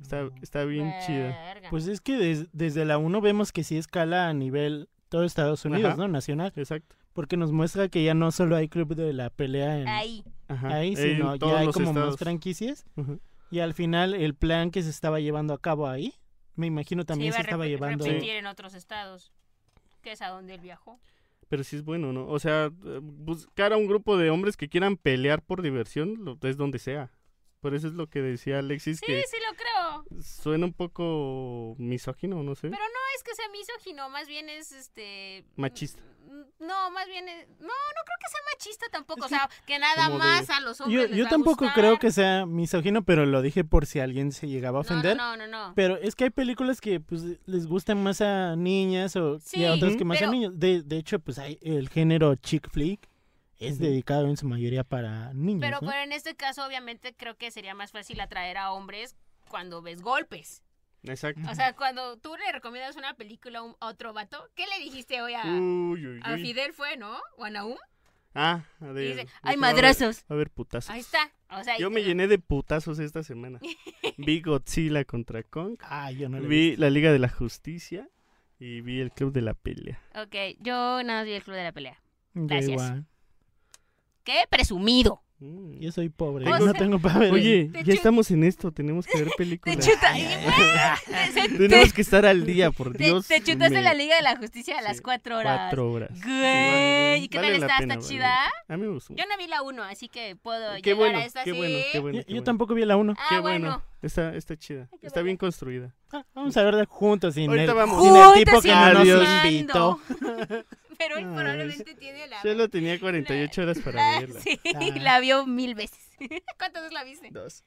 S2: Está,
S3: Mm.
S2: está bien chida.
S1: Verga.
S3: Pues es que des- desde la 1 vemos que sí escala a nivel todo Estados Unidos,
S2: Ajá.
S3: ¿no? Nacional.
S2: Exacto.
S3: Porque nos muestra que ya no solo hay club de la pelea en, ahí,
S1: Ahí.
S2: Ajá. En
S3: sino
S2: todos
S3: ya hay
S2: los
S3: como
S2: estados.
S3: más franquicias.
S2: Ujú.
S3: Y al final el plan que se estaba llevando a cabo ahí, me imagino también
S1: iba
S3: se
S1: a
S3: estaba
S1: repe-
S3: llevando...
S1: repetir en otros estados, que es a donde él viajó.
S2: Pero sí es bueno, ¿no? O sea, eh, buscar a un grupo de hombres que quieran pelear por diversión lo- es donde sea. Por eso es lo que decía Alexis,
S1: Sí,
S2: que
S1: sí lo creo.
S2: suena un poco misógino, no sé.
S1: Pero No es que sea misógino, más bien es este...
S2: Machista.
S1: n- No, más bien es... No, no creo que sea machista tampoco,
S3: Es
S1: o sea, que nada
S2: como de-
S1: más a los hombres
S3: Yo,
S1: les
S3: yo
S1: va a
S3: tampoco
S1: gustar.
S3: creo que sea misógino, pero lo dije por si alguien se llegaba a
S1: No, no,
S3: ofender.
S1: No, no, no.
S3: Pero es que hay películas que pues les gustan más a niñas o y a
S1: Sí,
S3: otras que más a
S1: pero-
S3: niños. De, de hecho, pues hay el género chick flick es
S2: Ujú.
S3: dedicado en su mayoría para niños.
S1: Pero,
S3: pues, ¿no?
S1: pero en este caso, obviamente, creo que sería más fácil atraer a hombres cuando ves golpes.
S2: Exacto.
S1: O sea, cuando tú le recomiendas una película a, un- a otro vato, ¿qué le dijiste hoy a,
S3: Mm,
S2: Uy, uy,
S1: a
S2: uy.
S1: Fidel fue, no? ¿O a Nahum?
S2: Ah, a
S1: Y
S2: ver.
S1: dice,
S2: yo
S1: ¡ay,
S2: quiero ver-
S1: madrazos!
S2: A ver, putazos.
S1: Ahí está. O sea,
S2: Yo
S1: y-
S2: me llené de putazos esta semana. Vi Godzilla contra Kong,
S3: Ah, yo no lo vi.
S2: vi la Liga de la Justicia y vi el Club de la Pelea.
S1: Ok, yo nada más vi el club de la pelea.
S3: Yo
S1: gracias.
S3: igual.
S1: ¡Qué presumido!
S2: Mm.
S3: Yo soy pobre,
S2: O
S3: no
S1: sea-
S3: tengo para ver.
S2: Oye,
S1: Te
S2: ya
S1: chu-
S2: estamos en esto, tenemos que ver
S1: Te
S2: películas.
S1: chuta. Te- te-
S2: Tenemos que estar al día, por
S1: te-
S2: Dios.
S1: te chutaste
S2: me-
S1: la Liga de la Justicia a las
S2: Sí,
S1: cuatro horas.
S2: Cuatro horas.
S1: Güey, ¿y qué
S2: Vale
S1: tal
S2: la
S1: está?
S2: pena,
S1: ¿Está
S2: vale.
S1: chida?
S2: A mí me gustó.
S1: Yo no vi la uno, así que puedo
S2: Qué
S1: llegar
S2: bueno,
S1: a esta
S2: qué
S1: sí.
S2: bueno, qué bueno.
S3: Yo,
S2: qué
S3: yo
S2: bueno.
S3: tampoco vi la 1.
S1: Ah,
S2: Qué
S1: bueno.
S2: bueno. Está, está chida.
S1: Hay que
S2: Está
S1: verla.
S2: bien construida.
S3: Ah, vamos a verla juntos sin
S2: Ahorita
S3: el,
S2: vamos.
S3: sin el
S1: Juntos
S3: tipo que
S1: y
S3: no nos
S2: Adiós.
S3: invitó.
S1: Pero él
S2: Ay,
S1: probablemente tiene la.
S2: Solo tenía 48 horas para
S1: la-
S2: verla.
S1: sí,
S3: Ah.
S1: la vio mil veces. ¿Cuántas veces la viste?
S2: Dos.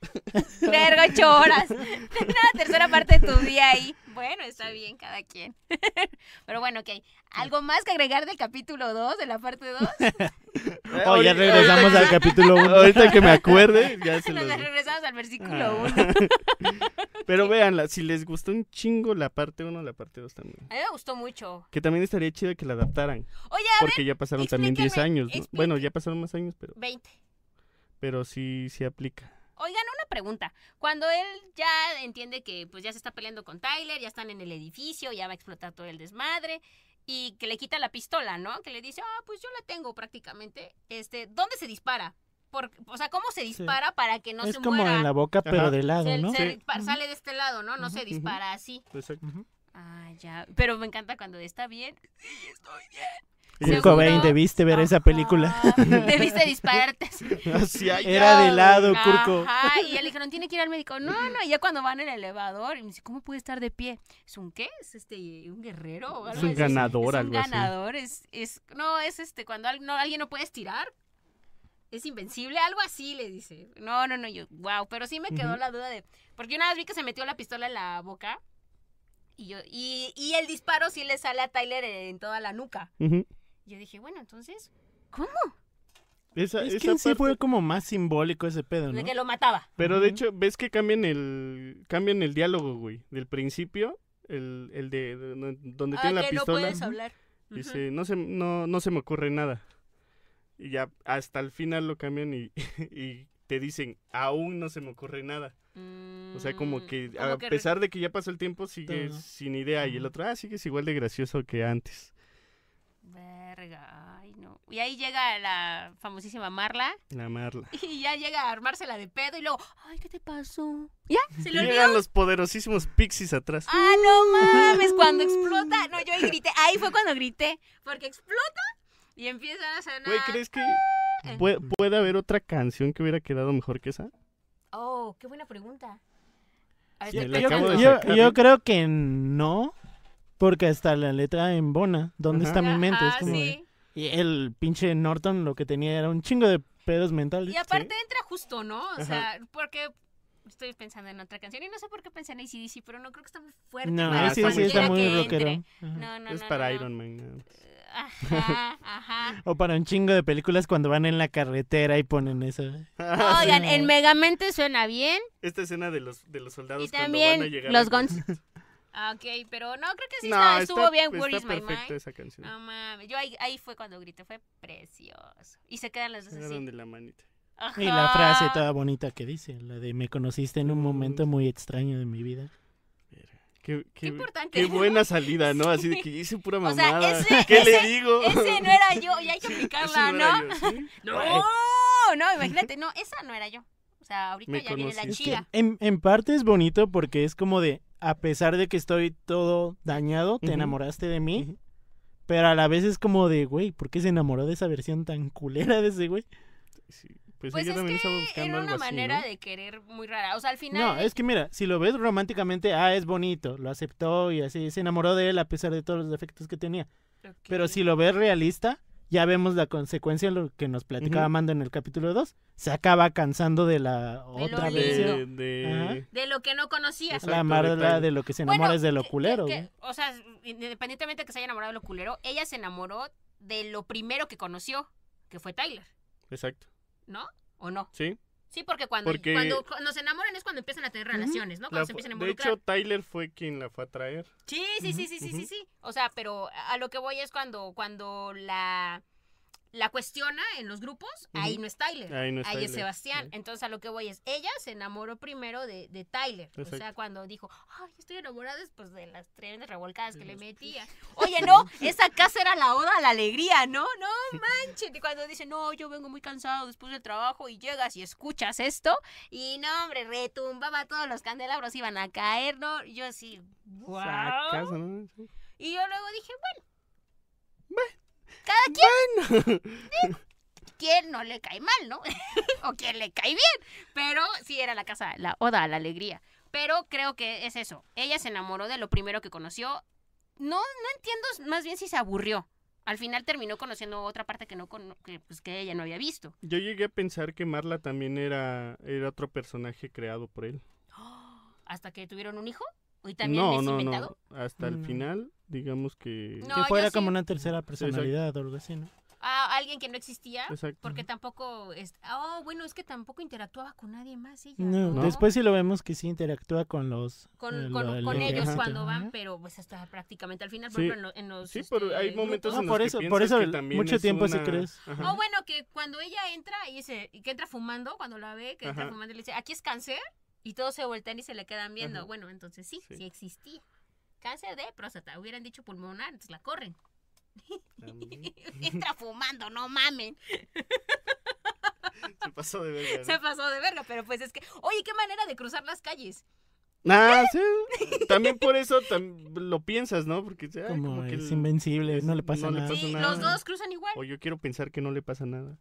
S1: Verga, ocho horas. Una tercera parte de tu día ahí. Bueno, está bien, cada quien. Pero bueno, ok. ¿Algo más que agregar del capítulo 2, de la parte 2?
S3: Oye, Oh, ya
S2: Eh, Ahorita-
S3: regresamos al capítulo 1.
S2: Ahorita que me acuerde, ya se lo
S1: Nos
S2: digo.
S1: regresamos al versículo 1.
S2: Ah. Pero véanla, si les gustó un chingo la parte 1, la parte 2 también.
S1: A mí me gustó mucho.
S2: Que también estaría chido que la adaptaran.
S1: Oye, a ver,
S2: Porque ya pasaron también 10
S1: explíquenme,
S2: años. ¿no?
S1: explíquenme.
S2: Bueno, ya pasaron más años, pero,
S1: 20.
S2: pero sí, sí aplica.
S1: Oigan, una pregunta. Cuando él ya entiende que pues ya se está peleando con Tyler, ya están en el edificio, ya va a explotar todo el desmadre y que le quita la pistola, ¿no? Que le dice, "Ah, pues yo la tengo prácticamente." Este, ¿dónde se dispara? Por, o sea, ¿cómo se dispara para que no
S3: es
S1: se
S3: como
S1: muera?
S3: en la boca, pero
S2: Ajá.
S3: de lado,
S1: Se-
S3: ¿no?
S1: se
S2: Sí.
S1: dispara- sale de este lado, ¿no? No se dispara así.
S2: Exacto.
S3: Ujú.
S1: Ah, ya. Pero me encanta cuando está bien. Sí, estoy bien.
S3: Kurt
S1: Seguro.
S3: Cobain, debiste ver esa película.
S1: Ajá. Ah, Debiste dispararte así.
S2: Así allá.
S3: Era de lado, Curco.
S1: Ajá, y ya le dijeron, tiene que ir al médico. No, no, y ya cuando van en el elevador, y me dice, ¿cómo puede estar de pie? ¿Es un qué? ¿Es este, un guerrero? o
S2: Es
S1: algo
S2: un
S1: así?
S2: ganador,
S1: Es un
S2: algo así.
S1: ganador, es, es, no, es este, cuando al- no, alguien no puede estirar. Es invencible, algo así le dice. No, no, no, yo, wow, pero sí me quedó
S2: Ujú.
S1: la duda de, porque una vez vi que se metió la pistola en la boca y yo, y, y el disparo sí le sale a Tyler en toda la nuca.
S2: Ujú.
S1: Yo dije, bueno, entonces,
S2: Esa,
S3: Es
S2: esa
S3: que sí
S2: parte-
S3: fue como más simbólico ese pedo,
S1: de
S3: ¿no?
S1: que lo mataba.
S2: Pero de
S3: Ujú.
S2: hecho, ves que cambian el cambian el diálogo, güey, del principio, el, el de, de- no- donde
S1: Ah,
S2: tiene la
S1: que no
S2: pistola.
S1: puedes hablar. Ujú.
S2: dice, no se no, no se me ocurre nada. Y ya hasta el final lo cambian y, y te dicen, "Aún no se me ocurre nada." O sea, como
S1: Mm,
S2: que
S1: como
S2: a
S1: que re-
S2: pesar de que ya pasó el tiempo, sigues
S3: Todo.
S2: sin idea y el
S3: Ujú.
S2: otro, "Ah, sigues igual de gracioso que antes."
S1: Verga, ay no. Y ahí llega la famosísima Marla
S2: La Marla.
S1: y ya llega a armársela de pedo y luego, ay, ¿qué te pasó? ¿Ya? ¿Se le olvidó?
S2: Llegan los poderosísimos pixies atrás.
S1: Ah, no mames, cuando explota. No, yo ahí grité, ahí fue cuando grité, porque explota y empiezan a sonar.
S2: Güey, ¿crees que
S1: Ah, eh.
S2: pue- puede haber otra canción que hubiera quedado mejor que esa?
S1: Oh, qué buena pregunta. A ver,
S2: Sí,
S1: estoy
S2: la
S3: Yo,
S1: pensando.
S2: acabo de
S3: yo-
S2: sacar.
S3: yo creo que no, porque hasta la letra en Bona, ¿dónde
S2: Ajá.
S3: está mi mente? Es
S1: Ajá,
S3: como de-
S1: Ah, sí.
S3: y el pinche Norton lo que tenía era un chingo de pedos mentales.
S1: Y aparte entra justo, ¿no? O
S2: Ajá.
S1: sea, porque estoy pensando en otra canción y no sé por qué pensé en ACDC, pero no creo que está muy fuerte.
S3: No,
S1: para
S2: Ah,
S3: sí, sí,
S1: cualquiera
S3: está muy
S1: que
S3: rockero.
S1: entre.
S3: Ajá.
S1: No, no,
S2: es
S1: no,
S2: para
S1: no,
S2: Iron
S1: no.
S2: Man. nada más.
S1: Ajá, ajá.
S3: O para un chingo de películas cuando van en la carretera y ponen eso.
S2: Ah,
S1: Oigan, en Megamente suena bien
S2: Esta escena de los, de los soldados
S1: y
S2: cuando van a
S1: también
S2: llegar.
S1: los
S2: a-
S1: Guns. Ah, ok, pero no, creo que sí
S2: No,
S1: está-
S2: está-
S1: estuvo bien Where is
S2: está
S1: My
S2: perfecta
S1: Mind.
S2: esa canción.
S1: No mames, yo ahí, ahí fue cuando grité, fue precioso. Y se quedan las dos
S2: Era
S1: así.
S2: donde la manita.
S3: Y la frase
S1: Ajá.
S3: toda bonita que dice, la de me conociste en un momento
S2: Mm.
S3: muy extraño de mi vida.
S2: Qué, qué-
S1: Qué importante,
S2: qué
S1: ¿no?
S2: buena salida, ¿no? Así de que hice pura
S1: O sea,
S2: mamada.
S1: ese-
S2: ¿Qué
S1: ese-
S2: le digo?
S1: Ese no era yo, y hay que aplicarla,
S2: Ese
S1: ¿no?
S2: era yo, ¿sí?
S1: No, no, imagínate, no, esa no era yo. O sea, ahorita
S2: Me
S1: ya viene la
S2: conocí.
S3: Es que
S1: chida.
S3: en, en parte es bonito porque es como de, a pesar de que estoy todo dañado, te
S2: Ujú.
S3: enamoraste de mí.
S2: Ujú.
S3: Pero a la vez es como de, güey, ¿por qué se enamoró de esa versión tan culera de ese güey?
S2: Sí, Pues,
S1: Pues
S2: ella
S1: es
S2: también estaba
S1: que
S2: buscando
S1: era una
S2: algo así,
S1: manera
S2: ¿no?
S1: de querer muy rara. O sea, al final.
S3: No, es que mira, si lo ves románticamente, ah, es bonito, lo aceptó y así, se enamoró de él a pesar de todos los defectos que tenía.
S1: Ok.
S3: Pero si lo ves realista, ya vemos la consecuencia, lo que nos platicaba
S2: Ujú.
S3: Amanda en el capítulo 2, se acaba cansando de la otra
S1: lindo.
S3: versión.
S2: De, de-
S3: Ajá.
S1: De lo que no conocías.
S2: Exacto,
S3: La
S2: de
S3: marla
S2: tal.
S3: de lo que se enamora
S1: Bueno,
S3: es de lo
S1: que- que-
S3: culero,
S1: que-
S3: güey.
S1: o sea, independientemente de que se haya enamorado de lo culero, ella se enamoró de lo primero que conoció, que fue Tyler,
S2: Exacto.
S1: ¿no? ¿O no?
S2: Sí.
S1: Sí, porque cuando,
S2: Porque-
S1: cuando, cuando se enamoran es cuando empiezan a tener relaciones, ¿no? Cuando
S2: La
S1: se
S2: fu-
S1: empiezan a
S2: de
S1: involucrar.
S2: hecho, Tyler fue quien la fue a traer.
S1: Sí, sí, sí, sí, sí, sí,
S2: ujú.
S1: sí. O sea, pero a a lo que voy es cuando, cuando la, la cuestiona en los grupos, ahí
S2: Ujú.
S1: no es Tyler. Ahí,
S2: Ahí no es Tyler.
S1: es Sebastián.
S2: Sí.
S1: Entonces a lo que voy es, ella se enamoró primero de, de Tyler. O sea,
S2: Exacto.
S1: cuando dijo, ay, estoy enamorada después de las tremendas revolcadas que le metía. Oye, no, esa casa era la oda a la alegría, ¿no? No manches. Y cuando dice, no, yo vengo muy cansado después del trabajo y llegas y escuchas esto. Y no, hombre, retumbaba, todos los candelabros iban a caer, ¿no? Yo así, wow.
S2: Sacas, ¿no?
S1: Y yo luego dije, bueno. Cada quien. ¿Quién no le cae mal, no? o quien le cae bien. Pero sí era la casa, la oda a la alegría. Pero creo que es eso. Ella se enamoró de lo primero que conoció. No, no entiendo más bien si se aburrió. Al final terminó conociendo otra parte que no cono- que, pues, que ella no había visto.
S2: Yo llegué a pensar que Marla también era, era otro personaje creado por él.
S1: Hasta que tuvieron un hijo. Y también
S2: no,
S1: es
S2: no,
S1: inventado.
S2: no. Hasta el
S3: No.
S2: final, digamos que.
S1: No,
S3: que
S1: yo
S3: fuera
S1: sí-
S3: como una tercera personalidad o algo así, ¿no?
S1: A alguien que no existía.
S2: Exacto.
S1: Porque tampoco. es- Ah, oh, bueno, es que tampoco interactuaba con nadie más ella.
S3: No,
S1: ¿no?
S3: después sí lo vemos que sí interactúa con los...
S1: con,
S3: eh,
S1: con-
S3: lo-
S1: con
S3: lo-
S1: ellos
S3: ajá.
S1: cuando van,
S3: Ajá.
S1: pero pues hasta prácticamente al final, por
S2: Sí.
S1: ejemplo, en lo- en los...
S2: Sí, pero hay
S1: este,
S2: momentos
S1: grupos.
S2: en
S3: No, por
S2: los
S3: eso-
S2: que
S3: por
S2: piensas
S3: eso
S2: que
S3: el-
S2: también
S3: mucho
S2: es
S3: tiempo sí
S2: una-
S3: crees.
S2: Ajá.
S1: O oh, bueno, que cuando ella entra y dice, y que entra fumando, cuando la ve, que entra
S2: Ajá.
S1: fumando y le dice, aquí es cáncer, y todos se voltean y se le quedan viendo.
S2: Ajá.
S1: Bueno, entonces sí, sí,
S2: Sí.
S1: existía. Cáncer de próstata, hubieran dicho pulmonar, entonces la corren.
S2: También.
S1: entra fumando, no mamen.
S2: Se pasó de verga.
S1: Se pasó de verga, pero pues es que, oye, qué manera de cruzar las calles.
S2: Ah, sí. También por eso tam- lo piensas, ¿no? Porque ay,
S3: Como,
S2: como que
S3: es
S2: el-
S3: invencible, no le pasa
S2: no le
S3: nada.
S2: pasa
S1: Sí,
S2: nada.
S1: los dos cruzan igual.
S2: O yo quiero pensar que no le pasa nada.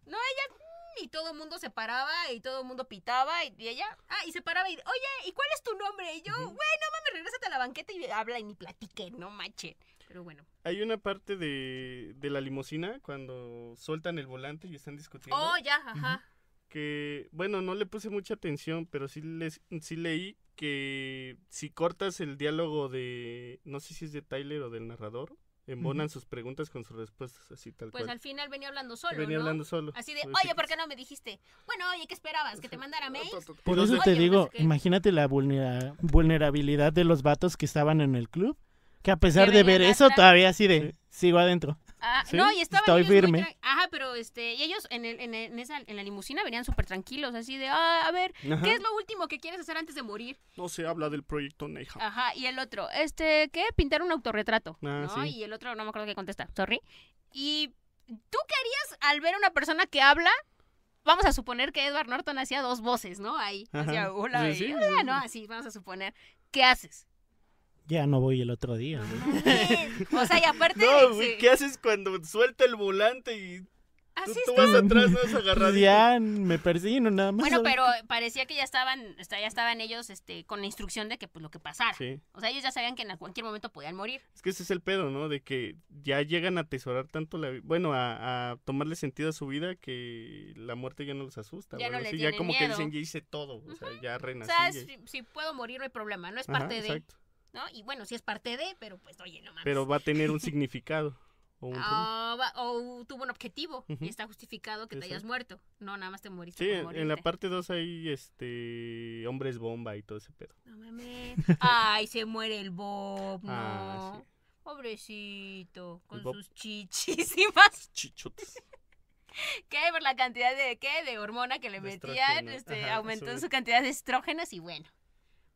S1: y todo el mundo se paraba y todo el mundo pitaba y, y ella, ah, y se paraba y, oye, ¿y cuál es tu nombre? Y yo, güey, no mames, regrésate a la banqueta y habla y ni platique, no manches. Pero bueno.
S2: Hay una parte de, de la limusina cuando sueltan el volante y están discutiendo.
S1: Oh, ya, ajá.
S2: Que, bueno, no le puse mucha atención, pero sí, les, sí leí que si cortas el diálogo de, no sé si es de Tyler o del narrador, embonan sus preguntas con sus respuestas, así tal
S1: Pues al
S2: cual.
S1: final venía hablando solo,
S2: Venía
S1: ¿no?
S2: hablando solo.
S1: Así de,
S2: Pues sí
S1: oye,
S2: que-
S1: ¿por qué no me dijiste? Bueno, oye, ¿qué esperabas? ¿Que te mandara mail?
S3: Por
S2: Y los
S3: eso
S2: de-
S3: te
S1: Oye, no
S3: digo,
S1: sé qué.
S3: imagínate la vulnera- vulnerabilidad de los vatos que estaban en el club, que a pesar
S1: Que
S3: de ver
S1: venían
S3: eso,
S1: atrás.
S3: todavía así de, sigo adentro.
S1: Ah,
S2: ¿Sí?
S1: No, y estaban
S3: Estoy
S1: ellos muy
S3: firme.
S1: tran- Ajá, pero este, y ellos en, el- en, el- en esa, en la limusina venían súper tranquilos, así de, ah, a ver,
S2: Ajá.
S1: ¿qué es lo último que quieres hacer antes de morir?
S2: No se habla del proyecto Neja.
S1: Ajá, y el otro, este, ¿qué? Pintar un autorretrato,
S2: Ah,
S1: ¿no?
S2: sí.
S1: Y el otro, no me acuerdo qué contesta, sorry. Y ¿Tú querías al ver a una persona que habla? Vamos a suponer que Edward Norton hacía dos voces, ¿no? Ahí.
S2: Ajá.
S1: Hacía hola
S2: Sí,
S1: y
S2: sí,
S1: hola,
S2: sí.
S1: ¿no? Así, vamos a suponer. ¿Qué haces?
S3: Ya no voy el otro día. güey.
S1: o sea, y aparte.
S2: No,
S1: sí.
S2: güey, ¿qué haces cuando suelta el volante y tú,
S1: Así
S2: tú
S1: está.
S2: vas atrás, no es agarradito?
S3: Pues ya me persino nada más.
S1: Bueno,
S3: a ver.
S1: pero parecía que ya estaban, está- ya estaban ellos este, con la instrucción de que pues lo que pasara.
S2: Sí,
S1: O sea, ellos ya sabían que en cualquier momento podían morir.
S2: es que ese es el pedo, ¿no? De que ya llegan a atesorar tanto la vi- bueno, a, a tomarle sentido a su vida que la muerte ya no los asusta.
S1: Ya
S2: o
S1: no
S2: algo
S1: le
S2: así. ya
S1: tienen
S2: como que
S1: miedo.
S2: dicen, ya hice todo, o sea, ya
S1: O
S2: renací.
S1: sea,
S2: ya-
S1: si, si puedo morir no hay problema, no es
S2: Ajá,
S1: parte de,
S2: exacto.
S1: ¿no? Y bueno, sí es parte de, pero pues oye, no mames.
S2: Pero va a tener un significado. O un rumbo.
S1: Ah, va- o tuvo un objetivo
S2: Ujú.
S1: y está justificado que te hayas
S2: Exacto.
S1: muerto. No, nada más te moriste.
S2: Sí,
S1: por
S2: en, en la
S1: morirte.
S2: parte 2 hay este hombres bomba y todo ese pedo.
S1: No mames. Ay, se muere el Bob, no.
S2: Ah, sí.
S1: Pobrecito, con
S2: Bob.
S1: sus chichísimas.
S2: Chichotes.
S1: ¿Qué? Por la cantidad de, ¿qué? De hormona que le
S2: De
S1: metían,
S2: estrógeno.
S1: este,
S2: Ajá,
S1: aumentó
S2: eso.
S1: su cantidad de estrógenos y bueno.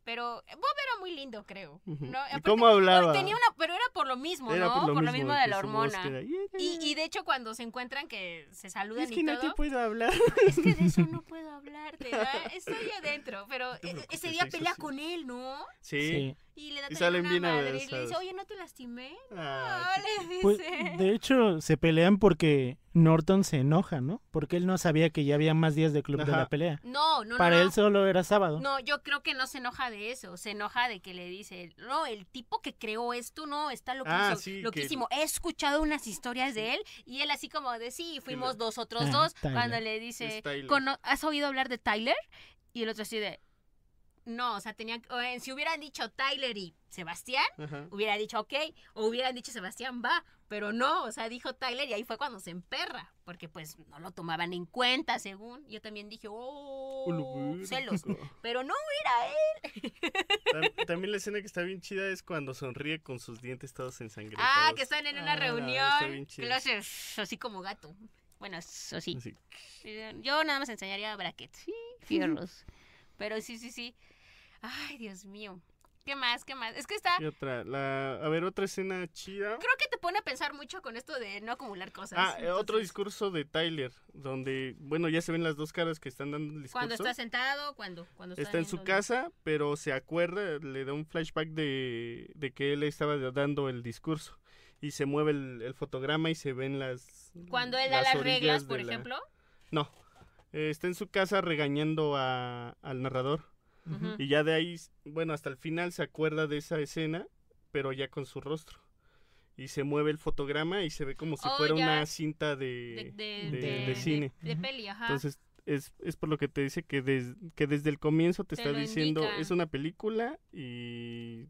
S1: Pero Bob era muy lindo, creo.
S2: Ujú.
S1: ¿no?
S2: ¿Y
S1: Aparte,
S2: cómo hablaba?
S1: Tenía una, pero era por lo mismo,
S2: Era
S1: ¿no?
S2: por pues, lo mismo,
S1: de
S2: que
S1: la
S2: su voz
S1: hormona.
S2: queda, "Yeah,
S1: Y, y de hecho cuando se encuentran que se saludan
S2: Es que
S1: y
S2: no
S1: todo,
S2: te puedo hablar.
S1: es que de eso no puedo hablarte, ¿verdad? estoy adentro, pero
S2: te
S1: e-
S2: preocupes,
S1: ese día
S2: eso
S1: pelea
S2: sí.
S1: con él, ¿no?
S2: Sí.
S3: Sí.
S1: Y le da
S2: Y
S1: también
S2: salen
S1: una
S2: bien
S1: madre y le dice,
S2: abrazados.
S1: oye, ¿no te lastimé? No,
S2: Ay,
S1: le dice.
S3: Pues, de hecho, se pelean porque Norton se enoja, ¿no? Porque él no sabía que ya había más días de club de
S2: Ajá.
S3: la pelea.
S1: No, no,
S3: Para
S1: no.
S3: él solo era sábado.
S1: No, yo creo que no se enoja de eso, se enoja de que le dice, no, el tipo que creó esto, no, está loquísimo,
S2: Ah, sí, que-
S1: loquísimo. He escuchado unas historias de él y él así como de, sí, fuimos dos, otros
S3: Ah,
S1: dos,
S3: Tyler.
S1: cuando le dice,
S2: es Tyler.
S1: cono- ¿has oído hablar de Tyler? Y el otro así de, no, o sea, tenía, o, eh, si hubieran dicho Tyler y Sebastián,
S2: Ajá.
S1: hubiera dicho ok, o hubieran dicho Sebastián va, pero no, o sea, dijo Tyler y ahí fue cuando se emperra, porque pues no lo tomaban en cuenta, según. Yo también dije, oh,
S2: Ulu-
S1: celos.
S2: Ujú.
S1: Pero no era él.
S2: Tam- También la escena que está bien chida es cuando sonríe con sus dientes todos ensangrentados.
S1: Ah, que están en una
S2: Ah, está
S1: reunión.
S2: bien
S1: Que
S2: chido.
S1: lo hace shh, así como gato. Bueno, eso sí.
S2: Así.
S1: Yo nada más enseñaría brackets. Sí, fierros. Pero sí, sí, sí. Ay, Dios mío. ¿Qué más? ¿Qué más? Es que está.
S2: Y otra, la, a ver, otra escena chida.
S1: Creo que te pone a pensar mucho con esto de no acumular cosas.
S2: Ah, eh, otro
S1: Entonces,
S2: discurso de Tyler, donde, bueno, ya se ven las dos caras que están dando el discurso.
S1: Cuando está sentado, cuando, cuando
S2: Está en su
S1: viendo-
S2: casa, pero se acuerda, le da un flashback de, de que él estaba dando el discurso. Y se mueve el, el fotograma y se ven las...
S1: Cuando él da las
S2: orillas
S1: reglas,
S2: de
S1: por
S2: la-
S1: ejemplo.
S2: No. Eh, está en su casa regañando a- al narrador.
S1: Ujú.
S2: Y ya de ahí, bueno, hasta el final se acuerda de esa escena, pero ya con su rostro. Y se mueve el fotograma y se ve como si
S1: Oh,
S2: fuera
S1: ya.
S2: una cinta
S1: De,
S2: de...
S1: de-
S2: de-
S1: de-
S2: de cine.
S1: De, de peli, ajá.
S2: Entonces, es, es por lo que te dice que, des- que desde el comienzo te,
S1: Te
S2: está
S1: lo
S2: diciendo,
S1: indica.
S2: es una película y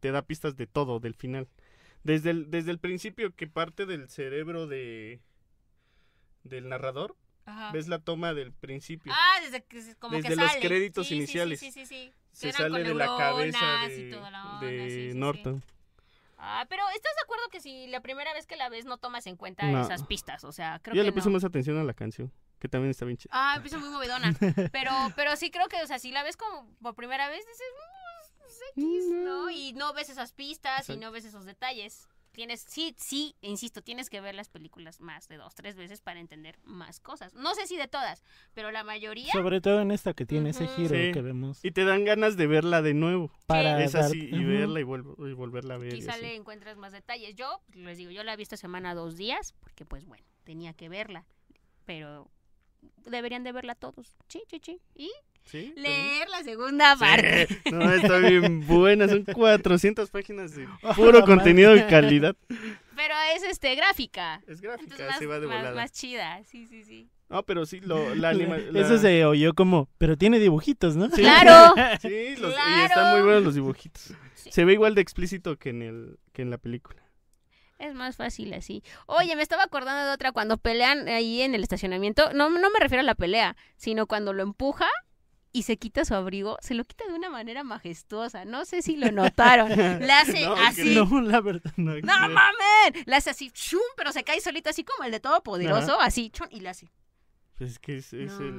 S2: te da pistas de todo, del final. Desde el, desde el principio que parte del cerebro de del narrador,
S1: Ajá.
S2: ves la toma del principio.
S1: Ah, desde que se- como que
S2: Desde los
S1: sale.
S2: créditos
S1: Sí, sí, sí,
S2: iniciales.
S1: Sí, sí, sí.
S2: se
S1: eran con
S2: sale de la cabeza
S1: neuronas
S2: de,
S1: y toda la onda,
S2: de
S1: sí, sí, sí.
S2: Norton.
S1: Ah, pero ¿estás de acuerdo que si la primera vez que la ves no tomas en cuenta
S2: No.
S1: esas pistas? O sea, creo
S2: Yo
S1: que
S2: le puse
S1: no.
S2: más atención a la canción, que también está bien chida.
S1: Ah, puse muy movedona. Pero, pero sí creo que, o sea, si la ves como por primera vez, dices, "Mm, es X, ¿no? Y no ves esas pistas y no ves esos detalles. Tienes, sí, sí, insisto, tienes que ver las películas más de dos, tres veces para entender más cosas. No sé si de todas, pero la mayoría
S3: Sobre todo en esta que tiene ese
S1: Ujú.
S3: giro
S2: Sí.
S3: que vemos.
S2: Y te dan ganas de verla de nuevo.
S3: Para
S2: Es
S3: dar-
S2: así, y
S3: Ujú.
S2: verla y, vuelvo- y volverla a ver. y
S1: quizá
S2: así.
S1: le encuentras más detalles. Yo, pues, les digo, yo la he visto semana dos días, porque pues bueno, tenía que verla, pero deberían de verla todos. Sí, sí, sí. Y
S2: ¿Sí? ¿También?
S1: leer la segunda parte.
S2: Sí, No, está bien buena, son 400 páginas de
S3: la
S2: puro
S3: madre.
S2: contenido de calidad.
S1: Pero es este gráfica.
S2: Es gráfica,
S1: Entonces más,
S2: se va de
S1: más-
S2: volada.
S1: más chida, sí, sí, sí.
S2: No, pero sí, lo, la animación.
S3: Eso se oyó como, pero tiene dibujitos, ¿no?
S1: Claro.
S2: Sí, los- y
S1: ¡Claro!
S2: están muy buenos los dibujitos.
S1: Sí.
S2: Se ve igual de explícito que en, el, que en la película.
S1: Es más fácil así. Oye, me estaba acordando de otra cuando pelean ahí en el estacionamiento. No, no me refiero a la pelea, sino cuando lo empuja y se quita su abrigo, se lo quita de una manera majestuosa. No sé si lo notaron. La hace
S2: No, es que
S1: así.
S3: No, la verdad. No.
S1: ¡No mames! La hace así, chum, pero se cae solito, así como el de Todopoderoso, así, chun, y la hace.
S2: Pues es que es, es
S1: ¡No
S2: el.
S3: Ah, su,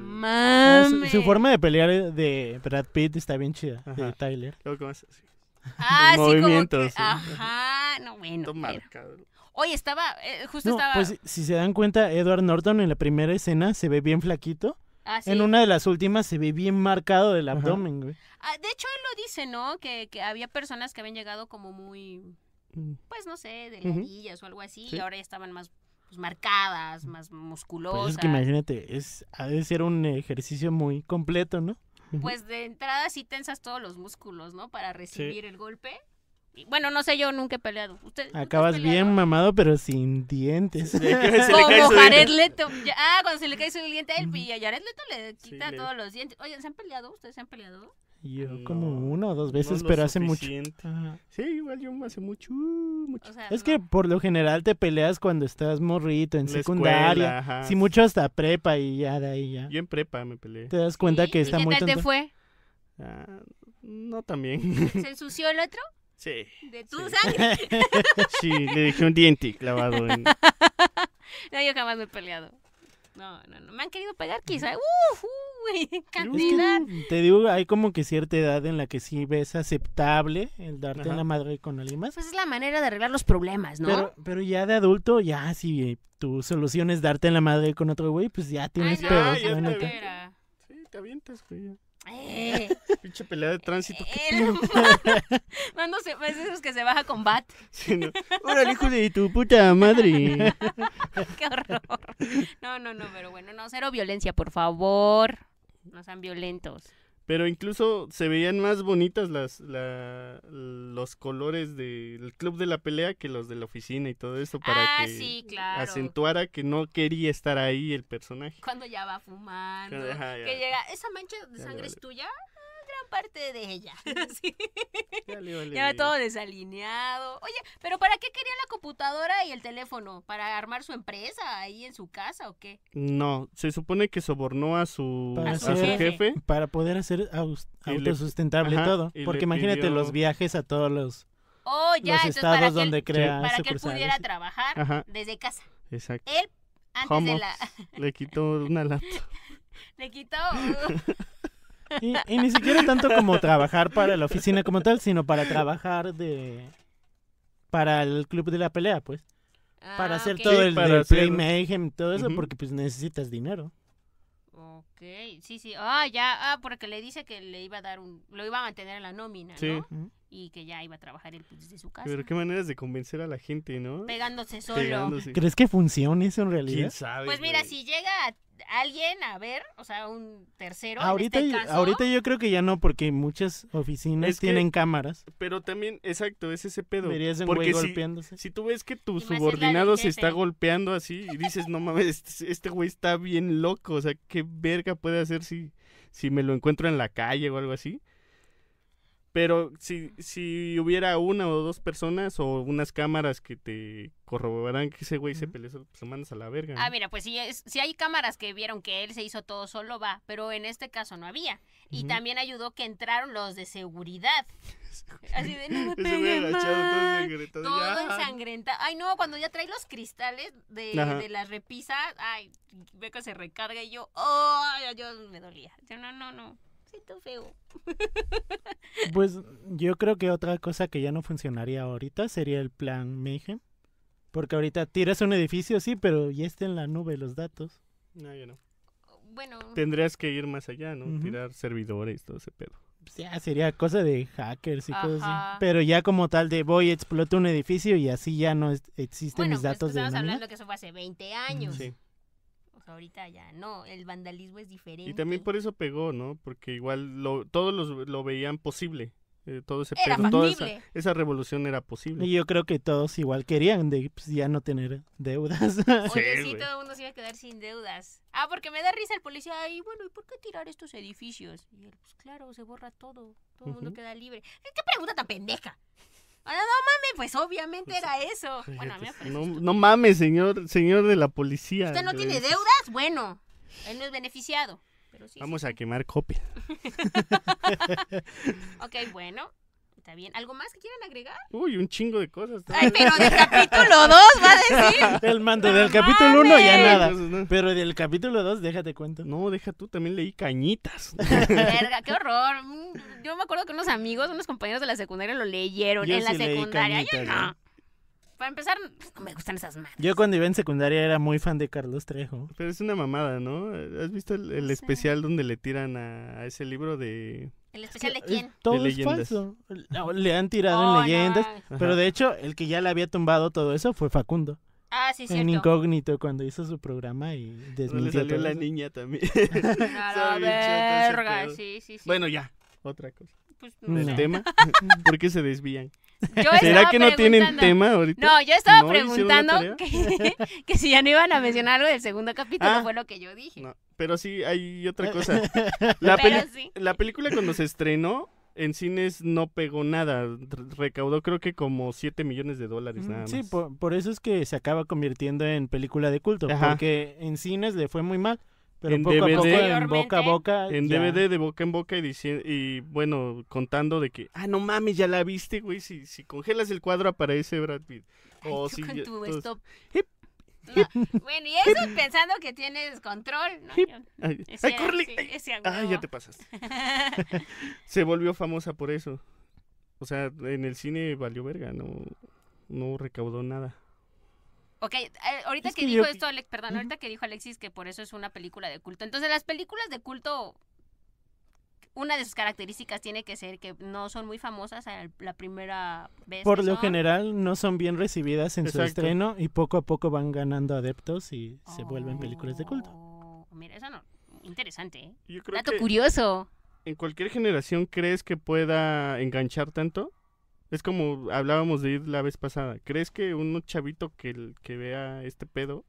S1: mames!
S3: su forma de pelear eh, de Brad Pitt está bien chida, de
S2: Ajá.
S3: Tyler.
S2: Algo más así,
S1: Ah, sí, como que-
S2: movimientos, sí.
S1: Ajá, no, bueno.
S2: todo
S1: pero-
S2: marcado.
S1: Oye, estaba, eh, justo
S3: No,
S1: estaba...
S3: pues si se dan cuenta, Edward Norton en la primera escena se ve bien flaquito.
S1: Ah, sí.
S3: En una de las últimas se ve bien marcado del
S2: Ajá.
S3: abdomen, güey.
S1: Ah, de hecho, él lo dice, ¿no? Que, que había personas que habían llegado como muy,
S3: Mm.
S1: pues no sé, delgadillas o algo así,
S2: Sí.
S1: y ahora ya estaban más pues, marcadas, más musculosas.
S3: Mm. Pues es que imagínate, es, ha de ser un ejercicio muy completo, ¿no?
S1: pues de entrada sí tensas todos los músculos, ¿no? Para recibir el golpe. Y, bueno, no sé, yo nunca he peleado. ¿Usted, ¿nunca has
S3: Acabas
S1: peleado?
S3: bien mamado, pero sin dientes.
S2: Sí, que se le cae
S1: Como
S2: su-
S1: Jared Leto. Ya- Ah, cuando se le cae su diente a él, y a Jared Leto le
S2: Sí,
S1: quita
S2: le-
S1: todos los dientes. Oigan, ¿se han peleado? ¿Ustedes se han peleado?
S3: Yo
S2: No,
S3: como una o dos
S2: no
S3: veces,
S2: lo
S3: pero hace mucho.
S2: suficiente.
S3: Ajá.
S2: Sí, igual yo hace mucho, uh, mucho.
S1: O sea,
S3: Es
S1: no.
S3: que por lo general te peleas cuando estás morrito, en
S2: La escuela,
S3: secundaria.
S2: ajá.
S3: Si mucho hasta prepa y ya de ahí ya.
S2: Yo en prepa me peleé.
S3: Te das cuenta
S1: Sí,
S3: que
S1: ¿y
S3: está
S1: qué
S3: muy
S1: tal te
S3: tonto.
S1: fue?
S2: Ah, no también.
S1: ¿Se ensució el otro?
S2: sí.
S1: ¿De tu
S2: Sí.
S1: sangre?
S2: Sí, le dejé un diente clavado en...
S1: No, yo jamás me he peleado. No, no, no. Me han querido pegar quizá. Uf, uy, cantidad.
S3: Te digo, hay como que cierta edad en la que sí ves aceptable el darte
S2: Ajá.
S3: en la madre con alguien más.
S1: Pues es la manera de arreglar los problemas, ¿no?
S3: Pero, pero ya de adulto, ya si tu solución es darte en la madre con otro güey, pues ya tienes
S1: no,
S3: pedos,
S1: qué
S2: ya
S3: la
S2: te
S3: neta.
S2: vi.
S1: flojera.
S2: Sí, te avientas, güey.
S1: Eh,
S2: Pinche pelea de tránsito. ¿qué
S1: el
S2: pedo?
S1: humano- Mando se- es pues, esos que se baja con bat.
S2: Sí, ¿no? Órale, hijo de tu puta madre.
S1: Qué horror. No, no, no, pero bueno, no, cero violencia, por favor. No sean violentos.
S2: Pero incluso se veían más bonitas las la- los colores del club de la pelea que los de la oficina y todo eso para
S1: ah,
S2: que
S1: sí, claro.
S2: acentuara que no quería estar ahí el personaje.
S1: Cuando ya va fumando.
S2: Cuando- ajá, ya.
S1: Que llega, esa mancha de
S2: le
S1: sangre es
S2: vale.
S1: tuya. Ah, Gran parte de ella. Sí.
S2: Ya le vale
S1: Ya va
S2: verga.
S1: todo desalineado. Oye, ¿pero para qué quería la computadora y el teléfono? ¿Para armar su empresa ahí en su casa o qué?
S2: No, se supone que sobornó a su,
S3: Para
S2: a su
S3: ser-
S2: jefe.
S3: Para poder hacer aus-
S2: Y le-
S3: autosustentable
S2: ajá,
S3: todo.
S2: y le
S3: Porque imagínate
S2: pidió-
S3: los viajes a todos los,
S1: Oh, ya,
S3: los
S1: entonces para
S3: estados
S1: que,
S3: donde
S1: él,
S3: crea
S1: para que él
S3: sucursales.
S1: pudiera
S3: Ah.
S1: trabajar
S2: Ajá,
S1: desde casa.
S2: exacto.
S1: Él, Eh, antes
S2: Home
S1: de la...
S2: office. Le quitó una lata.
S1: Le quitó...
S3: Y, y ni siquiera tanto como trabajar para la oficina como tal, sino para trabajar de... Para el club de la pelea, pues. Para
S1: Ah,
S3: hacer
S1: ok.
S3: todo
S2: Sí,
S3: el
S2: para
S3: del Play
S2: hacer-
S3: Mayhem, todo eso,
S2: Ujú.
S3: porque pues necesitas dinero.
S1: Ok, sí, sí. Ah, ya, ah, porque le dice que le iba a dar un... Lo iba a mantener en la nómina,
S2: Sí.
S1: ¿no?
S3: Ujú.
S1: Y que ya iba a trabajar él pues, desde su casa.
S2: Pero qué maneras de convencer a la gente, ¿no?
S1: Pegándose solo.
S2: Pegándose.
S3: ¿Crees que funcione eso en
S2: ¿Quién
S3: realidad?
S2: sabe?
S1: Pues mira,
S2: güey?
S1: si llega alguien a ver, o sea, un tercero, en
S3: Ahorita,
S1: este
S3: yo-
S1: caso,
S3: ahorita yo creo que ya no, porque muchas oficinas
S2: Es que-
S3: tienen cámaras.
S2: Pero también, exacto, es ese pedo.
S3: Verías un güey
S2: Porque si,
S3: golpeándose.
S2: si tú ves que tu
S1: más es la del
S2: subordinado se
S1: jefe.
S2: está golpeando así y dices, no mames, este- este güey está bien loco, o sea, ¿qué verga puede hacer si, si me lo encuentro en la calle o algo así? Pero si, si hubiera una o dos personas o unas cámaras que te corroboraran que ese güey se
S3: Ujú.
S2: peleó, pues lo mandas a la verga.
S1: Ah,
S2: ¿no?
S1: mira, pues si, es- si hay cámaras que vieron que él se hizo todo solo, va, pero en este caso no había. Y
S2: Ujú.
S1: también ayudó que entraron los de seguridad. Así de, no me
S2: Ese güey
S1: peguen
S2: agachado, todo
S1: más.
S2: ensangrentado,
S1: Todo
S2: ya.
S1: ensangrentado. Ay, no, cuando ya trae los cristales de,
S2: Ajá.
S1: de las repisas, ay, veo que se recarga y yo, ay, yo me dolía. Yo, no, no, no, siento feo.
S3: Pues yo creo que otra cosa que ya no funcionaría ahorita sería el plan Mayhem. Porque ahorita tiras un edificio, sí, pero ya está en la nube los datos.
S2: No, ya no.
S1: Bueno,
S2: Tendrías que ir más allá, ¿no?
S3: Ujú.
S2: Tirar servidores, todo ese pedo.
S3: Pues ya sería cosa de hackers y cosas
S1: Ajá.
S3: así. Pero ya como tal de voy, exploto un edificio y así ya no es- existen
S1: bueno,
S3: mis
S1: pues,
S3: datos de la
S1: estamos
S3: nada.
S1: hablando que eso fue hace 20 años.
S2: Sí.
S1: O sea, ahorita ya no, el vandalismo es diferente.
S2: Y también por eso pegó, ¿no? Porque igual lo, todos los- lo veían posible. eh, todo ese
S1: Era
S2: pedo, toda esa,
S1: factible.
S2: esa revolución era posible.
S3: Y yo creo que todos igual querían de pues, ya no tener deudas.
S1: Oye,
S2: Sí,
S1: sí,
S2: güey.
S1: todo el mundo se iba a quedar sin deudas. Ah, porque me da risa el policía. Ay, bueno, ¿y por qué tirar estos edificios? Y él, pues claro, se borra todo. Todo el mundo
S2: Ujú.
S1: queda libre. ¿Qué qué pregunta tan pendeja? Ah, no mames, pues obviamente
S2: Pues,
S1: era eso. Bueno, a mí me parece
S2: no,
S1: estúpido.
S2: no mames, señor, señor de la policía.
S1: ¿Usted no
S2: Le
S1: tiene
S2: dices,
S1: deudas? Bueno, él no es beneficiado. Pero sí.
S2: Vamos a quemar copia.
S1: Ok, bueno. Está bien. ¿Algo más que quieran agregar?
S2: Uy, un chingo de cosas.
S1: Ay, pero del capítulo 2 va a decir.
S3: El mando
S1: ¡No
S3: del capítulo 1 ya
S1: mames!
S3: nada.
S2: Entonces, no.
S3: Pero del capítulo 2, déjate cuento.
S2: No, deja tú, también leí cañitas.
S1: Verga, qué horror. Mm, Yo me acuerdo que unos amigos, unos compañeros de la secundaria lo leyeron
S3: Yo
S1: en la
S3: sí leí
S2: ¿eh?
S1: secundaria. Yo
S3: Cañitas,
S1: no. Para empezar, no me gustan esas madres.
S3: Yo cuando iba en secundaria era muy fan de Carlos Trejo.
S2: Pero es una mamada, ¿no? ¿Has visto el, el
S1: Sí.
S2: especial donde le tiran a, a ese libro de...
S1: ¿El especial de
S3: Eh,
S1: quién?
S3: Todo
S2: De
S3: es
S2: leyendas.
S3: falso. No, le han tirado
S1: Oh,
S3: en leyendas.
S1: no.
S3: Pero
S2: Ajá.
S3: de hecho, el que ya le había tumbado todo eso fue Facundo.
S1: Ah, sí,
S3: en
S1: cierto.
S3: incógnito cuando hizo su programa y
S2: No le
S3: desmintió
S2: salió
S3: todo
S2: la
S3: eso.
S2: niña también.
S1: A
S2: Sabe
S1: la
S2: bien chato ese
S1: verga,
S2: pedo.
S1: sí, sí, sí.
S2: bueno, ya. Otra cosa.
S1: Pues, no
S2: ¿El
S3: No.
S1: sé.
S2: tema? ¿Por qué se desvían?
S1: Yo
S2: Este, ¿Será
S1: estaba
S2: que no tienen
S1: preguntando-
S2: tema ahorita?
S1: No, yo estaba
S2: ¿No hicieron la
S1: preguntando que, que si ya no iban a mencionar algo del segundo capítulo,
S2: Ah.
S1: fue lo que yo dije.
S2: No, Pero sí, hay otra cosa. La,
S1: Pero
S2: peli-
S1: sí.
S2: la película cuando se estrenó en cines no pegó nada. Re- Recaudó creo que como 7 millones de
S1: Mm,
S2: dólares
S3: Ujú,
S2: pues, nada más.
S3: Sí, por, por eso es que se acaba convirtiendo en película de culto,
S2: Ajá.
S3: porque en cines le fue muy mal, pero
S2: En
S3: poco a poco,
S2: DVD.
S3: en boca a boca,
S2: En
S3: ya.
S2: DVD de boca en boca y, dici- y bueno, contando de que, ah, no mames, ya la viste, güey. Si, si congelas el cuadro aparece Brad Pitt.
S1: Ay,
S2: O
S1: tú
S2: si
S1: con
S2: Oh, ya-
S1: tu
S2: o-
S1: stop.
S2: Hip.
S1: No, Bueno, y eso pensando que tienes control. No,
S2: Hip.
S1: yo-
S2: Ay,
S1: ese
S2: ay,
S1: era-
S2: Curly.
S1: sí,
S2: ay,
S1: ese a
S2: ay, ya
S1: huevo.
S2: te pasaste. Se volvió famosa por eso. O sea, en el cine valió verga, no, no recaudó nada.
S1: Ok, eh, ahorita
S3: Es
S1: que,
S3: que
S1: dijo
S3: yo-
S1: esto, Alex, perdón,
S3: Ujú.
S1: ahorita que dijo Alexis que por eso es una película de culto. Entonces, las películas de culto, una de sus características tiene que ser que no son muy famosas a la primera vez.
S3: Por
S1: que
S3: lo
S1: son.
S3: general no son bien recibidas en su
S2: Exacto.
S3: estreno y poco a poco van ganando adeptos y se vuelven películas de culto.
S1: Oh, Mira, eso no. Interesante, ¿eh?
S2: Yo creo
S1: Dato
S2: que
S1: curioso.
S2: en cualquier generación crees que pueda enganchar tanto. Es como hablábamos de ir la vez pasada. ¿Crees que un chavito que, que vea este pedo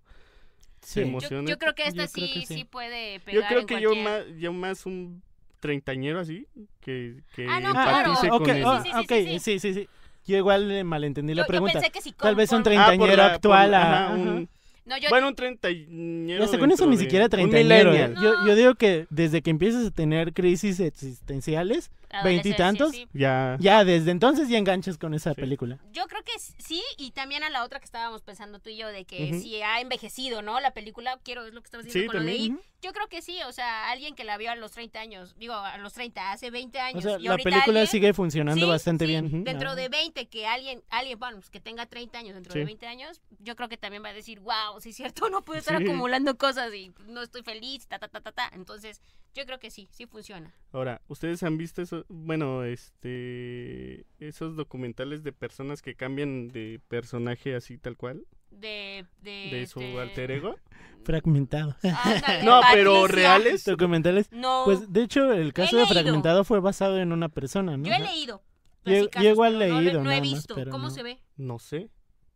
S2: se
S3: Sí.
S1: Yo,
S2: emociona?
S1: yo creo que esta
S3: Yo creo
S1: sí,
S3: que sí.
S1: sí. puede pegar.
S2: Yo creo
S1: en
S2: que yo
S1: cualquier-
S2: más, yo más un treintañero así, que, que
S1: Ah, no, claro.
S2: empatice
S3: ok,
S2: con él.
S3: ah,
S1: Sí, sí, sí,
S3: ok,
S1: sí,
S3: sí, sí, sí. Yo igual eh, malentendí
S1: Yo-
S3: la
S1: yo
S3: pregunta.
S1: pensé que si
S3: Tal vez un
S1: conforme-
S2: Ah, por
S3: treintañero
S2: la- por-
S3: actual a-
S2: ajá, un-
S1: No, yo
S2: bueno, un treintañero.
S3: Ya sé, con eso
S2: dentro
S3: ni
S2: de-
S3: siquiera
S2: un
S3: treintañero. eh.
S2: millennial.
S3: Yo,
S1: No.
S3: yo digo que desde que empiezas a tener crisis existenciales, veintitantos.
S1: adolescencia, sí.
S2: Ya.
S3: ya desde entonces ya enganchas con esa
S2: Sí.
S3: película.
S1: Yo creo que s- sí, y también a la otra que estábamos pensando tú y yo, de que
S2: Ujú.
S1: si ha envejecido, ¿no? La película, quiero, es lo que estabas diciendo
S2: Sí,
S1: con lo de
S2: también.
S1: I. Yo creo que sí, o sea, alguien que la vio a los 30 años, digo, a los 30, hace 20
S3: O
S1: años.
S3: sea,
S1: y
S3: la
S1: ahorita
S3: película
S1: alguien-
S3: sigue funcionando
S1: Sí,
S3: bastante
S1: sí,
S3: bien. Ujú.
S1: Dentro
S3: Ah.
S1: de 20, que alguien, alguien, bueno, pues que tenga 30 años dentro de
S2: Sí.
S1: 20 años, yo creo que también va a decir, wow, sí es cierto, no puedo estar
S2: Sí.
S1: acumulando cosas y no estoy feliz, ta, ta, ta, ta, ta. Entonces, yo creo que sí, sí funciona.
S2: Ahora, ¿ustedes han visto eso? Bueno, este. Esos documentales de personas que cambian de personaje así tal cual,
S1: De, de,
S2: de su
S1: este,
S2: alter ego.
S3: Fragmentado.
S1: ándale,
S2: No, pero
S1: Patricia.
S2: reales.
S3: Documentales.
S1: No.
S3: Pues de hecho, el caso de
S1: leído.
S3: Fragmentado fue basado en una persona, ¿no?
S1: Yo he leído.
S3: Yo-
S1: así
S3: yo
S1: casos,
S3: igual
S1: pero no
S3: leído,
S1: No, he
S3: nada más,
S1: visto.
S3: pero
S1: ¿Cómo
S3: no.
S1: se ve?
S2: No sé.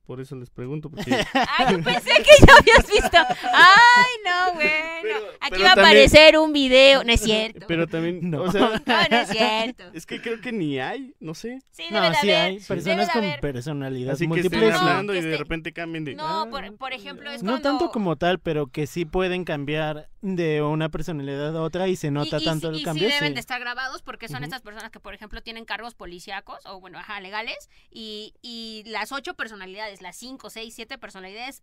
S2: Por eso les pregunto. Porque...
S1: Ay, yo pensé que ya habías visto. Ay, no, bueno.
S2: Pero-
S1: Aquí
S2: pero
S1: va a
S2: también-
S1: aparecer un video. No es cierto.
S2: Pero también.
S3: No.
S2: O sea,
S1: No, no es cierto.
S2: es que creo que ni hay, no sé.
S1: Sí,
S3: No,
S1: debe de
S3: sí
S1: haber.
S3: hay personas
S1: de
S3: con
S1: haber.
S3: personalidad
S2: Así que
S3: múltiple.
S2: estén
S1: múltiples, no.
S2: hablando y
S1: Que
S2: de
S1: esté-
S2: repente cambien de.
S1: No,
S2: ah,
S1: por, por ejemplo, es
S3: No
S1: cuando...
S3: tanto como tal, pero que sí pueden cambiar de una personalidad a otra y se
S1: Y-
S3: nota
S1: y,
S3: tanto
S1: sí-
S3: el
S1: y
S3: cambio.
S1: sí deben de
S3: sí.
S1: estar grabados porque son
S2: Ujú.
S1: estas personas que, por ejemplo, tienen cargos policíacos o, bueno, ajá, legales. Y, y las ocho personalidades, las cinco, seis, siete personalidades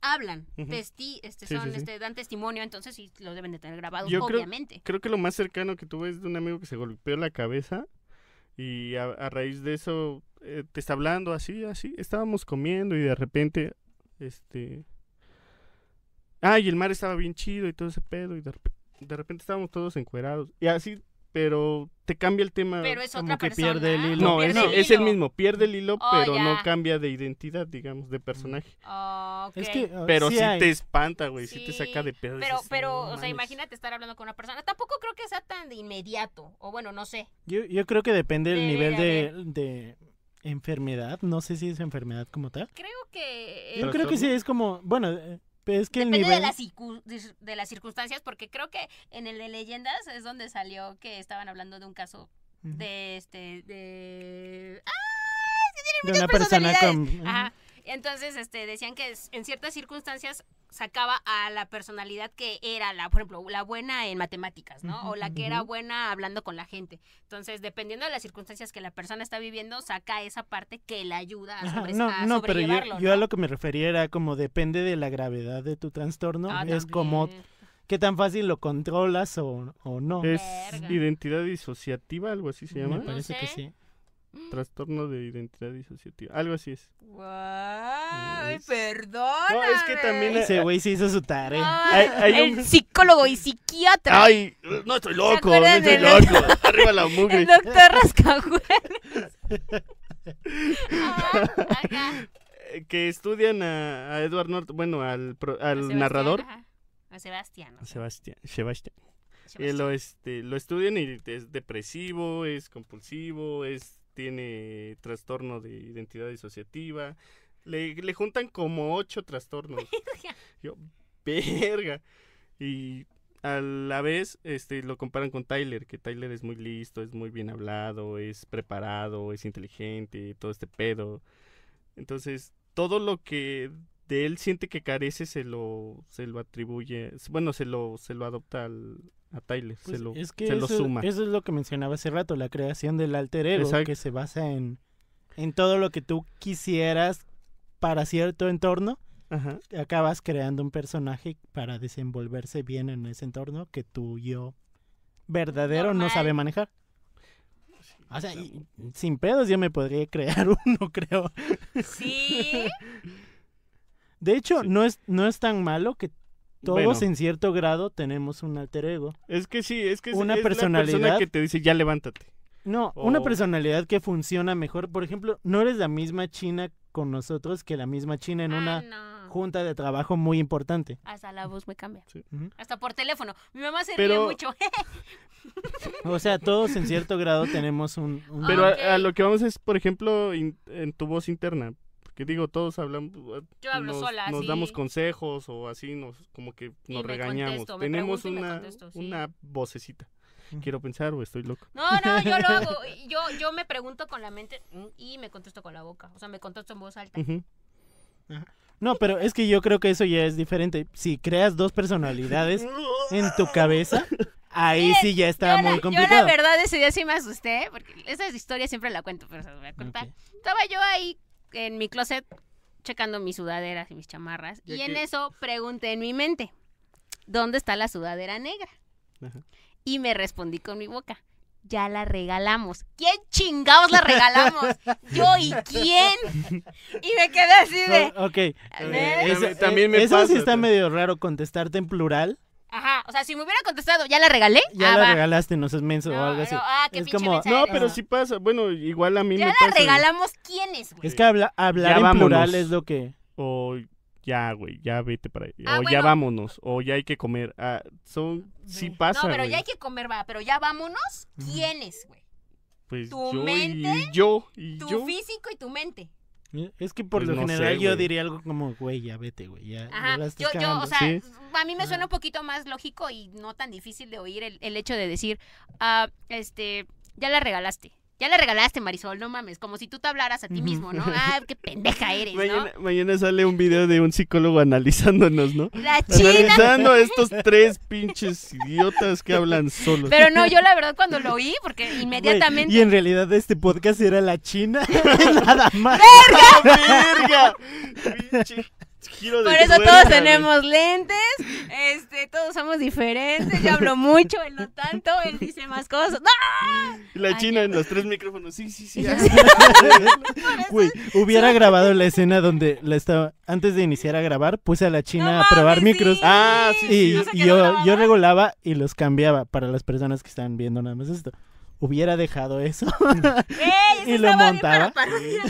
S1: hablan,
S2: Ujú.
S1: testi- este,
S2: Sí, sí,
S1: son,
S2: sí.
S1: Este, dan testimonio, entonces sí lo deben de tener grabados,
S2: Yo creo-
S1: obviamente.
S2: Creo que lo más cercano que tuve es de un amigo que se golpeó la cabeza y a, a raíz de eso eh, te está hablando así, así. Estábamos comiendo y de repente, este... Ah, y el mar estaba bien chido y todo ese pedo y de, rep- de repente estábamos todos encuerados. Y así, pero te cambia el tema.
S1: Pero es
S3: como
S1: otra
S3: que
S1: persona.
S3: pierde el hilo.
S2: no, es,
S1: pierde
S2: es el,
S1: hilo.
S2: mismo, pierde el hilo,
S1: Oh,
S2: pero no
S1: ya.
S2: cambia de identidad, digamos, de personaje.
S1: Mm. Ok.
S3: Es que, ah,
S2: Pero sí,
S3: sí hay.
S2: te espanta, güey, sí. te saca
S1: Sí,
S2: de pedo.
S1: Pero,
S2: dices,
S1: pero,
S2: "No
S1: o sea,
S2: mames".
S1: imagínate estar hablando con una persona. Tampoco creo que sea tan de inmediato. O bueno, no sé.
S3: Yo, yo creo que depende del
S1: Debe
S3: nivel
S1: de
S3: de, de enfermedad. No sé si es enfermedad como tal.
S1: Creo que. eh,
S3: Yo creo que sí, es como, bueno, eh, es que el
S1: Depende de
S3: nivel...
S1: las, circu- dis- de las circunstancias, porque creo que en el de leyendas es donde salió que estaban hablando de un caso
S3: Ujú.
S1: de este. de.
S3: de
S1: muchas
S3: una persona con...
S1: Ajá. Entonces, este, decían que es- en ciertas circunstancias sacaba a la personalidad que era la, por ejemplo, la buena en matemáticas, ¿no? O la que era
S3: Ujú.
S1: buena hablando con la gente. Entonces, dependiendo de las circunstancias que la persona está viviendo, saca esa parte que la ayuda a, su
S3: Ajá,
S1: vez
S3: No,
S1: a
S3: no, pero yo,
S1: sobrellevarlo,
S3: yo
S1: ¿no?
S3: a lo que me refería era como depende de la gravedad de tu trastorno,
S1: Ah,
S3: es como
S1: también.
S3: qué tan fácil lo controlas o, o no.
S2: Es
S1: Verga.
S2: identidad disociativa, algo así se
S3: me
S2: llama.
S1: No
S3: parece que
S1: sé.
S3: sí.
S2: Trastorno de identidad disociativa. Algo así es.
S4: Guay,
S2: Es-
S4: perdón.
S2: No, es que también- eh,
S3: Ese güey sí hizo su tarea.
S2: Hay- hay
S1: el
S2: un- Ah,
S1: psicólogo y psiquiatra.
S2: ¡Ay! No estoy loco, no
S4: acuerdan
S2: estoy
S4: de los-
S2: loco. Arriba la mugre.
S1: El doctor Rascajuelas. Ajá, Ah, ajá.
S2: Eh, Que estudian a, a Edward Norton, bueno, al, pro-
S1: A
S2: al
S1: Sebastián,
S2: narrador.
S1: ajá. A Sebastián. ¿no?
S2: A Sebastián. Sebastián. Eh,
S1: Sebastián.
S2: lo, este, lo estudian y es depresivo, es compulsivo, es, tiene trastorno de identidad disociativa. Le, le juntan como ocho trastornos. Yo, verga. Y a la vez este, lo comparan con Tyler, que Tyler es muy listo, es muy bien hablado, es preparado, es inteligente, todo este pedo. Entonces, todo lo que de él siente que carece se lo, se lo atribuye, bueno, se lo, se lo adopta al, a Tyler,
S3: Pues
S2: se, lo,
S3: es que
S2: se
S3: eso,
S2: lo suma.
S3: eso es lo que mencionaba hace rato, la creación del alter ego,
S2: Exacto.
S3: que se basa en, en todo lo que tú quisieras para cierto entorno.
S2: Ajá.
S3: Acabas creando un personaje para desenvolverse bien en ese entorno que tu yo verdadero no
S1: Normal.
S3: sabe manejar. O sea, y- sin pedos yo me podría crear uno, creo.
S4: Sí.
S3: De hecho,
S2: Sí.
S3: no, es, no es tan malo que todos
S2: Bueno.
S3: en cierto grado tenemos un alter ego.
S2: Es que sí, es que es-
S3: Una
S2: es la persona
S3: personalidad.
S2: que te dice, ya levántate.
S3: No, una
S2: O-
S3: personalidad que funciona mejor. Por ejemplo, no eres la misma china con nosotros que la misma china en
S1: Ah,
S3: una
S1: no.
S3: junta de trabajo muy importante.
S1: Hasta la voz me cambia.
S2: Sí.
S3: Ujú.
S1: Hasta por teléfono. Mi mamá se ríe
S2: Pero-
S1: mucho.
S3: O sea, todos en cierto grado tenemos un... un-
S2: Pero a-
S1: Ok.
S2: a, lo que vamos es, por ejemplo, in- en tu voz interna. Porque digo, todos hablamos.
S1: Yo hablo
S2: nos,
S1: sola,
S2: Nos
S1: sí.
S2: damos consejos o así, nos como que
S1: Y
S2: nos
S1: me
S2: regañamos.
S1: contesto, me
S2: Tenemos
S1: pregunto y me
S2: una,
S1: contesto, sí.
S2: una vocecita.
S3: Ujú.
S2: Quiero pensar o estoy loco.
S1: No, no, yo lo hago. Y Yo, yo me pregunto con la mente mm, y me contesto con la boca. O sea, me contesto en voz alta.
S2: Ujú.
S3: No, pero es que yo creo que eso ya es diferente. Si creas dos personalidades en tu cabeza, ahí sí ya está
S1: yo, la-
S3: muy
S1: yo
S3: complicado.
S1: la verdad ese día sí me asusté, porque esa historia siempre la cuento, pero se las voy a contar.
S3: Ok.
S1: Estaba yo ahí en mi closet checando mis sudaderas y mis chamarras
S2: Ya
S1: y en
S2: que-
S1: eso pregunté en mi mente, ¿dónde está la sudadera negra?
S2: Ajá.
S1: Y me respondí con mi boca, ya la regalamos. ¿Quién chingados la regalamos? ¿Yo y quién? Y me quedé así de...
S3: No, ok.
S1: ¿ves?
S2: También- Eh, también me
S3: eso
S2: pasa,
S3: sí está
S2: tam-
S3: medio raro contestarte en plural.
S1: Ajá, o sea, si me hubiera contestado, ¿ya la regalé?
S3: Ya
S1: Ah,
S3: la
S1: va.
S3: regalaste, no seas menso o
S1: No,
S3: algo así.
S1: no, ah, qué
S3: Es
S1: pinche
S3: como-
S1: mensa
S2: No,
S1: eres.
S2: pero sí pasa. Bueno, igual a mí
S1: ¿Ya
S2: me
S1: la
S2: pasa. de-
S1: regalamos quiénes, güey?
S3: Es que habla- hablar
S2: Ya
S3: en
S2: vámonos.
S3: plural es lo que...
S2: O ya, güey, ya vete para allá.
S1: Ah,
S2: o ya
S1: bueno.
S2: vámonos. O ya hay que comer. Ah, son. Sí pasa.
S1: no, pero
S2: güey.
S1: ya hay que comer, va, pero ya vámonos.
S3: Ujú.
S1: ¿Quiénes, güey?
S2: Pues
S1: tu
S2: yo
S1: mente,
S2: y yo. Y
S1: Tu
S2: yo.
S1: físico y tu mente.
S3: Eh, Es que por
S2: Pues
S3: lo
S2: no sé,
S3: general yo
S2: güey.
S3: diría algo como, güey, ya vete, güey, ya, ya
S1: Ajá.
S3: la estás
S1: Yo, yo, o
S3: cagando".
S1: sea,
S2: sí.
S1: a mí me suena
S3: Ah.
S1: un poquito más lógico y no tan difícil de oír el, el hecho de decir, ah, este, ya la regalaste. Ya la regalaste, Marisol, no mames, como si tú te hablaras a ti
S3: Ujú.
S1: mismo, ¿no? Ah, qué pendeja eres, ¿no?
S2: Mañana, mañana sale un video de un psicólogo analizándonos, ¿no?
S1: La china.
S2: Analizando a estos tres pinches idiotas que hablan solos.
S1: Pero no, yo la verdad cuando lo oí, porque
S3: Güey,
S1: inmediatamente...
S3: y en realidad este podcast era la China, nada más.
S2: ¡Ah, verga! Pinche giro de
S1: Por eso
S2: tuerca,
S1: todos
S2: güey.
S1: tenemos lentes, este, todos somos diferentes, yo hablo mucho, él no tanto, él dice más cosas. ¡No!
S2: Y la
S1: Ay,
S2: china en los tres micrófonos. Sí, sí, sí.
S1: Y
S2: ah.
S1: así.
S3: Güey, hubiera grabado la escena donde la estaba, antes de iniciar a grabar, puse a la China a probar
S1: mames,
S3: micros.
S1: sí.
S2: Ah, sí, sí.
S3: Y
S1: o sea que
S3: y
S1: no
S3: yo,
S1: grababa.
S3: yo regulaba y los cambiaba para las personas que estaban viendo nada más esto. Hubiera dejado eso.
S1: ¡Ey! eso
S3: Y lo
S1: estaba bien para
S3: montaba.
S1: parodia.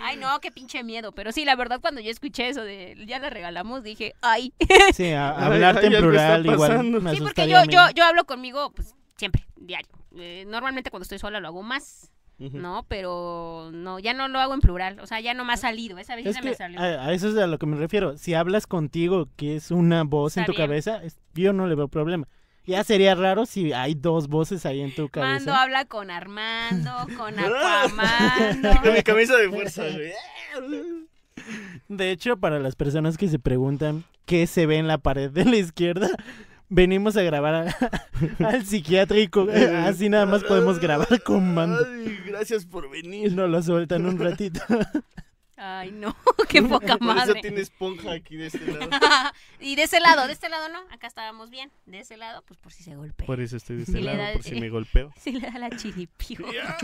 S1: Ay, no, qué pinche miedo. Pero sí, la verdad, cuando yo escuché eso de ya la regalamos, dije, ay.
S3: Sí, a-
S2: Ay,
S3: hablarte
S2: ay,
S3: en
S2: algo está
S3: plural igual
S2: pasando.
S3: me
S1: Sí, porque
S3: asustaría
S1: yo,
S3: a mí.
S1: yo, yo hablo conmigo, pues, siempre, diario. Eh, normalmente cuando estoy sola lo hago más,
S2: Ujú.
S1: ¿no? Pero no, ya no lo hago en plural. O sea, ya no me ha salido. Esa vez
S3: Es
S1: ya
S3: que
S1: me salió.
S3: a, a eso es a lo que me refiero. Si hablas contigo, que es una voz en
S1: Está
S3: tu
S1: bien.
S3: cabeza, es- yo no le veo problema. Ya sería raro si hay dos voces ahí en tu
S1: Mando
S3: cabeza.
S1: habla con Armando, con Aquamando.
S2: Con mi camisa de fuerza, güey.
S3: De hecho, para las personas que se preguntan qué se ve en la pared de la izquierda, venimos a grabar a- al psiquiátrico.
S2: Ah,
S3: Así nada más podemos grabar con mando.
S2: Ay, gracias por venir.
S3: Y nos lo sueltan un ratito.
S1: Ay, no, qué poca
S2: Por eso
S1: madre.
S2: tiene esponja aquí de este lado.
S1: y de ese lado, de este lado no, acá estábamos bien. De ese lado, pues por si se golpea.
S2: Por eso estoy de
S1: Sí,
S2: este
S1: le
S2: lado,
S1: da-
S2: por si me golpeo.
S1: Si le da la chiripijo.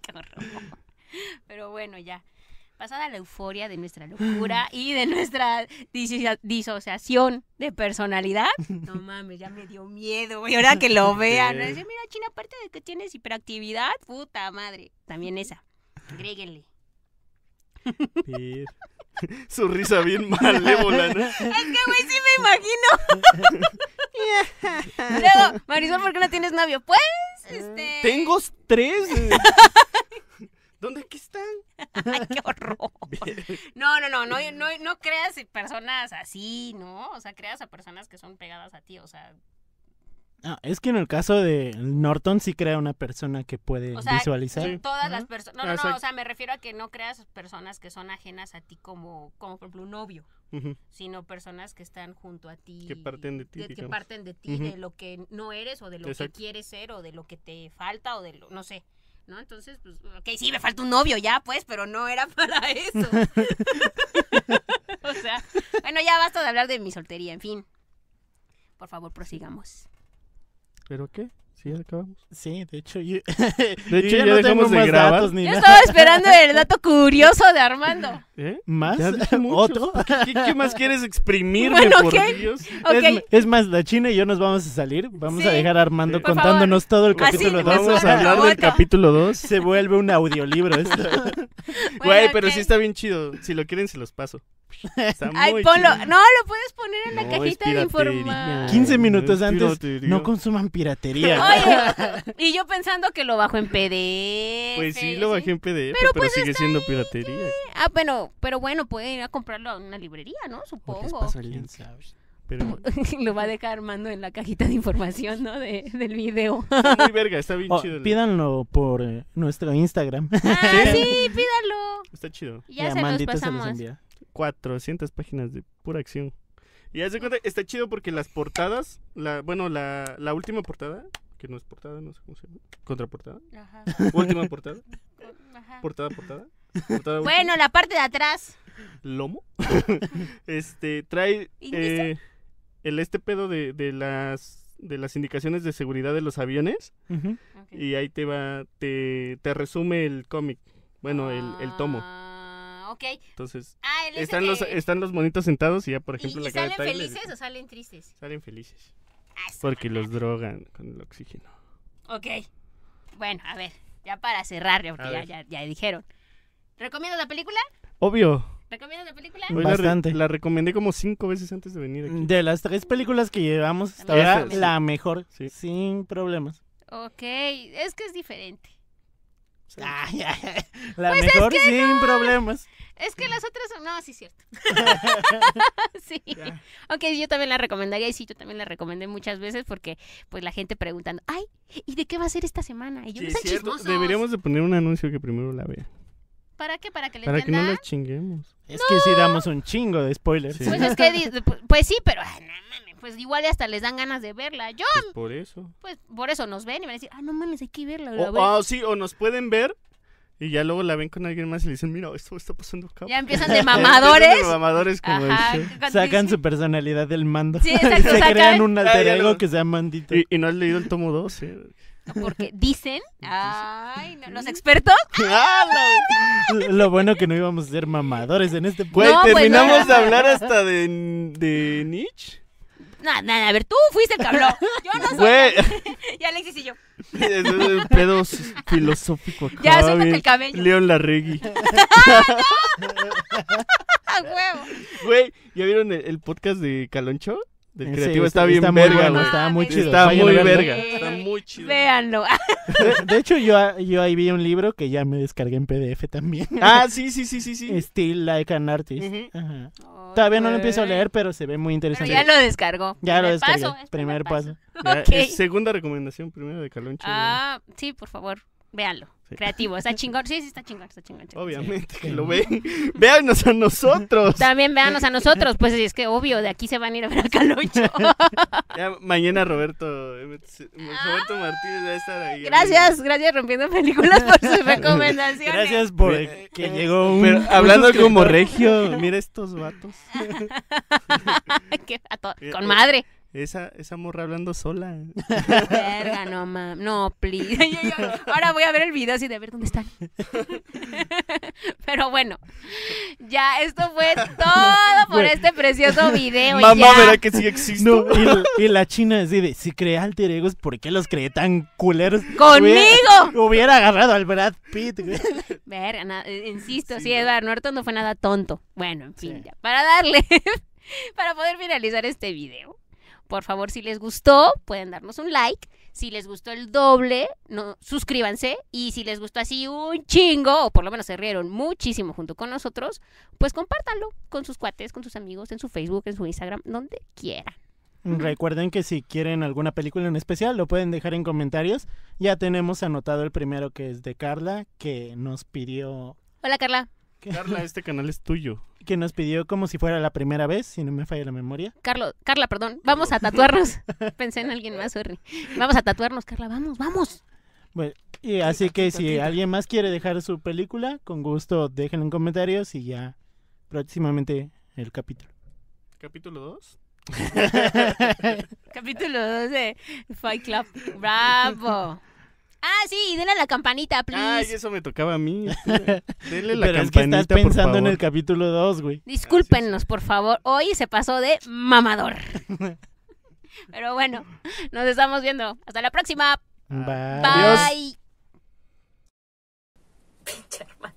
S1: Qué horror. Pero bueno, ya. Pasada la euforia de nuestra locura y de nuestra disocia- disociación de personalidad. No mames, ya me dio miedo, güey. Ahora que lo vean. ¿no?
S2: Ok.
S1: Dice, mira, China, aparte de que tienes hiperactividad, puta madre. También esa. Agréguenle.
S2: Ver. Su risa bien malévola, ¿no?
S1: Es que, güey, sí me imagino. Luego, Marisol, ¿por qué no tienes novio? Pues, este...
S2: ¡Tengo tres! ¿Dónde aquí están?
S1: Ay, qué horror. No, no, no, no, no, no creas personas así, ¿no? O sea, creas a personas que son pegadas a ti, o sea,
S3: Ah, es que en el caso de Norton sí crea una persona que puede
S1: O sea,
S3: visualizar.
S1: en todas las
S2: Ajá.
S1: personas. No, no, no,
S2: Exacto.
S1: o sea, me refiero a que no creas personas que son ajenas a ti como, como por ejemplo, un novio,
S2: Ujú.
S1: sino personas que están junto a ti.
S2: Que parten de ti,
S1: que
S2: digamos.
S1: parten de ti,
S2: Ujú.
S1: de lo que no eres o de lo
S2: Exacto.
S1: que quieres ser o de lo que te falta o de lo, no sé. ¿No? Entonces, pues, ok, sí, me falta un novio ya, pues, pero no era para eso. o sea, bueno, ya basta de hablar de mi soltería, en fin. Por favor, prosigamos.
S2: ¿Pero qué? Sí, ya acabamos.
S3: Sí, de hecho, yo,
S2: De
S3: yo
S2: hecho, ya
S3: tengo
S2: dejamos de
S3: más
S2: grabar.
S3: datos ni
S1: Yo
S3: nada.
S1: estaba esperando el dato curioso de Armando.
S2: ¿Eh?
S3: ¿Más?
S2: Ya dije muchos.
S3: ¿Otro?
S2: ¿Qué, qué más quieres exprimirme,
S1: Bueno,
S2: por
S1: ¿qué?
S2: Dios?
S1: Ok,
S3: Es, es más, la China y yo nos vamos a salir. Vamos a
S1: Sí.
S3: dejar a Armando
S2: Sí.
S1: Por
S3: contándonos todo el
S1: Así,
S3: capítulo.
S1: me
S3: dos.
S2: Vamos
S1: suena
S2: a hablar
S1: la
S2: del
S1: bota.
S2: capítulo 2.
S3: Se vuelve un audiolibro esto.
S2: Güey,
S1: Bueno,
S2: pero
S1: ok.
S2: sí está bien chido. Si lo quieren, se los paso. Está
S1: Ay,
S2: muy
S1: ponlo.
S2: chido.
S1: No, lo puedes poner en la
S2: No, es
S1: cajita de
S2: piratería.
S1: información.
S3: 15 minutos
S2: Ay,
S3: antes,
S2: piratería.
S3: no consuman piratería.
S1: Oye, y yo pensando que lo bajo en PDF.
S2: Pues sí, lo bajé en PDF, pero,
S1: Pero pues
S2: sigue
S1: está
S2: siendo
S1: ahí,
S2: piratería.
S1: Ah, bueno, pero bueno, pueden ir a comprarlo a una librería, ¿no?
S2: Pues,
S3: O les
S1: Supongo.
S3: paso el link.
S2: Pero
S1: lo va a dejar Armando en la cajita de información, ¿no? De, del video.
S2: está muy verga, está bien
S3: O,
S2: chido. el-
S3: Oh, pídanlo por eh, nuestro Instagram.
S1: Ah, sí, pídalo.
S2: Está chido.
S1: Y Ya
S3: Y a
S1: se los
S3: Mandita se los
S1: pasamos.
S3: envía.
S2: 400 páginas de pura acción. Y haz de cuenta, está chido porque las portadas, la, bueno, la, la última portada, que no es portada, no sé cómo se llama, contraportada,
S1: Ajá,
S2: última portada,
S1: ajá.
S2: portada, portada, portada última,
S1: Bueno, la parte de atrás.
S2: lomo, este, trae
S1: ¿Inicia?
S2: eh, el este pedo de, de las de las indicaciones de seguridad de los aviones
S3: Ujú.
S1: Ok.
S2: y ahí te va, te, te resume el cómic, bueno, el, el tomo,
S1: Ah, ok.
S2: entonces...
S1: Ah, el ese
S2: Están
S1: que-
S2: los, están los monitos sentados y ya, por
S1: ¿Y,
S2: ejemplo,
S1: y
S2: la cara de
S1: salen
S2: Tyler-
S1: felices o salen tristes?
S2: Salen felices.
S1: Ah, su
S2: Porque
S1: madre.
S2: los drogan con el oxígeno.
S1: Ok. Bueno, a ver, ya para cerrar, ya,
S2: A
S1: porque ya,
S2: ver.
S1: ya, ya dijeron. ¿Recomiendas la película?
S2: Obvio.
S1: ¿Recomiendas la película?
S3: Mm.
S2: Hoy la re-
S3: Bastante.
S2: La, recomendé como cinco veces antes de venir aquí.
S3: De las tres películas que llevamos hasta
S1: Esta,
S3: ahora,
S1: sí.
S3: la mejor,
S2: Sí.
S3: sin problemas.
S1: Ok, es que es diferente.
S3: Ay, ay, ay. La
S1: Pues
S3: mejor, sin problemas.
S1: Es que las otras son... No, sí es cierto. sí. Ok, yo también la recomendaría y sí, yo también la recomendé muchas veces porque pues la gente preguntando, ay, ¿y de qué va a ser esta semana? Y yo,
S2: Sí,
S1: no
S2: es
S1: sean
S2: cierto.
S1: chismosos.
S2: Deberíamos de poner un anuncio que primero la vea.
S1: ¿Para qué? Para que le
S2: Para que no
S1: entiendan.
S2: las chinguemos.
S3: Es que sí damos un chingo de spoilers.
S2: Sí.
S1: Pues es que, di- pu- pues sí, pero ay, no mames, pues igual hasta les dan ganas de verla. Yo,
S2: Pues por eso.
S1: pues por eso nos ven y van a decir, ah, no mames, hay que verla. la
S2: O,
S1: voy a
S2: o sí, o nos pueden ver y ya luego la ven con alguien más y le dicen, mira, esto está pasando acá.
S1: Ya empiezan de
S2: Empiezan
S1: mamadores.
S2: los Mamadores como
S1: Ajá,
S2: el show.
S1: cuando
S3: Sacan
S1: dicen-
S3: su personalidad del mando.
S1: Sí,
S3: Se
S1: exacto,
S3: crean
S1: sacan.
S3: un
S2: Ah,
S3: alter
S2: ya
S3: ego
S2: no.
S3: que sea mandito.
S2: Y, y no has leído el tomo 2, eh.
S1: Porque dicen. Ay, no, los expertos. ¡Ah,
S3: Lo bueno que no íbamos a ser mamadores en este
S2: Güey,
S1: No, pues,
S2: terminamos
S1: no.
S2: de hablar hasta de, de Nietzsche.
S1: Nada, nada, a ver, tú fuiste el que habló. Yo no soy.
S2: Güey,
S1: Y Alexis y yo.
S2: pedo
S1: pues.
S2: filosófico acá.
S1: Ya, súbete
S2: bien.
S1: el cabello.
S2: León Larregui.
S1: ¡A Ah, huevo!
S2: Güey, ¿ya vieron el, el podcast de Caloncho? Del
S3: Eh, Sí,
S2: creativo está, bien
S3: está muy
S2: verga,
S3: bueno,
S2: güey.
S3: Está muy
S1: Está
S3: chido.
S2: Está
S3: vayan a
S2: muy
S3: verlo.
S2: verga.
S1: Sí.
S2: Está muy chido.
S1: Véanlo. Ah,
S3: De- De hecho, yo, yo ahí vi un libro que ya me descargué en PDF también.
S2: Ah, sí, sí, sí, sí, sí.
S3: Still Like an Artist.
S2: Ujú.
S3: Ajá. Todavía no lo empiezo a leer, pero se ve muy
S1: Pero
S3: interesante.
S1: ya lo descargó.
S3: Ya lo
S1: Primer
S3: descargué.
S1: paso, es
S3: primer paso.
S2: Ya,
S1: Ok.
S2: es segunda recomendación primero de Caloncho.
S1: Ah, sí, por favor, véanlo.
S2: Sí.
S1: Creativo, está chingón. Sí, sí, está chingón, está chingón.
S2: güey.
S1: chingón.
S2: Obviamente que lo ven. Véanos a nosotros.
S1: También véanos a nosotros, pues es que obvio, de aquí se van a ir a ver a Caloncho.
S2: Ya, mañana Roberto Roberto Roberto Martínez va a estar ahí. amigo.
S1: Gracias, gracias Rompiendo Películas por sus recomendaciones.
S3: Gracias por
S2: Eh,
S3: que
S2: eh,
S3: llegó un.
S2: Pero
S3: un
S2: hablando
S3: suscriptor.
S2: como regio, mira estos vatos.
S1: Qué vato,
S2: Eh,
S1: Con
S2: eh.
S1: madre.
S2: Esa, esa morra hablando sola.
S1: Verga, no mam. No, please. Yo- yo- Ahora voy a ver el video así de ver dónde están. Pero bueno, ya esto fue todo por
S3: Güey.
S1: este precioso video.
S2: Mamá,
S1: ya.
S2: verá que sí existo.
S3: No, y, la- y la china así de, si crea alter egos, ¿por qué los creé tan culeros?
S1: ¡Conmigo!
S3: Hubiera, hubiera agarrado al Brad Pitt, güey.
S1: Verga, na- eh, insisto, sí,
S2: Sí, ¿no?
S1: Eduardo Norton no fue nada tonto. Bueno, en fin,
S3: Sí.
S1: ya. Para darle, para poder finalizar este video, por favor, si les gustó, pueden darnos un like. Si les gustó el doble, no, suscríbanse. Y si les gustó así un chingo, o por lo menos se rieron muchísimo junto con nosotros, pues compártanlo con sus cuates, con sus amigos, en su Facebook, en su Instagram, donde quieran.
S3: Recuerden que si quieren alguna película en especial, lo pueden dejar en comentarios. Ya tenemos anotado el primero que es de Carla, que nos pidió.
S1: Hola, Carla.
S2: Carla, este canal es tuyo.
S3: Que nos pidió como si fuera la primera vez, si no me falla la memoria.
S1: Carlos, Carla, perdón. Vamos a tatuarnos. Pensé en alguien más, sorry. Vamos a tatuarnos, Carla. Vamos, vamos.
S3: Y así que
S2: tita,
S3: si
S2: tita.
S3: alguien más quiere dejar su película, con gusto déjenlo en comentarios y ya próximamente el capítulo.
S2: Capítulo 2.
S1: Capítulo 2 de Fight Club. ¡Bravo! Ah, sí, y denle a la campanita,
S2: Ay,
S1: please.
S2: eso me tocaba a mí. Denle la
S3: Pero es que
S2: campanita,
S3: estás pensando
S2: por
S3: en
S2: favor.
S3: el capítulo 2, güey.
S1: Discúlpenos, por favor. Hoy se pasó de mamador. Pero bueno, nos estamos viendo. Hasta la próxima.
S3: Bye.
S1: Bye.
S2: Adiós.
S4: Pinche hermano.